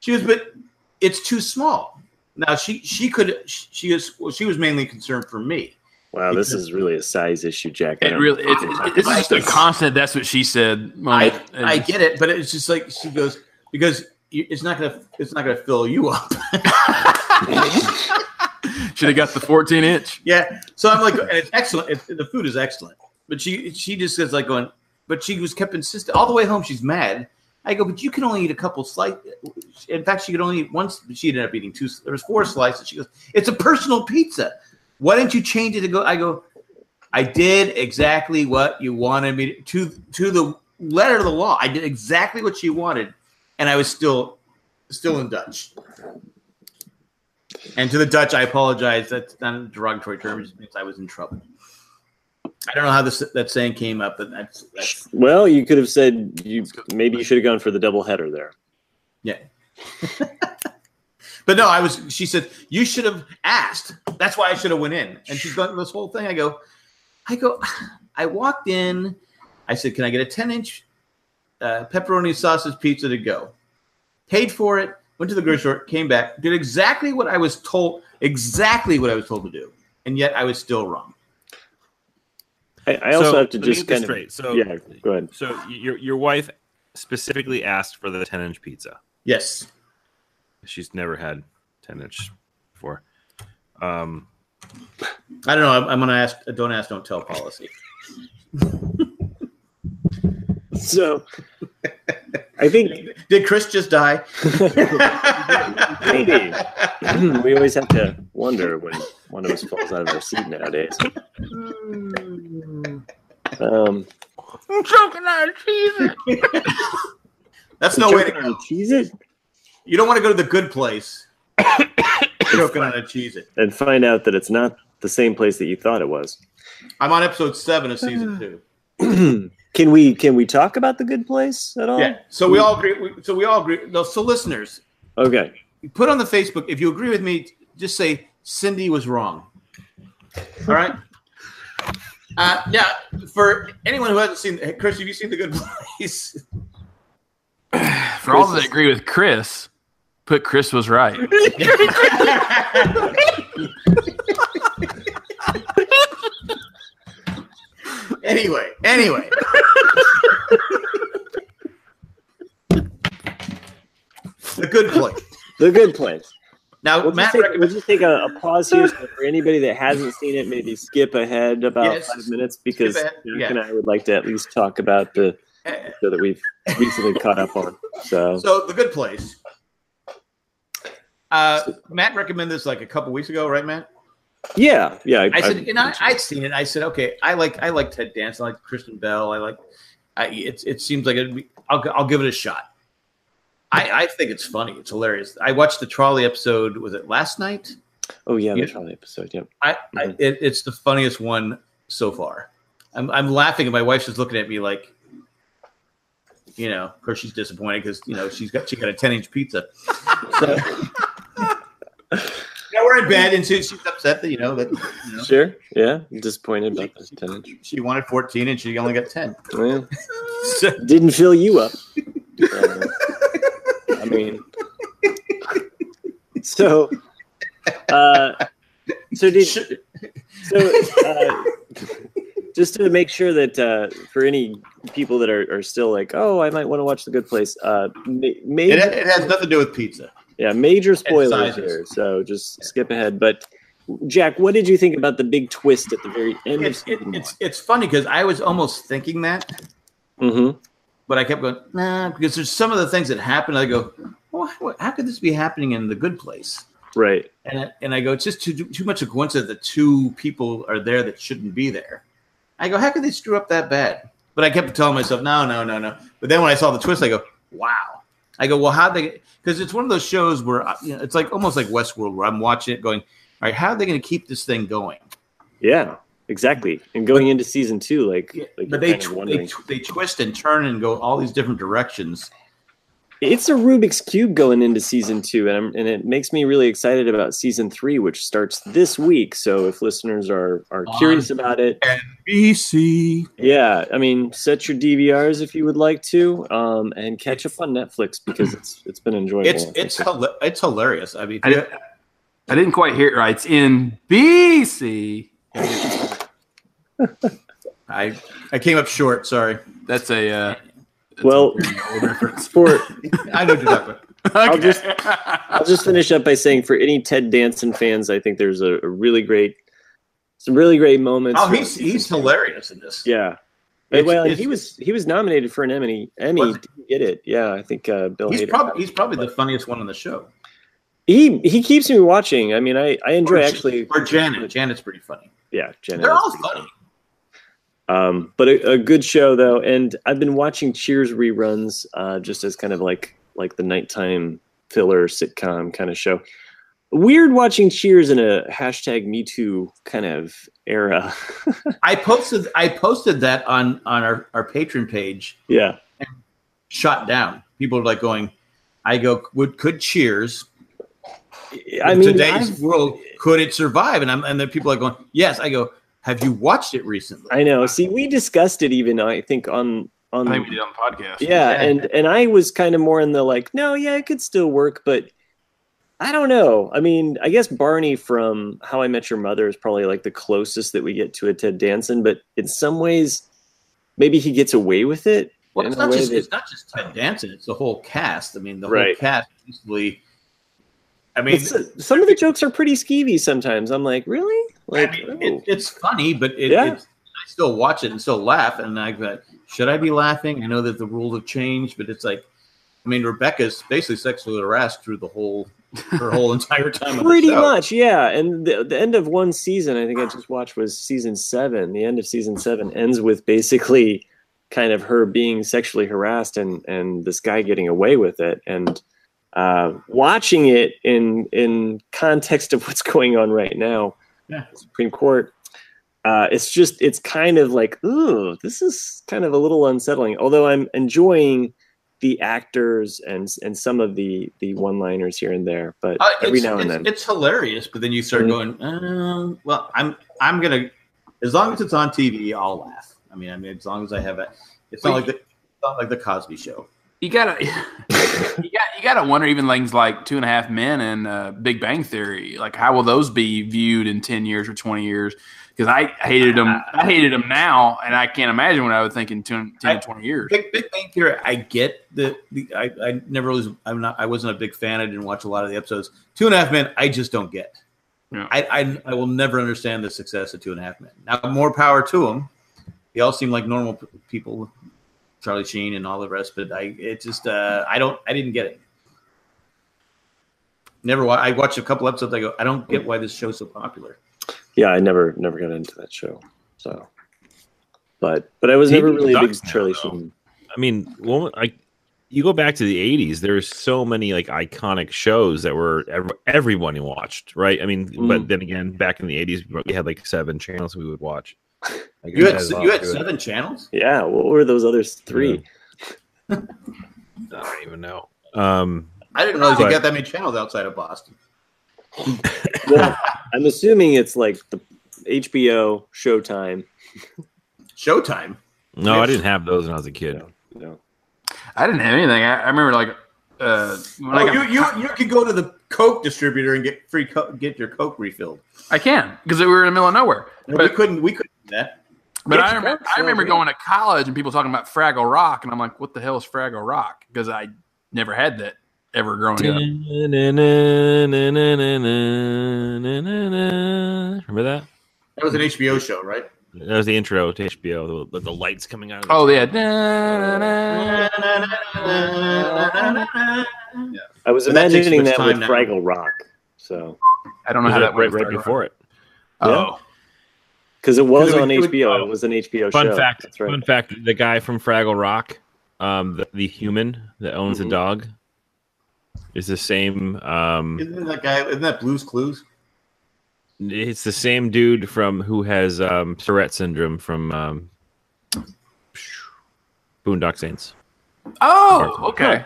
Speaker 3: She was, but it's too small. Now she, she could, she is, well, she was mainly concerned for me.
Speaker 2: wow, this is really a size issue, Jack. I
Speaker 1: It
Speaker 2: don't-
Speaker 1: really, it's it's just a constant. That's what she said.
Speaker 3: I,
Speaker 1: moment.
Speaker 3: I get it, but it's just like, she goes, because you- it's not going to, it's not going to fill you up.
Speaker 1: Should have got the 14 inch.
Speaker 3: Yeah. So I'm like, and it's excellent. It's, the food is excellent. But she she just is like going, but she was kept insisting all the way home. She's mad. I go, but you can only eat a couple slices. In fact, she could only eat once. But she ended up eating two. There was four slices. She goes, it's a personal pizza. Why didn't you change it to go? I go, I did exactly what you wanted me to to, to the letter of the law. I did exactly what you wanted, and I was still still in Dutch. And to the Dutch, I apologize. That's not a derogatory term. It just means I was in trouble. I don't know how this that saying came up, but that's, that's
Speaker 2: Well, you could have said you maybe you should have gone for the double header there.
Speaker 3: yeah. but no, I was. She said you should have asked. That's why I should have went in. And she's going this whole thing. I go, I go. I walked in. I said, "Can I get a ten inch uh, pepperoni sausage pizza to go?" Paid for it. Went to the grocery store. Came back. Did exactly what I was told. Exactly what I was told to do. And yet I was still wrong.
Speaker 2: I, I also
Speaker 5: So,
Speaker 2: have to
Speaker 5: let me
Speaker 2: just
Speaker 5: get this
Speaker 2: kind of
Speaker 5: straight. so
Speaker 2: yeah. Go ahead.
Speaker 5: so y- your your wife specifically asked for the ten inch pizza.
Speaker 3: Yes.
Speaker 5: She's never had ten inch before. Um,
Speaker 3: I don't know. I'm, I'm going to ask. a Don't ask, don't tell policy.
Speaker 2: So I think
Speaker 3: Did Chris just die?
Speaker 2: maybe we always have to wonder when one of us falls out of our seat nowadays.
Speaker 3: Hmm.
Speaker 2: Um,
Speaker 4: I'm choking on cheese.
Speaker 3: That's no way to
Speaker 2: choking
Speaker 3: go.
Speaker 2: on Cheez-It
Speaker 3: You don't want to go to the good place. Choking on a cheese it.
Speaker 2: and find out that it's not the same place that you thought it was.
Speaker 3: I'm on episode seven of season two.
Speaker 2: can we can we talk about the good place at all?
Speaker 3: Yeah. So we all agree. We, so we all agree. No, so listeners,
Speaker 2: Okay.
Speaker 3: put on the Facebook if you agree with me. Just say Cindy was wrong. All right. Uh, yeah. For anyone who hasn't seen, hey, Chris, have you seen the Good Place?
Speaker 1: For all that agree with Chris, put Chris was right.
Speaker 3: anyway, anyway. the good place.
Speaker 2: The good place.
Speaker 3: Now,
Speaker 2: We'll
Speaker 3: Uh,
Speaker 2: just,
Speaker 3: Matt
Speaker 2: take, we'll
Speaker 3: recommends.
Speaker 2: just take a, a pause here so for anybody that hasn't seen it. Maybe skip ahead about
Speaker 3: Yes.
Speaker 2: five minutes because
Speaker 3: ahead,
Speaker 2: Jack
Speaker 3: yeah.
Speaker 2: and I would like to at least talk about the show that we've recently caught up on. So,
Speaker 3: eh, So, the good place. Uh, Matt recommended this like a couple weeks ago, right, Matt?
Speaker 2: yeah, yeah.
Speaker 3: I said, and I, I'd seen it. I said, okay, I like, I like Ted Danson, I like Kristen Bell, I like. I, it, it seems like it'd be, I'll, g- I'll give it a shot. I, I think it's funny. It's hilarious. I watched the trolley episode. Was it last night?
Speaker 2: oh yeah, the
Speaker 3: Yeah.
Speaker 2: Charlie episode. Yep.
Speaker 3: I, I
Speaker 2: Mhm.
Speaker 3: it, it's the funniest one so far. I'm, I'm laughing, and my wife's just looking at me like, you know, of course she's disappointed because you know she's got she got a 10 inch pizza. So, now we're in bed, and she, she's upset that you know that you know,
Speaker 2: Sure. Yeah. I'm disappointed about the ten inch.
Speaker 3: she wanted 14 and she only got 10.
Speaker 2: Well,
Speaker 3: So,
Speaker 2: didn't fill you up. Uh, I mean, so, uh, so did so. Uh, just to make sure that uh, for any people that are, are still like, oh, I might want to watch The Good Place. Uh, ma-
Speaker 3: It,
Speaker 2: major,
Speaker 3: it has nothing to do with pizza.
Speaker 2: yeah, major spoilers
Speaker 3: sizes.
Speaker 2: here, so just skip ahead. But Jack, what did you think about the big twist at the very end?
Speaker 3: It's it, it's it's funny because I was almost thinking that,
Speaker 2: mm-hmm.
Speaker 3: but I kept going nah because there's some of the things that happen. I go, well, how, how could this be happening in the good place?
Speaker 2: right.
Speaker 3: And I, and I go, it's just too too much of a coincidence that two people are there that shouldn't be there. I go, how could they screw up that bad? But I kept telling myself, no, no, no, no. But then when I saw the twist, I go, wow. I go, well, how they? Because it's one of those shows where I- you know, it's like almost like Westworld, where I'm watching it, going, all right, how are they going to keep this thing going?
Speaker 2: Yeah, exactly. And going into season two, like,
Speaker 3: Yeah,
Speaker 2: like you're
Speaker 3: but they
Speaker 2: kind of
Speaker 3: tw- they,
Speaker 2: wondering.
Speaker 3: tw- they twist and turn and go all these different directions.
Speaker 2: it's a Rubik's cube going into season two, and I'm, and it makes me really excited about season three, which starts this week. So if listeners are are
Speaker 3: On-
Speaker 2: curious about it,
Speaker 3: BC.
Speaker 2: yeah, I mean, set your DVRs if you would like to, um, and catch up on Netflix because it's it's been enjoyable.
Speaker 3: It's it's hila- it's hilarious. I mean,
Speaker 1: I didn't, I didn't quite hear it right. It's in BC.
Speaker 3: I I came up short. Sorry,
Speaker 1: That's a uh, that's
Speaker 2: Well-
Speaker 1: a very old reference.
Speaker 2: for
Speaker 3: I know what you're talking about.
Speaker 2: I'll just I'll just finish up by saying for any Ted Danson fans, I think there's a, a really great some really great moments.
Speaker 3: Oh,
Speaker 2: from
Speaker 3: he's
Speaker 2: season
Speaker 3: he's
Speaker 2: two.
Speaker 3: hilarious in this.
Speaker 2: Yeah.
Speaker 3: It's-
Speaker 2: well, and
Speaker 3: it's-
Speaker 2: he was he was nominated for an Emmy. Emmy
Speaker 3: Was he?
Speaker 2: didn't get it. Yeah, I think uh, Bill.
Speaker 3: He's
Speaker 2: Hader-
Speaker 3: probably he's probably the funniest one on the show.
Speaker 2: he he keeps me watching. I mean, I I enjoy
Speaker 3: Or-
Speaker 2: actually.
Speaker 3: Or Janet. Janet's pretty funny.
Speaker 2: Yeah, Jenna.
Speaker 3: They're
Speaker 2: is
Speaker 3: all
Speaker 2: pretty
Speaker 3: funny.
Speaker 2: Um, but a, a good show though, and I've been watching Cheers reruns uh, just as kind of like like the nighttime filler sitcom kind of show. Weird watching Cheers in a hashtag Me Too kind of era.
Speaker 3: I posted I posted that on on our our patron page.
Speaker 2: yeah,
Speaker 3: Shot down. People are like going. I go. Would could Cheers
Speaker 2: I
Speaker 3: in
Speaker 2: mean,
Speaker 3: today's
Speaker 2: I've-
Speaker 3: world could it survive? And I'm and then people are going. Yes. I go. Have you watched it recently?
Speaker 2: I know. See, we discussed it even I think on on
Speaker 1: I think we did on the podcast.
Speaker 2: yeah,
Speaker 3: Yeah.
Speaker 2: and and i was kind of more in the like no yeah it could still work but i don't know i mean i guess barney from how i met your mother is probably like the closest that we get to a ted danson but in some ways maybe he gets away with it
Speaker 3: Well,
Speaker 2: in
Speaker 3: it's
Speaker 2: a
Speaker 3: not
Speaker 2: way
Speaker 3: just
Speaker 2: that-
Speaker 3: it's not just Ted Danson. It's the whole cast. I mean, the whole
Speaker 2: Right.
Speaker 3: cast. Basically, I mean,
Speaker 2: It's- uh, some of the jokes are pretty skeevy sometimes i'm like really like
Speaker 3: I mean,
Speaker 2: oh.
Speaker 3: it, it's funny, but it,
Speaker 2: Yeah.
Speaker 3: it's, I still watch it and still laugh. And I go, should I be laughing? I know that the rules have changed, but it's like, I mean, Rebecca's basically sexually harassed through the whole her whole entire time. on the
Speaker 2: pretty
Speaker 3: show.
Speaker 2: much yeah and the, the end of one season i think i just watched was season seven the end of season seven ends with basically kind of her being sexually harassed and and this guy getting away with it and uh, watching it in in context of what's going on right now
Speaker 3: Yeah.
Speaker 2: supreme court uh, it's just it's kind of like ooh this is kind of a little unsettling although i'm enjoying the actors and and some of the the one liners here and there but
Speaker 3: Uh,
Speaker 2: every
Speaker 3: it's,
Speaker 2: now and
Speaker 3: it's-
Speaker 2: then Mm-hmm.
Speaker 3: it's hilarious, but then you start going, um, well, I'm I'm gonna as long as it's on TV, I'll laugh. I mean, I mean, as long as I have it, it's not like the it's not like the Cosby Show.
Speaker 1: you gotta you got you gotta wonder even things like Two and a Half Men and uh, Big Bang Theory. Like, how will those be viewed in ten years or twenty years? Because I hated them. I hated them now, and I can't imagine what I would think in 10, 10 to twenty years.
Speaker 3: Big Big Bang Theory. I get the, the I, I never was. I'm not. I wasn't a big fan. I didn't watch a lot of the episodes. Two and a Half Men. I just don't get.
Speaker 1: Yeah.
Speaker 3: I, I I will never understand the success of Two and a Half Men. Now more power to them. They all seem like normal p- people, Charlie Sheen and all the rest. But I it just uh, I don't I didn't get it. Never. Wa- I watched a couple episodes. I go. I don't get why this show's so popular.
Speaker 2: yeah i never never got into that show so but but i was
Speaker 5: Maybe
Speaker 2: never really a big
Speaker 5: Ducks now,
Speaker 2: charlie
Speaker 5: though.
Speaker 2: sheen
Speaker 5: I mean, well, like you go back to the '80s. There's so many like iconic shows that were ev- everyone watched, right? I mean, but then again, back in the '80s, we had like seven channels we would watch. Like,
Speaker 3: You
Speaker 5: it
Speaker 3: had
Speaker 5: has a
Speaker 3: se-
Speaker 5: lot
Speaker 3: you
Speaker 5: to
Speaker 3: had
Speaker 5: do with it.
Speaker 3: seven channels.
Speaker 2: yeah what were those other three
Speaker 5: I don't even know. Um,
Speaker 3: I didn't realize you
Speaker 5: Right.
Speaker 3: got that many channels outside of Boston.
Speaker 2: well, i'm assuming it's like the hbo showtime
Speaker 3: Showtime.
Speaker 5: no,
Speaker 3: Yeah.
Speaker 5: I didn't have those when I was a kid.
Speaker 2: you know
Speaker 1: I didn't have anything. I, I remember like uh, when I
Speaker 3: Oh,
Speaker 1: got,
Speaker 3: you, you you could go to the Coke distributor and get free co- get your Coke refilled.
Speaker 1: I can because we were in the middle of nowhere.
Speaker 3: No,
Speaker 1: But-
Speaker 3: we couldn't we couldn't do that.
Speaker 1: But
Speaker 2: Yes,
Speaker 1: I, remember,
Speaker 2: that's
Speaker 1: I remember
Speaker 2: so
Speaker 1: going to college and people talking about Fraggle Rock, and I'm like, what the hell is Fraggle Rock? Because I never had that ever growing up.
Speaker 5: Remember that?
Speaker 3: That was an HBO show, right?
Speaker 5: That was the intro to HBO. The, the lights coming out. Of the
Speaker 1: Oh, yeah. Da-na-na.
Speaker 2: I was
Speaker 3: But that takes
Speaker 2: imagining
Speaker 3: much
Speaker 2: that,
Speaker 3: time
Speaker 2: with
Speaker 3: now.
Speaker 2: Fraggle Rock. So,
Speaker 1: I don't know
Speaker 5: Was
Speaker 1: how
Speaker 5: it
Speaker 1: that
Speaker 5: right,
Speaker 1: went.
Speaker 5: right before it.
Speaker 1: Oh,
Speaker 2: because it was
Speaker 3: Because it
Speaker 2: on
Speaker 3: would- it would-
Speaker 2: HBO, it was an HBO
Speaker 5: Fun
Speaker 2: show.
Speaker 5: fact.
Speaker 2: That's right.
Speaker 5: Fun fact. The guy from Fraggle Rock, um, the, the human that owns
Speaker 2: Mm-hmm.
Speaker 5: the
Speaker 3: Mhm.
Speaker 5: dog, is the same. Um,
Speaker 3: Isn't that guy? Isn't that Blue's Clues?
Speaker 5: it's the same dude from who has um, Tourette syndrome from um, Boondock Saints.
Speaker 1: oh, okay.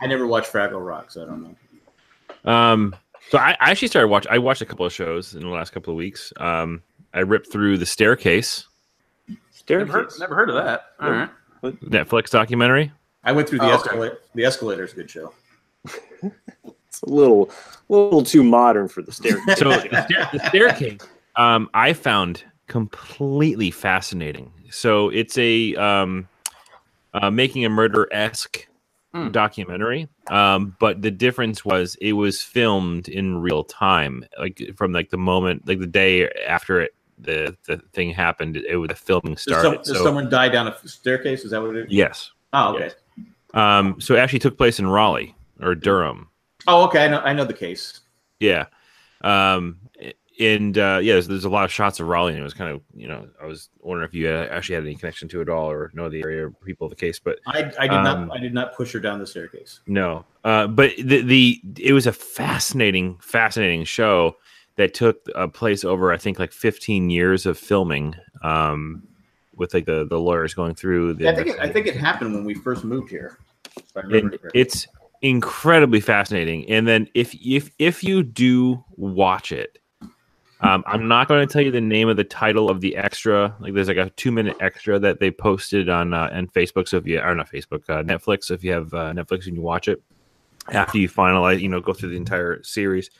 Speaker 3: I never watched Fraggle Rock, so I don't know.
Speaker 5: Um, so I, I actually started watching. I watched a couple of shows in the last couple of weeks. Um, I ripped through the staircase
Speaker 1: Never heard,
Speaker 2: Staircase.
Speaker 1: never heard of that. All right.
Speaker 5: Netflix documentary.
Speaker 3: I went through the
Speaker 1: Oh, okay.
Speaker 3: escalator. The escalator's a good show.
Speaker 2: It's a little, little too modern for the staircase.
Speaker 5: So the, stair- the staircase, um, I found completely fascinating. So it's a um, uh, making a murder esque
Speaker 1: Hmm.
Speaker 5: documentary, um, but the difference was it was filmed in real time, like from like the moment, like the day after it, the the thing happened. It, was the filming
Speaker 3: Does,
Speaker 5: started.
Speaker 3: some- does
Speaker 5: so-
Speaker 3: someone die down a f- staircase? Is that what it is?
Speaker 5: yes.
Speaker 3: Oh, okay.
Speaker 5: Um, so it actually took place in Raleigh or
Speaker 3: Hmm.
Speaker 5: Durham.
Speaker 3: Oh, okay. I know. I know the case.
Speaker 5: Yeah. Um, and uh, yeah, there's, there's a lot of shots of Raleigh, and it was kind of you know I was wondering if you had, actually had any connection to it all or know the area or people of the case, but
Speaker 3: I, I did
Speaker 5: Um,
Speaker 3: not. I did not push her down the staircase.
Speaker 5: no. Uh, but the the it was a fascinating fascinating show that took uh, place over I think like 15 years of filming. Um, with like the, the lawyers going through the
Speaker 3: I think. It, I think it happened when we first moved here. if I remember
Speaker 5: and
Speaker 3: correctly.
Speaker 5: it's incredibly fascinating. And then if if if you do watch it, um, I'm not going to tell you the name of the title of the extra. Like there's like a two minute extra that they posted on uh, and Facebook. So if you are not Facebook, uh, Netflix. So if you have uh, Netflix and you watch it after you finalize, you know, go through the entire series.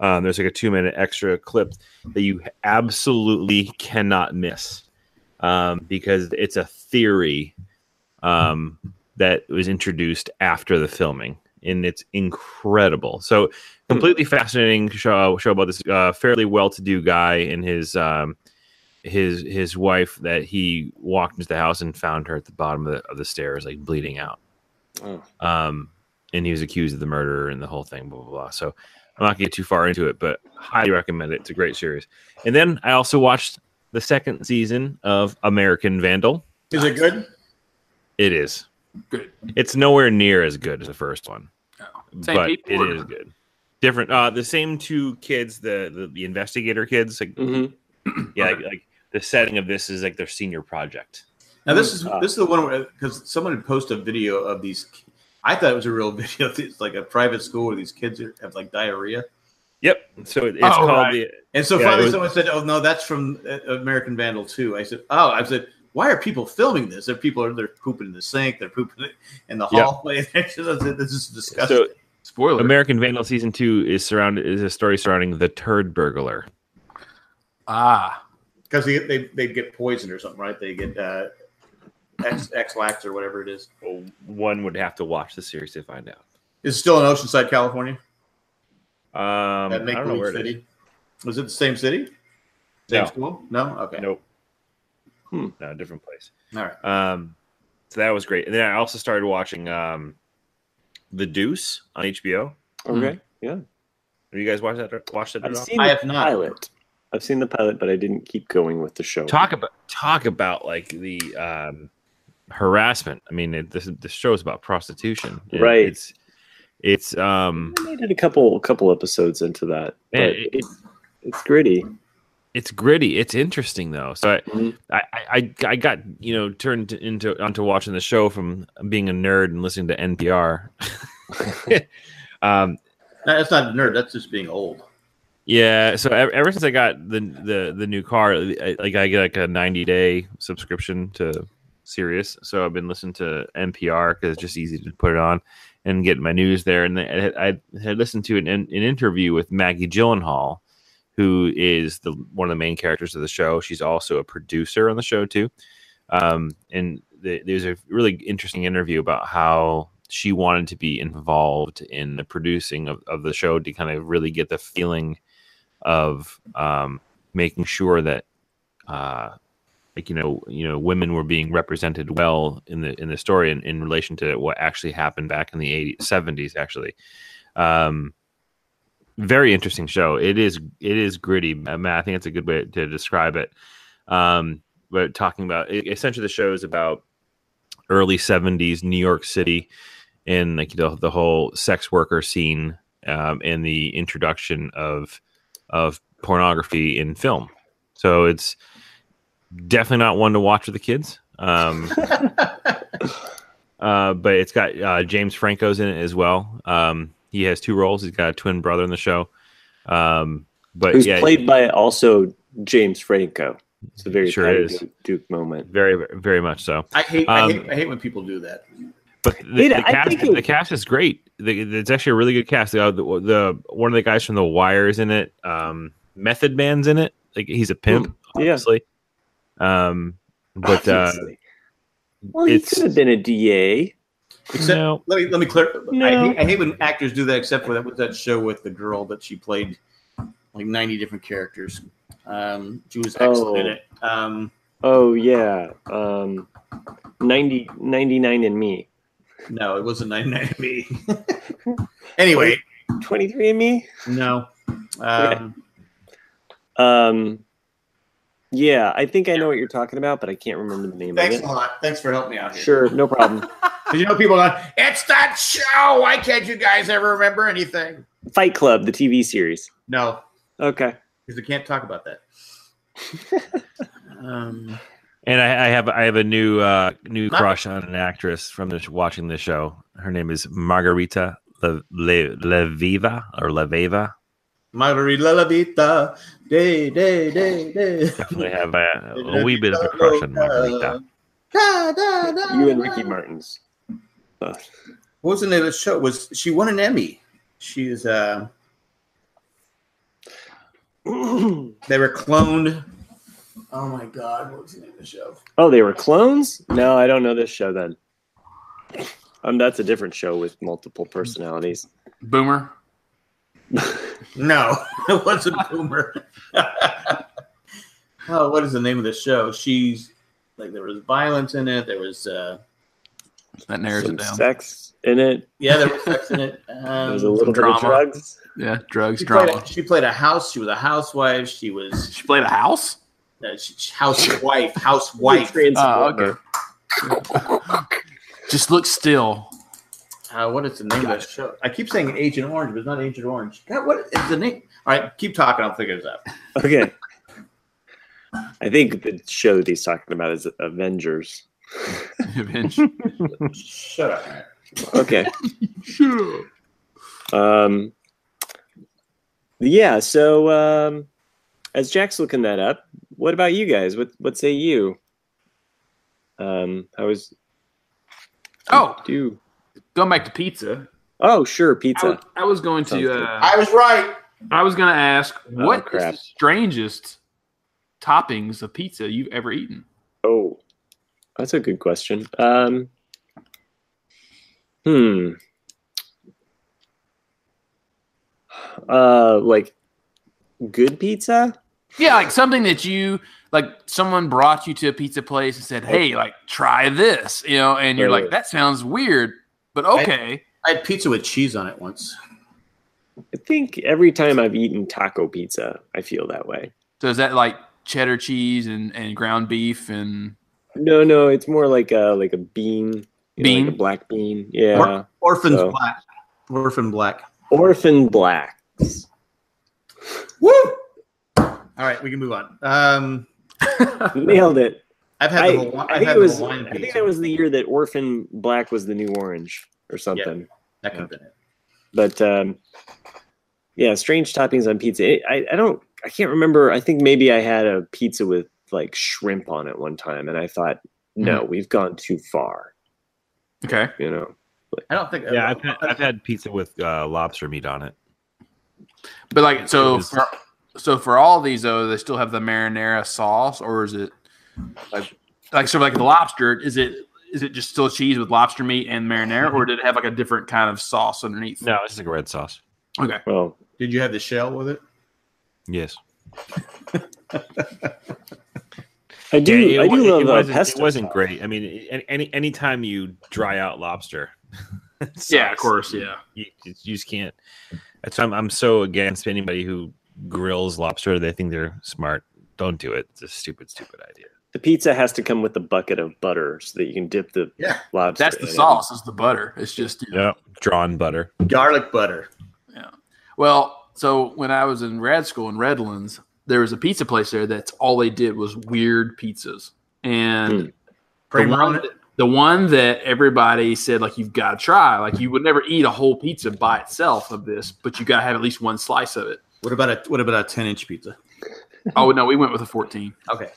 Speaker 5: Um, there's like a two minute extra clip that you absolutely cannot miss um, because it's a theory um, that was introduced after the filming, and it's incredible. So, completely fascinating show, show about this uh, fairly well-to-do guy and his um, his his wife that he walked into the house and found her at the bottom of the, of the stairs, like bleeding out.
Speaker 2: Oh.
Speaker 5: Um, and he was accused of the murder and the whole thing, blah blah blah. So. I'm not gonna get too far into it, but highly recommend it. It's a great series. And then I also watched the second season of American Vandal.
Speaker 3: Is it good?
Speaker 5: It is.
Speaker 1: Good.
Speaker 5: It's nowhere near as good as the first one,
Speaker 1: Same
Speaker 5: but
Speaker 1: people.
Speaker 5: it
Speaker 1: or-
Speaker 5: is good. Different. Uh, the same two kids, the the, the investigator kids. Like,
Speaker 2: hmm
Speaker 3: Mm-hmm.
Speaker 5: yeah, like, like the setting of this is like their senior project.
Speaker 3: Now this is
Speaker 2: Uh,
Speaker 3: this is the one where because someone had posted a video of these. ki- I thought it was a real video. It's like a private school where these kids are- have like diarrhea.
Speaker 5: Yep. So it, it's
Speaker 1: Oh,
Speaker 5: called
Speaker 1: right.
Speaker 5: the.
Speaker 3: And so
Speaker 5: Yeah,
Speaker 3: finally,
Speaker 5: it was-
Speaker 3: someone said, "Oh no, that's from uh, American Vandal 2. I said, "Oh, I said, why are people filming this? There are people are they're pooping in the sink, they're pooping in the
Speaker 5: Yeah.
Speaker 3: hallway. I said, this is disgusting.
Speaker 5: So
Speaker 1: Spoiler.
Speaker 5: American Vandal season two is surrounded is a story surrounding the turd burglar.
Speaker 1: ah.
Speaker 3: because they they they get poisoned or something, right? They get uh, X X lax or whatever it is.
Speaker 5: One would have to watch the series to find out.
Speaker 3: Is it still in Oceanside, California?
Speaker 5: Um,
Speaker 3: At
Speaker 5: I don't know
Speaker 3: Make-Believe
Speaker 5: where it is.
Speaker 3: City? Was it the same city? Same
Speaker 5: No.
Speaker 3: school? No. Okay.
Speaker 5: Nope.
Speaker 2: Hmm.
Speaker 5: No, different place.
Speaker 3: All right.
Speaker 5: Um, so that was great. And then I also started watching um, The Deuce on HBO.
Speaker 2: Okay. Yeah.
Speaker 5: Have you guys watched that? Watched that?
Speaker 2: I've
Speaker 5: At all?
Speaker 2: seen
Speaker 3: I
Speaker 2: the
Speaker 3: have not.
Speaker 2: pilot. I've seen the pilot, but I didn't keep going with the show.
Speaker 5: Talk about talk about like the um, harassment. I mean, it, this this show is about prostitution, It-
Speaker 2: Right.
Speaker 5: It's it's um,
Speaker 2: I made it a couple, couple episodes into that. But
Speaker 5: man, it, it-
Speaker 2: it's gritty.
Speaker 5: it's gritty. It's interesting though. So I,
Speaker 2: Mhm.
Speaker 5: I, I I got you know turned into onto watching the show from being a nerd and listening to NPR. um,
Speaker 3: No, that's not a nerd. That's just being old.
Speaker 5: Yeah, so e-, ever, ever since I got the the the new car, I, like I get like a ninety day subscription to Sirius, so I've been listening to NPR because it's just easy to put it on and get my news there. And I had, I had listened to an, an interview with Maggie Gyllenhaal, who is the one of the main characters of the show. She's also a producer on the show too. Um, and the, there's a really interesting interview about how she wanted to be involved in the producing of, of the show to kind of really get the feeling of um, making sure that uh, like you know you know women were being represented well in the in the story in, in relation to what actually happened back in the 80s 70s actually um very interesting show it is it is gritty Uh, matt i think that's a good way to describe it um but talking about it, essentially the show is about early 70s new york city and like you know the whole sex worker scene um, and the introduction of of pornography in film so it's definitely not one to watch with the kids. Um, uh, but it's got uh, James Franco's in it as well. Um, he has two roles. He's got a twin brother in the show. Um, but
Speaker 2: Who's
Speaker 5: yeah,
Speaker 2: played by also James Franco. It's a very
Speaker 5: Sure
Speaker 2: Patty
Speaker 5: is.
Speaker 2: Duke- Duke moment.
Speaker 5: very very much so.
Speaker 3: I hate, I
Speaker 5: Um,
Speaker 3: hate, I hate when people do that.
Speaker 5: But the,
Speaker 2: It-
Speaker 5: the
Speaker 2: I
Speaker 5: cast
Speaker 2: think it-
Speaker 5: the cast is great. The, the- it's actually a really good cast. The, the, the- one of the guys from The Wire is in it. Um, Method Man's in it. Like he's a pimp,
Speaker 2: Yeah.
Speaker 5: obviously. Um, but uh,
Speaker 2: Obviously. well, he
Speaker 5: it's-
Speaker 2: could have been a DA.
Speaker 3: Except,
Speaker 5: no.
Speaker 3: let me let me clear.
Speaker 2: No.
Speaker 3: I, hate, I hate when actors do that. Except for that with that show with the girl that she played like ninety different characters. Um, she was excellent in
Speaker 2: Oh.
Speaker 3: it. Um,
Speaker 2: Oh yeah, um, 90, 99 and me,
Speaker 3: no, it wasn't ninety nine me. anyway,
Speaker 2: twenty three and me.
Speaker 3: no. Um,
Speaker 2: Um, yeah, I think I know what you're talking about, but I can't remember the name
Speaker 3: thanks
Speaker 2: of
Speaker 3: a lot. Thanks for helping me out
Speaker 2: it.
Speaker 3: here.
Speaker 2: Sure, no problem.
Speaker 3: 'Cause you know people are like, it's that show. Why can't you guys ever remember anything?
Speaker 2: Fight Club, the TV series.
Speaker 3: No,
Speaker 2: Okay,
Speaker 3: because we can't talk about that. um,
Speaker 5: And I, I have I have a new uh, new
Speaker 3: Mar-
Speaker 5: crush on an actress from this watching this show. Her name is Margarita Le, Le, Leviva or Leveva.
Speaker 3: Margarita La Vita, day, day, day, day.
Speaker 5: Definitely have a, a wee bit of a uh, crush on Margarita.
Speaker 3: Da, da, da,
Speaker 2: you and Ricky
Speaker 3: da.
Speaker 2: Martin's. Ugh.
Speaker 3: What was the name of the show? Was she won an Emmy? She's uh, they were cloned. Oh my God! What was the name of the show?
Speaker 2: oh, they were clones. No, I don't know this show then. Um, that's a different show with multiple personalities.
Speaker 1: Boomer.
Speaker 3: No, it wasn't Boomer. oh, what is the name of the show? She's like there was violence in it. There was uh,
Speaker 1: That narrows
Speaker 2: Some
Speaker 1: it down.
Speaker 2: sex in it.
Speaker 3: yeah, there was sex in it. Um,
Speaker 2: There's a little bit
Speaker 1: drama.
Speaker 2: of drugs.
Speaker 1: Yeah, drugs,
Speaker 3: she, played
Speaker 1: drama.
Speaker 3: a, she played a house. She was a housewife. She was
Speaker 1: She played a house.
Speaker 3: uh, she, she- housewife. Housewife.
Speaker 1: Oh, okay. Just look still.
Speaker 3: Uh, what is the name of that show? I keep saying Agent Orange, but it's not Agent Orange. God, what is the name? All right, keep talking. I'll figure this out.
Speaker 2: Okay. I think the show that he's talking about is Avengers.
Speaker 3: Shut up.
Speaker 2: Okay. Um, yeah. So um, as Jack's looking that up, what about you guys? What What say you? Um, I was
Speaker 1: oh,
Speaker 2: do.
Speaker 1: going back to pizza.
Speaker 2: Oh, sure,
Speaker 1: I was,
Speaker 2: pizza.
Speaker 1: I was going
Speaker 2: Sounds
Speaker 1: to.
Speaker 2: good.
Speaker 1: Uh,
Speaker 3: I was right.
Speaker 1: I was going to ask
Speaker 2: Oh,
Speaker 1: what is
Speaker 2: crap.
Speaker 1: the strangest toppings of pizza you've ever eaten?
Speaker 2: Oh, that's a good question. Um, hmm. Uh, like good pizza.
Speaker 1: Yeah, like something that you like. Someone brought you to a pizza place and said, "Hey, like try this," you know, and you're like,
Speaker 2: Right.
Speaker 1: "That sounds weird, but okay."
Speaker 3: I had pizza with cheese on it once.
Speaker 2: I think every time I've eaten taco pizza, I feel that way.
Speaker 1: So is that like cheddar cheese and, and ground beef and
Speaker 2: No, no, it's more like a like a bean, you know,
Speaker 1: Bean?
Speaker 2: like a black bean. Yeah,
Speaker 3: Or- Orphan's
Speaker 2: So-
Speaker 3: Black. Orphan Black.
Speaker 2: orphan blacks.
Speaker 3: Woo! All right, we can move on. Um,
Speaker 2: Nailed it.
Speaker 3: I've had
Speaker 2: I,
Speaker 3: the Hawaii,
Speaker 2: I
Speaker 3: I've
Speaker 2: think
Speaker 3: had
Speaker 2: it was.
Speaker 3: the Hawaiian
Speaker 2: I think
Speaker 3: pizza.
Speaker 2: that was the year that orphan black was the new orange or something.
Speaker 3: that could have been it.
Speaker 2: But um, yeah, strange toppings on pizza. I, I don't. I can't remember. I think maybe I had a pizza with like shrimp on it one time, and I thought,
Speaker 1: Mm-hmm.
Speaker 2: no, we've gone too far.
Speaker 1: okay?
Speaker 2: You know.
Speaker 3: I don't think.
Speaker 5: Yeah, I've had, I've had pizza with uh, lobster meat on it.
Speaker 1: But like, so
Speaker 5: Is-
Speaker 1: for, so for all these though, they still have the marinara sauce, or is it like like sort of like the lobster? Is it is it just still cheese with lobster meat and marinara, or did it have like a different kind of sauce underneath?
Speaker 5: No, it's like a red sauce.
Speaker 1: Okay.
Speaker 2: Well,
Speaker 3: Did you have the shell with it?
Speaker 5: Yes.
Speaker 2: I do.
Speaker 5: Yeah,
Speaker 2: I
Speaker 5: wa-
Speaker 2: do love uh,
Speaker 5: wasn't,
Speaker 2: pesto.
Speaker 5: It wasn't great. I mean, it- any anytime you dry out lobster, it
Speaker 1: Yeah, of
Speaker 5: sucks.
Speaker 1: course. Yeah.
Speaker 5: you, you just can't. That's why I'm, I'm so against anybody who grills lobster. They think they're smart. Don't do it. It's a stupid, stupid idea.
Speaker 2: The pizza has to come with a bucket of butter so that you can dip the
Speaker 3: Yeah.
Speaker 2: lobster.
Speaker 1: That's
Speaker 2: in
Speaker 1: the
Speaker 2: it.
Speaker 1: sauce. It's the butter. It's just you know.
Speaker 5: Drawn butter.
Speaker 3: Garlic butter.
Speaker 1: well. So when I was in grad school in Redlands, there was a pizza place there that's all they did was weird pizzas, and the
Speaker 3: Cream
Speaker 1: one,
Speaker 3: on it.
Speaker 1: that, the one that everybody said like you've got to try. Like you would never eat a whole pizza by itself of this, but you got to have at least one slice of it.
Speaker 3: What about a what about a ten inch pizza?
Speaker 1: Oh no, we went with a fourteen.
Speaker 3: Okay.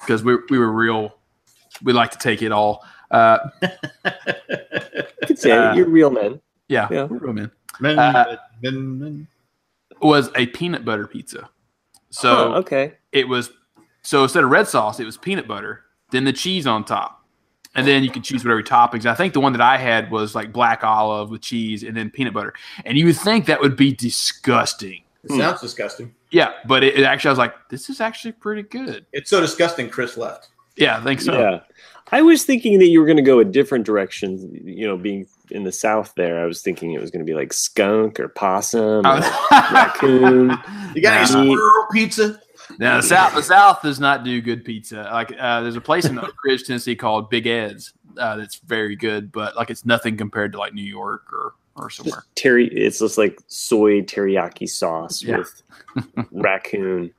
Speaker 1: because we, we were real. We like to take it all. Uh,
Speaker 2: You could say
Speaker 1: Uh,
Speaker 2: you're real men.
Speaker 1: yeah,
Speaker 2: Yeah.
Speaker 1: we're real men.
Speaker 3: Men,
Speaker 1: Uh,
Speaker 3: men, men.
Speaker 1: Was a peanut butter pizza. So
Speaker 2: Oh, okay.
Speaker 1: it was. So instead of red sauce, it was peanut butter, then the cheese on top, and then you can choose whatever toppings. I think the one that I had was like black olive with cheese and then peanut butter. And you would think that would be disgusting.
Speaker 3: It sounds disgusting.
Speaker 1: Yeah, but it, it actually I was like, this is actually pretty good.
Speaker 3: It's so disgusting. Chris left.
Speaker 1: Yeah, I think so.
Speaker 2: Yeah. I was thinking that you were going to go a different direction. You know, being in the south there, I was thinking it was going to be like skunk or possum.
Speaker 1: I
Speaker 2: or
Speaker 1: was-
Speaker 2: raccoon.
Speaker 3: You got any
Speaker 2: Nah.
Speaker 3: squirrel pizza?
Speaker 1: Now the South, the South does not do good pizza. Like uh, there's a place in Oak Ridge, Tennessee called Big Ed's uh, that's very good, but like it's nothing compared to like New York or or somewhere.
Speaker 2: Terry, it's just like soy teriyaki sauce
Speaker 1: Yeah.
Speaker 2: with raccoon.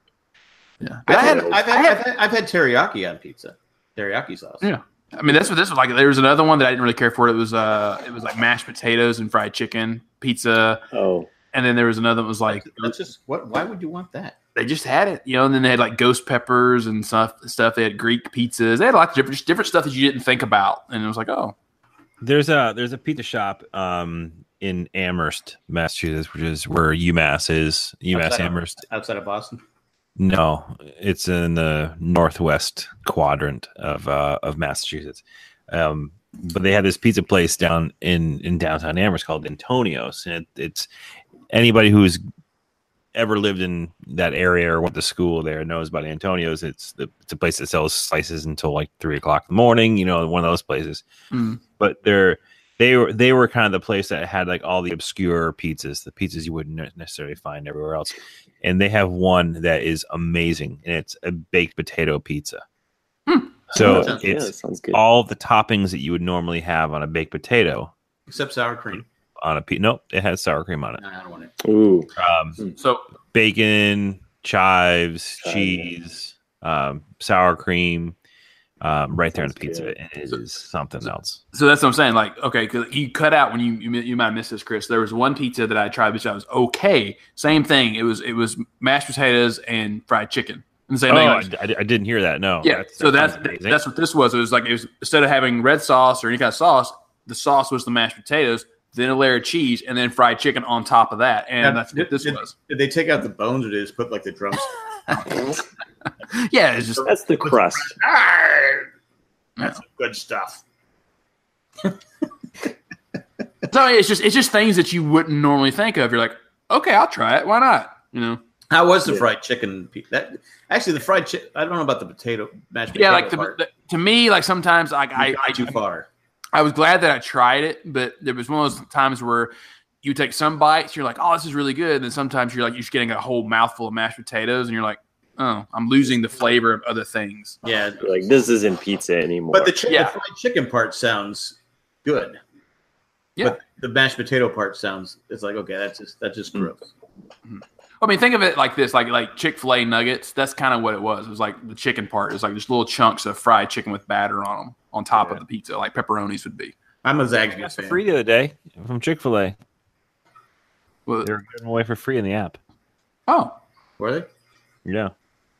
Speaker 1: Yeah,
Speaker 3: I've
Speaker 1: I,
Speaker 3: had,
Speaker 1: had,
Speaker 3: I've, had, I've, had, I've had teriyaki on pizza. Teriyaki sauce.
Speaker 1: Yeah. I mean that's what this was like. There was another one that I didn't really care for. It was uh, it was like mashed potatoes and fried chicken pizza,
Speaker 2: Oh,
Speaker 1: and then there was another that was like
Speaker 3: That's just what. Why would you want that?
Speaker 1: they just had it, you know. And then they had like ghost peppers and stuff. Stuff they had Greek pizzas. They had a lot of different just different stuff that you didn't think about, and it was like oh
Speaker 5: There's a there's a pizza shop um, in Amherst, Massachusetts, which is where UMass is. UMass
Speaker 3: Outside of-
Speaker 5: Amherst.
Speaker 3: Outside of Boston,
Speaker 5: No, it's in the northwest quadrant of uh, of Massachusetts. Um, but they had this pizza place down in in downtown Amherst called Antonio's, and it, it's anybody who's ever lived in that area or went to school there knows about Antonio's. It's the it's a place that sells slices until like three o'clock in the morning. You know, one of those places.
Speaker 1: Mm.
Speaker 5: But they're they were they were kind of the place that had like all the obscure pizzas, the pizzas you wouldn't ne- necessarily find everywhere else. And they have one that is amazing, and it's a baked potato pizza. So
Speaker 2: that sounds- yeah, that
Speaker 5: it's
Speaker 2: sounds good.
Speaker 5: all the toppings that you would normally have on a baked potato
Speaker 3: except sour cream.
Speaker 5: on a pizza. Nope, it has sour cream on it.
Speaker 3: No, I don't want it.
Speaker 2: Ooh,
Speaker 5: Um,
Speaker 1: so
Speaker 5: bacon, chives,
Speaker 2: Chives.
Speaker 5: cheese, um, sour cream, um, right there in the
Speaker 2: Sounds
Speaker 5: pizza,
Speaker 2: good.
Speaker 5: and it is something else.
Speaker 1: So that's what I'm saying. Like, okay, because you cut out when you, you mi- you might miss this, Chris. There was one pizza that I tried, which I was okay. Same thing. It was it was mashed potatoes and fried chicken. And the same
Speaker 5: Oh,
Speaker 1: thing.
Speaker 5: I,
Speaker 1: like-
Speaker 5: I- I didn't hear that. No.
Speaker 1: yeah.
Speaker 5: That-
Speaker 1: so
Speaker 5: Oh, that
Speaker 1: that's
Speaker 5: sounds amazing.
Speaker 1: that's what this was. It was like it was instead of having red sauce or any kind of sauce, the sauce was the mashed potatoes, then a layer of cheese, and then fried chicken on top of that. And
Speaker 3: Now,
Speaker 1: that's what this
Speaker 3: did-
Speaker 1: was.
Speaker 3: Did they take out the bones or did they just put like the drums?
Speaker 1: Yeah, it's just
Speaker 2: that's the crust.
Speaker 3: That's good stuff.
Speaker 1: so it's just it's just things that you wouldn't normally think of. You're like, okay, I'll try it. Why not? You know.
Speaker 3: How was the
Speaker 2: Yeah.
Speaker 3: fried chicken? pe- That actually, the fried chicken. I don't know about the potato mashed potato
Speaker 1: Yeah, like the,
Speaker 3: part.
Speaker 1: the, to me, like sometimes like I,
Speaker 3: You got
Speaker 1: I
Speaker 3: too far.
Speaker 1: I was glad that I tried it, but there was one of those times where you take some bites, you're like, oh, this is really good. And then sometimes you're like, you're just getting a whole mouthful of mashed potatoes and you're like, oh, I'm losing the flavor of other things.
Speaker 3: Yeah,
Speaker 2: You're Like this isn't pizza anymore.
Speaker 3: but the, chi-
Speaker 1: Yeah.
Speaker 3: the fried chicken part sounds good.
Speaker 1: Yeah.
Speaker 3: But the mashed potato part sounds. It's like okay, that's just that's just gross.
Speaker 1: I mean, think of it like this, like like Chick fil A nuggets. That's kind of what it was. It was like the chicken part. It was like just little chunks of fried chicken with batter on them on top of the pizza, like pepperonis would be.
Speaker 3: I'm a
Speaker 5: I got
Speaker 3: Zaxby's
Speaker 5: some
Speaker 3: fan.
Speaker 5: free the other day from Chick Fil A.
Speaker 1: Well,
Speaker 5: They were giving away for free in the app.
Speaker 1: oh,
Speaker 3: Were they?
Speaker 5: Yeah,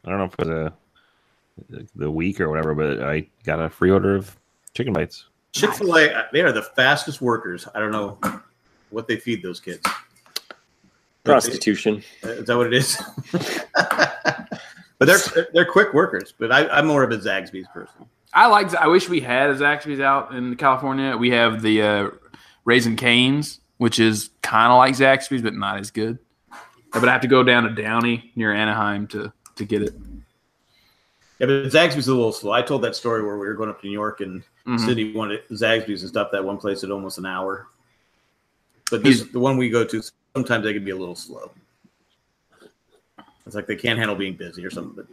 Speaker 5: I don't know if it was a the week or whatever, but I got a free order of chicken bites.
Speaker 3: Chick Fil A. They are the fastest workers. I don't know what they feed those kids.
Speaker 2: Prostitution.
Speaker 3: Is that what it is? but they're they're quick workers. But I, I'm more of a Zaxby's person.
Speaker 1: I like. I wish we had a Zaxby's out in California. We have the uh, Raisin Canes, which is kind of like Zaxby's, but not as good. Uh, But I have to go down to Downey near Anaheim to to get it.
Speaker 3: Yeah, but Zaxby's is a little slow. I told that story where we were going up to New York and
Speaker 1: Mhm.
Speaker 3: City wanted Zaxby's and stopped at one place at almost an hour. But this, the one we go to, sometimes they can be a little slow. It's like they can't handle being busy or something. But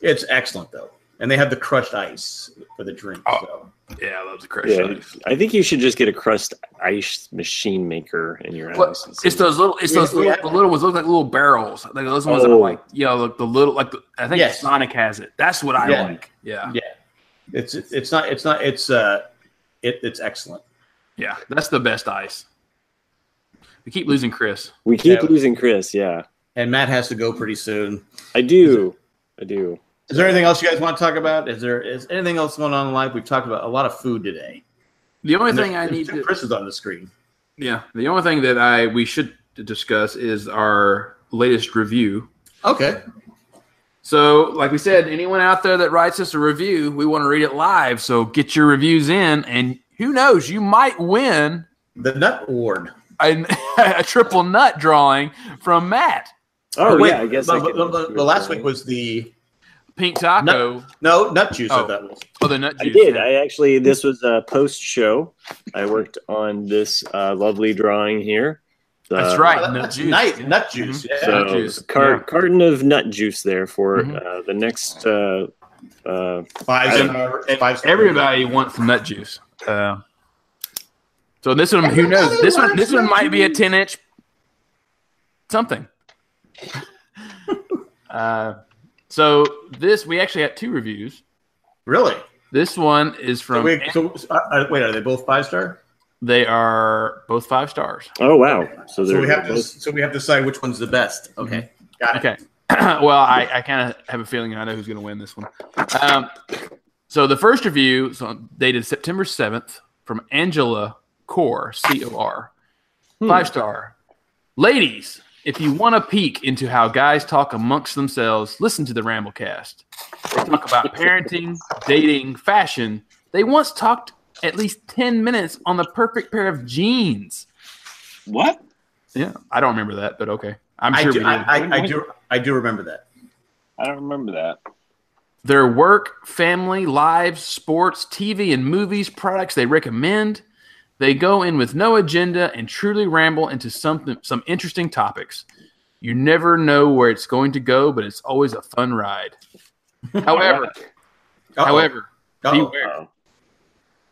Speaker 3: it's excellent though, and they have the crushed ice for the drink. So.
Speaker 1: Yeah, I love the crushed
Speaker 2: Yeah.
Speaker 1: ice.
Speaker 2: I think you should just get a crust ice machine maker in your
Speaker 1: Well,
Speaker 2: house. and see.
Speaker 1: it's those little, it's those
Speaker 3: Yeah.
Speaker 1: little, the little ones look like little barrels, like those ones that
Speaker 2: Oh.
Speaker 1: are like, you know, like the little, like the, I think
Speaker 3: Yes.
Speaker 1: Sonic has it. That's what I
Speaker 3: Yeah.
Speaker 1: like. Yeah,
Speaker 3: It's it's not it's not it's uh it, it's excellent.
Speaker 1: yeah, that's the best ice. We keep losing Chris.
Speaker 2: we keep
Speaker 3: yeah.
Speaker 2: losing Chris. Yeah,
Speaker 3: And Matt has to go pretty soon.
Speaker 2: I do. I do.
Speaker 3: Is there anything else you guys want to talk about? Is there is anything else going on in life? We've talked about a lot of food today.
Speaker 1: The only
Speaker 3: And
Speaker 1: thing I
Speaker 3: there's-
Speaker 1: need
Speaker 3: there's-
Speaker 1: to,
Speaker 3: Chris is on the screen.
Speaker 1: yeah, the only thing that I we should discuss is our latest review.
Speaker 3: Okay.
Speaker 1: So, like we said, anyone out there that writes us a review, we want to read it live. So get your reviews in, and who knows, you might win
Speaker 3: The nut ward.
Speaker 1: a, a triple nut drawing from Matt.
Speaker 2: Oh
Speaker 3: Wait,
Speaker 2: yeah, I guess. I
Speaker 3: The,
Speaker 2: could-
Speaker 3: the- the- the last week was the
Speaker 1: Pink Taco.
Speaker 3: no nut juice.
Speaker 1: Oh.
Speaker 3: Of that was.
Speaker 1: Oh, the nut
Speaker 2: I
Speaker 1: juice.
Speaker 2: did. I actually. This was a post show. I worked on this uh, lovely drawing here. The-
Speaker 1: That's right.
Speaker 3: Oh, that-
Speaker 1: nut
Speaker 3: that's
Speaker 1: juice.
Speaker 3: nice. Nut juice. Yeah.
Speaker 2: So
Speaker 1: Nut juice,
Speaker 2: car-
Speaker 1: yeah.
Speaker 2: carton of nut juice there for
Speaker 1: Mhm.
Speaker 2: uh, the next. Uh, uh,
Speaker 3: Five
Speaker 1: And-
Speaker 3: star. Five star.
Speaker 1: Everybody wants nut juice. Uh, so this one, who knows? This one, this one might be a ten inch something. uh, so this we actually got two reviews.
Speaker 3: Really?
Speaker 1: This one is from.
Speaker 3: Wait, so, uh, uh, wait, are they both five star?
Speaker 1: they are both five stars.
Speaker 2: oh wow! So,
Speaker 3: So
Speaker 2: there
Speaker 3: we have to.
Speaker 2: both-
Speaker 3: So we have to decide which one's the best.
Speaker 1: Mm-hmm.
Speaker 3: Okay. Got it.
Speaker 1: Okay. well, I, I kind of have a feeling I know who's going to win this one. Um, so the first review so dated September 7th from Angela Core, C O R.
Speaker 3: Hmm.
Speaker 1: Five star. Ladies, if you want a peek into how guys talk amongst themselves, listen to the Ramblecast. They talk about parenting, dating, fashion. They once talked at least 10 minutes on the perfect pair of jeans.
Speaker 6: What?
Speaker 1: Yeah, I don't remember that, but okay. I'm
Speaker 3: I
Speaker 1: sure we
Speaker 3: do,
Speaker 1: did.
Speaker 3: I, I, I do. I do remember that.
Speaker 6: I don't remember that.
Speaker 1: their work, family, lives, sports, TV, and movies, products they recommend. They go in with no agenda and truly ramble into something, some interesting topics. You never know where it's going to go, but it's always a fun ride. However,
Speaker 3: Uh-oh.
Speaker 1: however,
Speaker 3: Uh-oh.
Speaker 1: beware.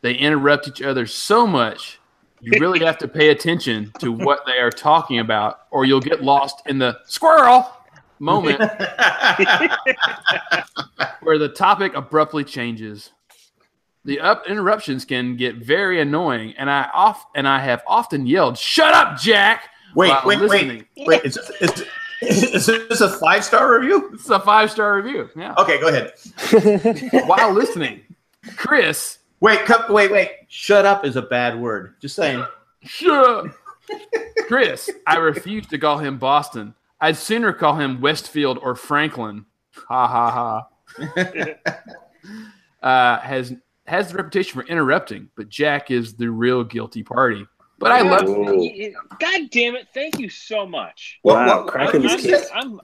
Speaker 1: They interrupt each other so much, you really have to pay attention to what they are talking about, or you'll get lost in the squirrel moment where the topic abruptly changes. The up interruptions can get very annoying, and I off and I have often yelled, "Shut up, Jack!"
Speaker 3: wait,
Speaker 1: while
Speaker 3: wait, wait,
Speaker 1: listening.
Speaker 3: wait. Is, is, is this a five star review?
Speaker 1: It's a five star review. Yeah,
Speaker 3: Okay, go ahead.
Speaker 1: while listening, Chris,
Speaker 3: Wait, come, wait, wait. Shut up is a bad word. Just saying.
Speaker 1: shut up, Chris. I refuse to call him Boston. I'd sooner call him Westfield or Franklin. Ha ha ha. uh, has has the reputation for interrupting, but Jack is the real guilty party. But I love
Speaker 6: God damn it! Thank you so much.
Speaker 2: Wow, cracking
Speaker 6: I'm,
Speaker 2: this case.
Speaker 6: just, I'm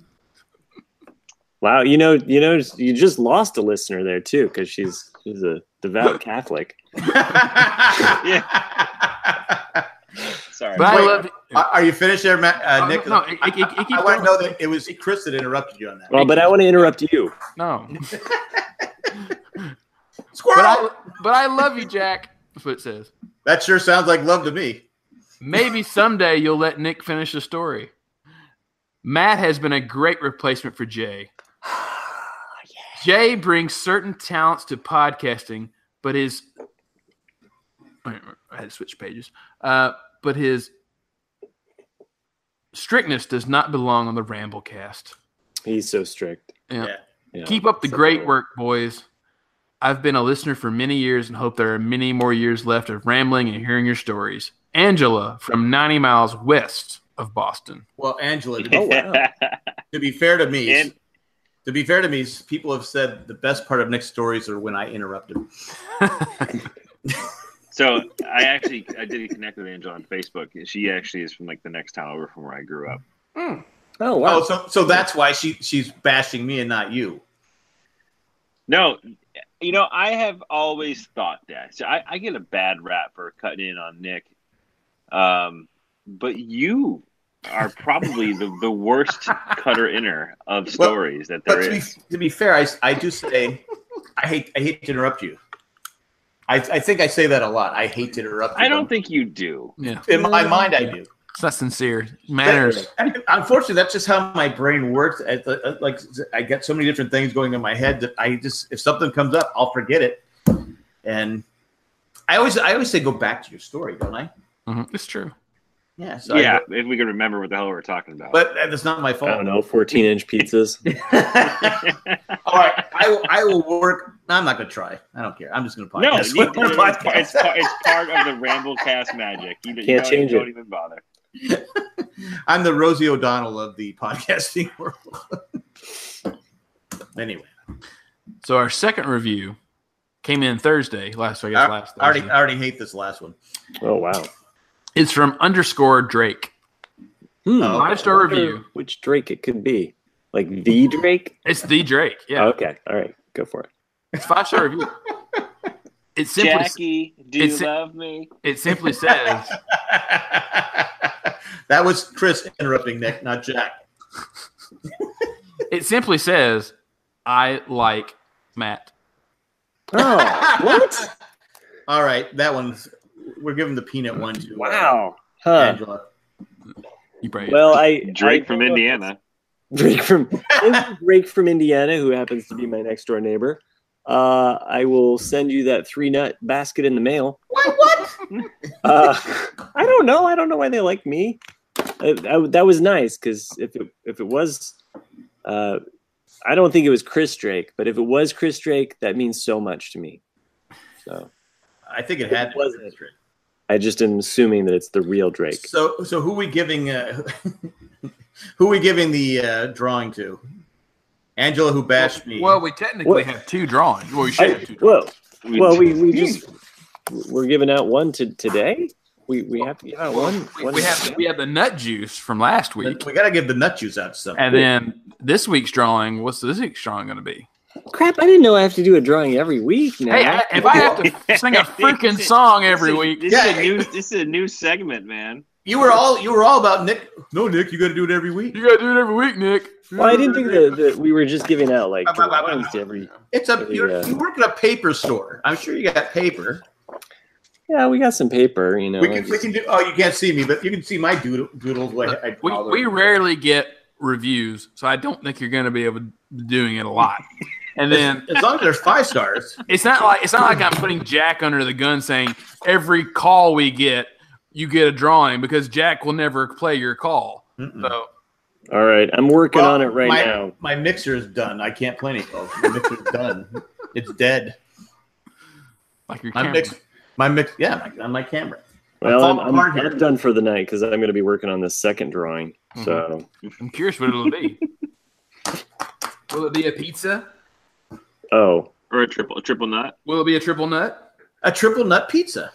Speaker 2: Wow, you know, you know, you just lost a listener there too, because she's she's a devout Catholic.
Speaker 6: sorry.
Speaker 1: But I
Speaker 3: Wait.
Speaker 1: love
Speaker 3: Are you finished there, Matt? Uh,
Speaker 1: Oh,
Speaker 3: Nick?
Speaker 1: no, no, it- it- it
Speaker 3: I-
Speaker 1: keeps
Speaker 3: I want
Speaker 1: going.
Speaker 3: to know that it was Chris that interrupted you on that.
Speaker 2: Well, but I want to interrupt you.
Speaker 1: no.
Speaker 3: Squirrel!
Speaker 1: But I but I love you, Jack. That's what it says.
Speaker 3: that sure sounds like love to me.
Speaker 1: Maybe someday you'll let Nick finish the story. Matt has been a great replacement for Jay. Jay brings certain talents to podcasting, but his I had to switch pages. Uh, but his strictness does not belong on the Ramblecast.
Speaker 2: He's so strict.
Speaker 1: Yeah.
Speaker 3: Yeah.
Speaker 2: Yeah.
Speaker 1: Keep up the
Speaker 2: So-
Speaker 1: great work, boys. I've been a listener for many years and hope there are many more years left of rambling and hearing your stories. Angela from 90 miles west of Boston.
Speaker 3: Well, Angela, to be,
Speaker 2: Oh, wow.
Speaker 3: to be fair to me,
Speaker 6: And-
Speaker 3: to be fair to me, people have said the best part of Nick's stories are when I interrupt him.
Speaker 6: so I actually I did connect with Angela on Facebook. and She actually is from like the next town over from where I grew up.
Speaker 2: Oh, wow.
Speaker 3: Oh, so so that's why she she's bashing me and not you.
Speaker 6: No, you know I have always thought that. So I, I get a bad rap for cutting in on Nick, um, but you are probably the, the worst cutter inner of stories that
Speaker 3: But
Speaker 6: there
Speaker 3: to be,
Speaker 6: is.
Speaker 3: to be fair, I, s- I do say I hate I hate to interrupt you. I, I think I say that a lot. I hate to interrupt. You.
Speaker 6: I don't think you do.
Speaker 1: Yeah,
Speaker 3: In my mind, I do.
Speaker 1: it's not sincere. Manners.
Speaker 3: That- unfortunately, that's just how my brain works. I, I- like I get so many different things going in my head that I just if something comes up, I'll forget it. And I always I always say go back to your story, don't I?
Speaker 1: Mhm, It's true.
Speaker 3: Yeah. So I
Speaker 6: Yeah, Oh,
Speaker 3: go-
Speaker 6: if we could remember what the hell we're talking about.
Speaker 3: but that's not my
Speaker 2: I don't
Speaker 3: fault.
Speaker 2: know, 14 inch pizzas.
Speaker 3: All right, I will, I will work. no, I'm not gonna try. I don't care. I'm just gonna
Speaker 6: no,
Speaker 3: podcast.
Speaker 6: you-
Speaker 3: We're gonna
Speaker 6: it's, part- it's,
Speaker 3: podcast.
Speaker 6: part- it's part of the Ramblecast magic. You, you
Speaker 2: Can't
Speaker 6: don't,
Speaker 2: change it.
Speaker 6: Don't even bother.
Speaker 3: I'm the Rosie O'Donnell of the podcasting world. anyway,
Speaker 1: So our second review came in Thursday last week. I
Speaker 3: I,
Speaker 1: guess last
Speaker 3: I already
Speaker 1: Thursday.
Speaker 3: I already hate this last one.
Speaker 2: Oh, wow.
Speaker 1: It's from underscore Drake.
Speaker 2: Hmm.
Speaker 3: Oh.
Speaker 1: Five star review.
Speaker 2: Which Drake it could be. Like the Drake?
Speaker 1: It's the Drake. Yeah,
Speaker 2: Okay. All right. Go for it.
Speaker 1: it's five star review. It simply
Speaker 6: Jackie, do you
Speaker 1: it's-
Speaker 6: love me?
Speaker 1: it simply says
Speaker 3: that was Chris interrupting Nick, not Jack.
Speaker 1: it simply says I like Matt.
Speaker 2: Oh, what?
Speaker 3: All right, that one's we're giving the peanut one to uh,
Speaker 2: Huh.
Speaker 3: Angela.
Speaker 1: You brave.
Speaker 2: Well, I.
Speaker 6: Drake
Speaker 2: I-
Speaker 6: from Indiana.
Speaker 2: Drake from Drake from Indiana, who happens to be my next door neighbor. Uh, I will send you that three nut basket in the mail.
Speaker 3: Wait, what?
Speaker 2: Uh, I don't know. I don't know why they like me. Uh, that, that was nice because if it, if it was, uh, I don't think it was Chris Drake, but if it was Chris Drake, that means so much to me. So
Speaker 3: I think it had.
Speaker 2: It wasn't. I just am assuming that it's the real Drake.
Speaker 3: So, so who we giving? Uh, who we giving the uh, drawing to? Angela, who bashed me.
Speaker 1: Well, we technically
Speaker 2: What?
Speaker 1: have two drawings. Well, we should have two.
Speaker 2: Whoa.
Speaker 6: We-
Speaker 2: Well, we, we just we're giving out one to today. We we have to give out one.
Speaker 1: We,
Speaker 2: one
Speaker 1: we have we have the nut juice from last
Speaker 3: we
Speaker 1: week,
Speaker 3: gotta give the nut juice out to something.
Speaker 1: and then this week's drawing. What's this week's drawing going to be?
Speaker 2: Crap! I didn't know I have to do a drawing every week. Now.
Speaker 1: Hey, I, if I have to sing a freaking song every
Speaker 6: this is-
Speaker 1: week,
Speaker 6: This is
Speaker 3: Yeah.
Speaker 6: a new this is a new segment, man.
Speaker 3: you were all you were all about Nick. No, Nick, you got to do it every week.
Speaker 1: you got to do it every week, Nick.
Speaker 2: well, I didn't think that, that we were just giving out like
Speaker 3: Uh, uh, uh,
Speaker 2: drawings to every.
Speaker 3: It's a you
Speaker 2: Yeah.
Speaker 3: you work at a paper store. I'm sure you got paper.
Speaker 2: Yeah, we got some paper. You know,
Speaker 3: we
Speaker 2: I
Speaker 3: can we
Speaker 2: just-
Speaker 3: can do. Oh, you can't see me, but you can see my doodle, doodles. What I,
Speaker 1: We, we rarely get reviews, so I don't think you're going to be able to doing it a lot. And then
Speaker 3: as long as there's five stars.
Speaker 1: it's not like it's not like I'm putting Jack under the gun saying every call we get, you get a drawing because Jack will never play your call.
Speaker 3: Mm-mm.
Speaker 1: So
Speaker 2: All right, I'm working
Speaker 3: Well,
Speaker 2: on it right
Speaker 3: my,
Speaker 2: now.
Speaker 3: My mixer is done. I can't play any calls. My mixer's done. It's dead.
Speaker 1: like your
Speaker 3: My
Speaker 1: camera.
Speaker 3: mix, my mix, yeah, my, on my camera.
Speaker 2: Well, I'm,
Speaker 3: phone-
Speaker 2: I'm,
Speaker 3: phone here.
Speaker 2: I'm done for the night because I'm going to be working on this second drawing. So,
Speaker 1: I'm curious what it'll be. Will it be a pizza?
Speaker 2: oh,
Speaker 6: Or a triple a triple nut.
Speaker 1: Will it be a triple nut?
Speaker 3: A triple nut pizza.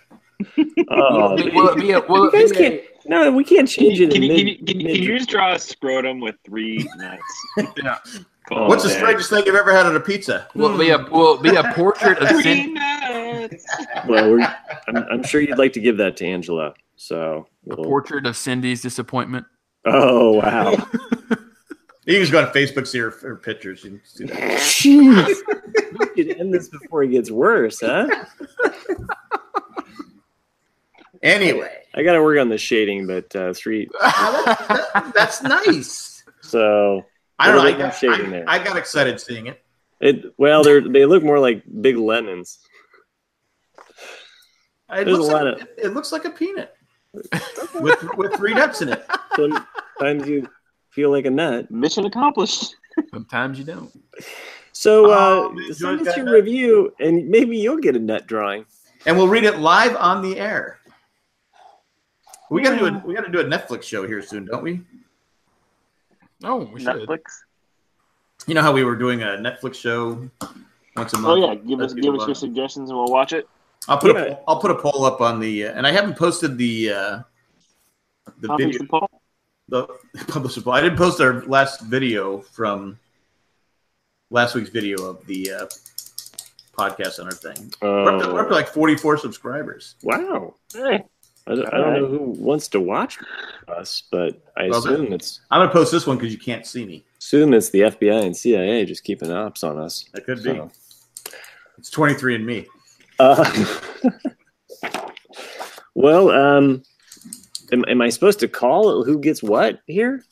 Speaker 2: oh,
Speaker 1: Will it be a? Will
Speaker 2: you
Speaker 1: it
Speaker 2: guys
Speaker 1: be a
Speaker 2: can't. No, we can't change it.
Speaker 6: Can
Speaker 2: in
Speaker 6: you, can, you,
Speaker 2: mid-
Speaker 6: can, you,
Speaker 2: mid-
Speaker 6: can you just draw a scrotum with three nuts?
Speaker 1: Yeah.
Speaker 6: Cool.
Speaker 3: What's the
Speaker 2: Oh, man.
Speaker 3: strangest thing you've ever had on a pizza? Hmm.
Speaker 1: will it be a will it be a portrait of
Speaker 6: Three
Speaker 1: Cindy?
Speaker 6: nuts.
Speaker 2: well, we're, I'm, I'm sure you'd like to give that to Angela. So,
Speaker 1: A
Speaker 2: we'll-
Speaker 1: portrait of Cindy's disappointment.
Speaker 2: oh wow.
Speaker 3: You can just go on Facebook, see her, her pictures. You can see that.
Speaker 2: Jeez. we should end this before it gets worse, huh?
Speaker 3: Anyway,
Speaker 2: I got to work on the shading, but uh, three.
Speaker 3: Now that- that- that's nice.
Speaker 2: So
Speaker 3: I don't know.
Speaker 2: What
Speaker 3: I
Speaker 2: about
Speaker 3: got,
Speaker 2: that shading
Speaker 3: I,
Speaker 2: there?
Speaker 3: I got excited seeing it.
Speaker 2: it well, they they look more like big lemons.
Speaker 3: It
Speaker 2: There's
Speaker 3: looks,
Speaker 2: a lot
Speaker 3: like, it looks like a peanut with, with three nuts in it.
Speaker 2: Sometimes you feel like a nut.
Speaker 6: Mission accomplished.
Speaker 1: Sometimes you don't.
Speaker 2: So uh,
Speaker 3: Oh, man,
Speaker 2: send
Speaker 3: George
Speaker 2: us
Speaker 3: got
Speaker 2: your
Speaker 3: a nut.
Speaker 2: review, and maybe you'll get a nut drawing.
Speaker 3: And we'll read it live on the air. We gotta do a we gotta do a Netflix show here soon, don't we?
Speaker 1: Oh, we should.
Speaker 6: Netflix.
Speaker 3: You know how we were doing a Netflix show once a
Speaker 6: Oh
Speaker 3: month.
Speaker 6: yeah, give us give us your suggestions and we'll watch it.
Speaker 3: I'll put
Speaker 2: Yeah.
Speaker 3: a, I'll put a poll up on the uh, and I haven't posted the uh, the
Speaker 6: I'll fix
Speaker 3: video
Speaker 6: the poll.
Speaker 3: the publish I didn't post our last video from last week's video of the uh, podcast on our thing. We're up, to, we're up to like 44 subscribers.
Speaker 2: Oh, Wow.
Speaker 6: Hey,
Speaker 2: I don't, I don't know who wants to watch us, but I
Speaker 3: Well,
Speaker 2: assume it's
Speaker 3: I'm gonna post this one because you can't see me.
Speaker 2: assume it's the FBI and CIA just keeping ops on us.
Speaker 3: That could be.
Speaker 2: So,
Speaker 6: Oh.
Speaker 3: It's 23 and me.
Speaker 2: uh, well, um, am, am I supposed to call who gets what here?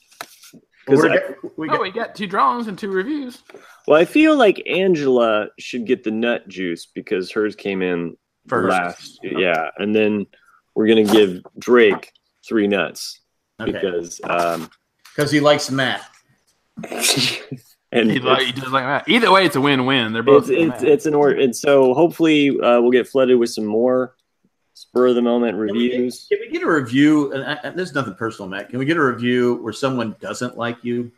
Speaker 2: 'Cause
Speaker 3: We're
Speaker 2: I-
Speaker 3: get- we
Speaker 1: Oh,
Speaker 3: get,
Speaker 1: we got two drawings and two reviews.
Speaker 2: Well, I feel like Angela should get the nut juice because hers came in
Speaker 1: First.
Speaker 2: last. Yeah, and then we're gonna give Drake three nuts
Speaker 3: okay,
Speaker 2: because um,
Speaker 3: because he likes math.
Speaker 2: and
Speaker 1: He, like, he does like that. Either way, it's a win-win. They're both.
Speaker 2: it's it's it's an order, and so hopefully uh, we'll get flooded with some more spur of the moment
Speaker 3: Can we, get,
Speaker 2: reviews.
Speaker 3: can we get a review? And, I, and this is nothing personal, Matt. Can we get a review where someone doesn't like you?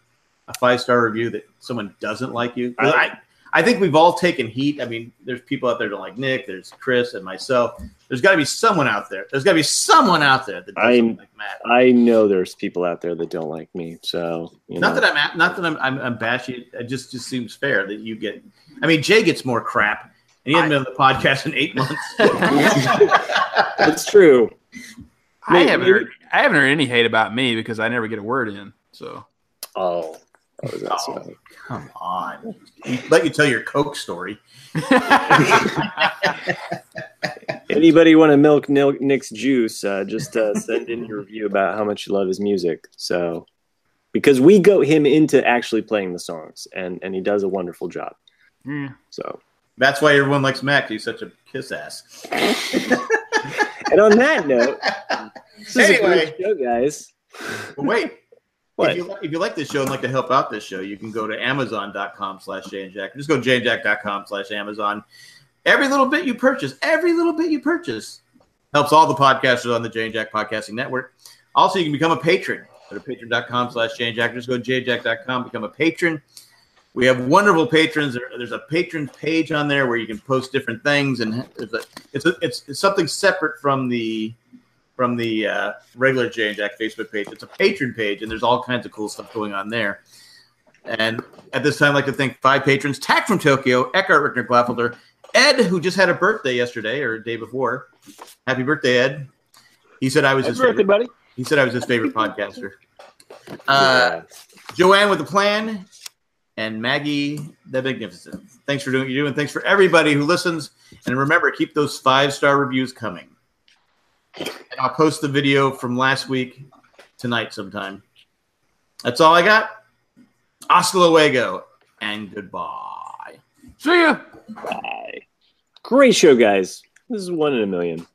Speaker 3: A five star review that someone doesn't like you? 'Cause I, I think we've all taken heat. I mean, there's people out there that don't like Nick. There's Chris and myself. There's got to be someone out there. There's got to be someone out there that doesn't
Speaker 2: I'm-
Speaker 3: like Matt.
Speaker 2: I know there's people out there that don't like me, so you
Speaker 3: Not
Speaker 2: know.
Speaker 3: that I'm at, not that I'm, I'm, I'm bashing. It just just seems fair that you get. I mean, Jay gets more crap, and he hasn't been on the podcast in eight months.
Speaker 2: That's true.
Speaker 1: I
Speaker 2: Maybe-
Speaker 1: haven't heard. I haven't heard any hate about me because I never get a word in. So
Speaker 2: Oh, that was awesome.
Speaker 3: Come on, let you tell your Coke story.
Speaker 2: Anybody want to milk Nil- Nick's juice? Uh, just uh, send in your review about how much you love his music. So, because we goat him into actually playing the songs, and and he does a wonderful job.
Speaker 1: Yeah.
Speaker 2: So,
Speaker 3: That's why everyone likes Mac. He's such a kiss ass.
Speaker 2: and on that note, this is a
Speaker 3: Anyway.
Speaker 2: great show, guys.
Speaker 3: But wait,
Speaker 2: What?
Speaker 3: If, you, if you like this show and like to help out this show, you can go to amazon.com slash Jay and Jack. Just go to jayandjack.com slash Amazon. Every little bit you purchase, every little bit you purchase helps all the podcasters on the Jay and Jack Podcasting Network. Also, you can become a patron. Go to patreon.com slash Jay and Jack. Just go to jayandjack.com, become a patron. We have wonderful patrons. There- There's a patron page on there where you can post different things, and it's a, it's, a, it's, it's something separate from the from the uh, regular Jay and Jack Facebook page. It's a patron page, and there's all kinds of cool stuff going on there. And at this time, I'd like to thank five patrons: Tack from Tokyo, Eckhart Rickner Glaffelder, Ed, who just had a birthday yesterday or the day before. Happy birthday, Ed! He said I was
Speaker 6: happy
Speaker 3: his
Speaker 6: birthday,
Speaker 3: favorite.
Speaker 6: buddy.
Speaker 3: He said I was his favorite podcaster. Uh, Joanne with a plan, and Maggie the Magnificent. Thanks for doing what you do, and thanks for everybody who listens. And remember, keep those five star reviews coming. And I'll post the video from last week tonight sometime. That's all I got. Hasta luego and goodbye.
Speaker 1: see ya.
Speaker 6: Bye.
Speaker 2: Great show, guys. This is one in a million.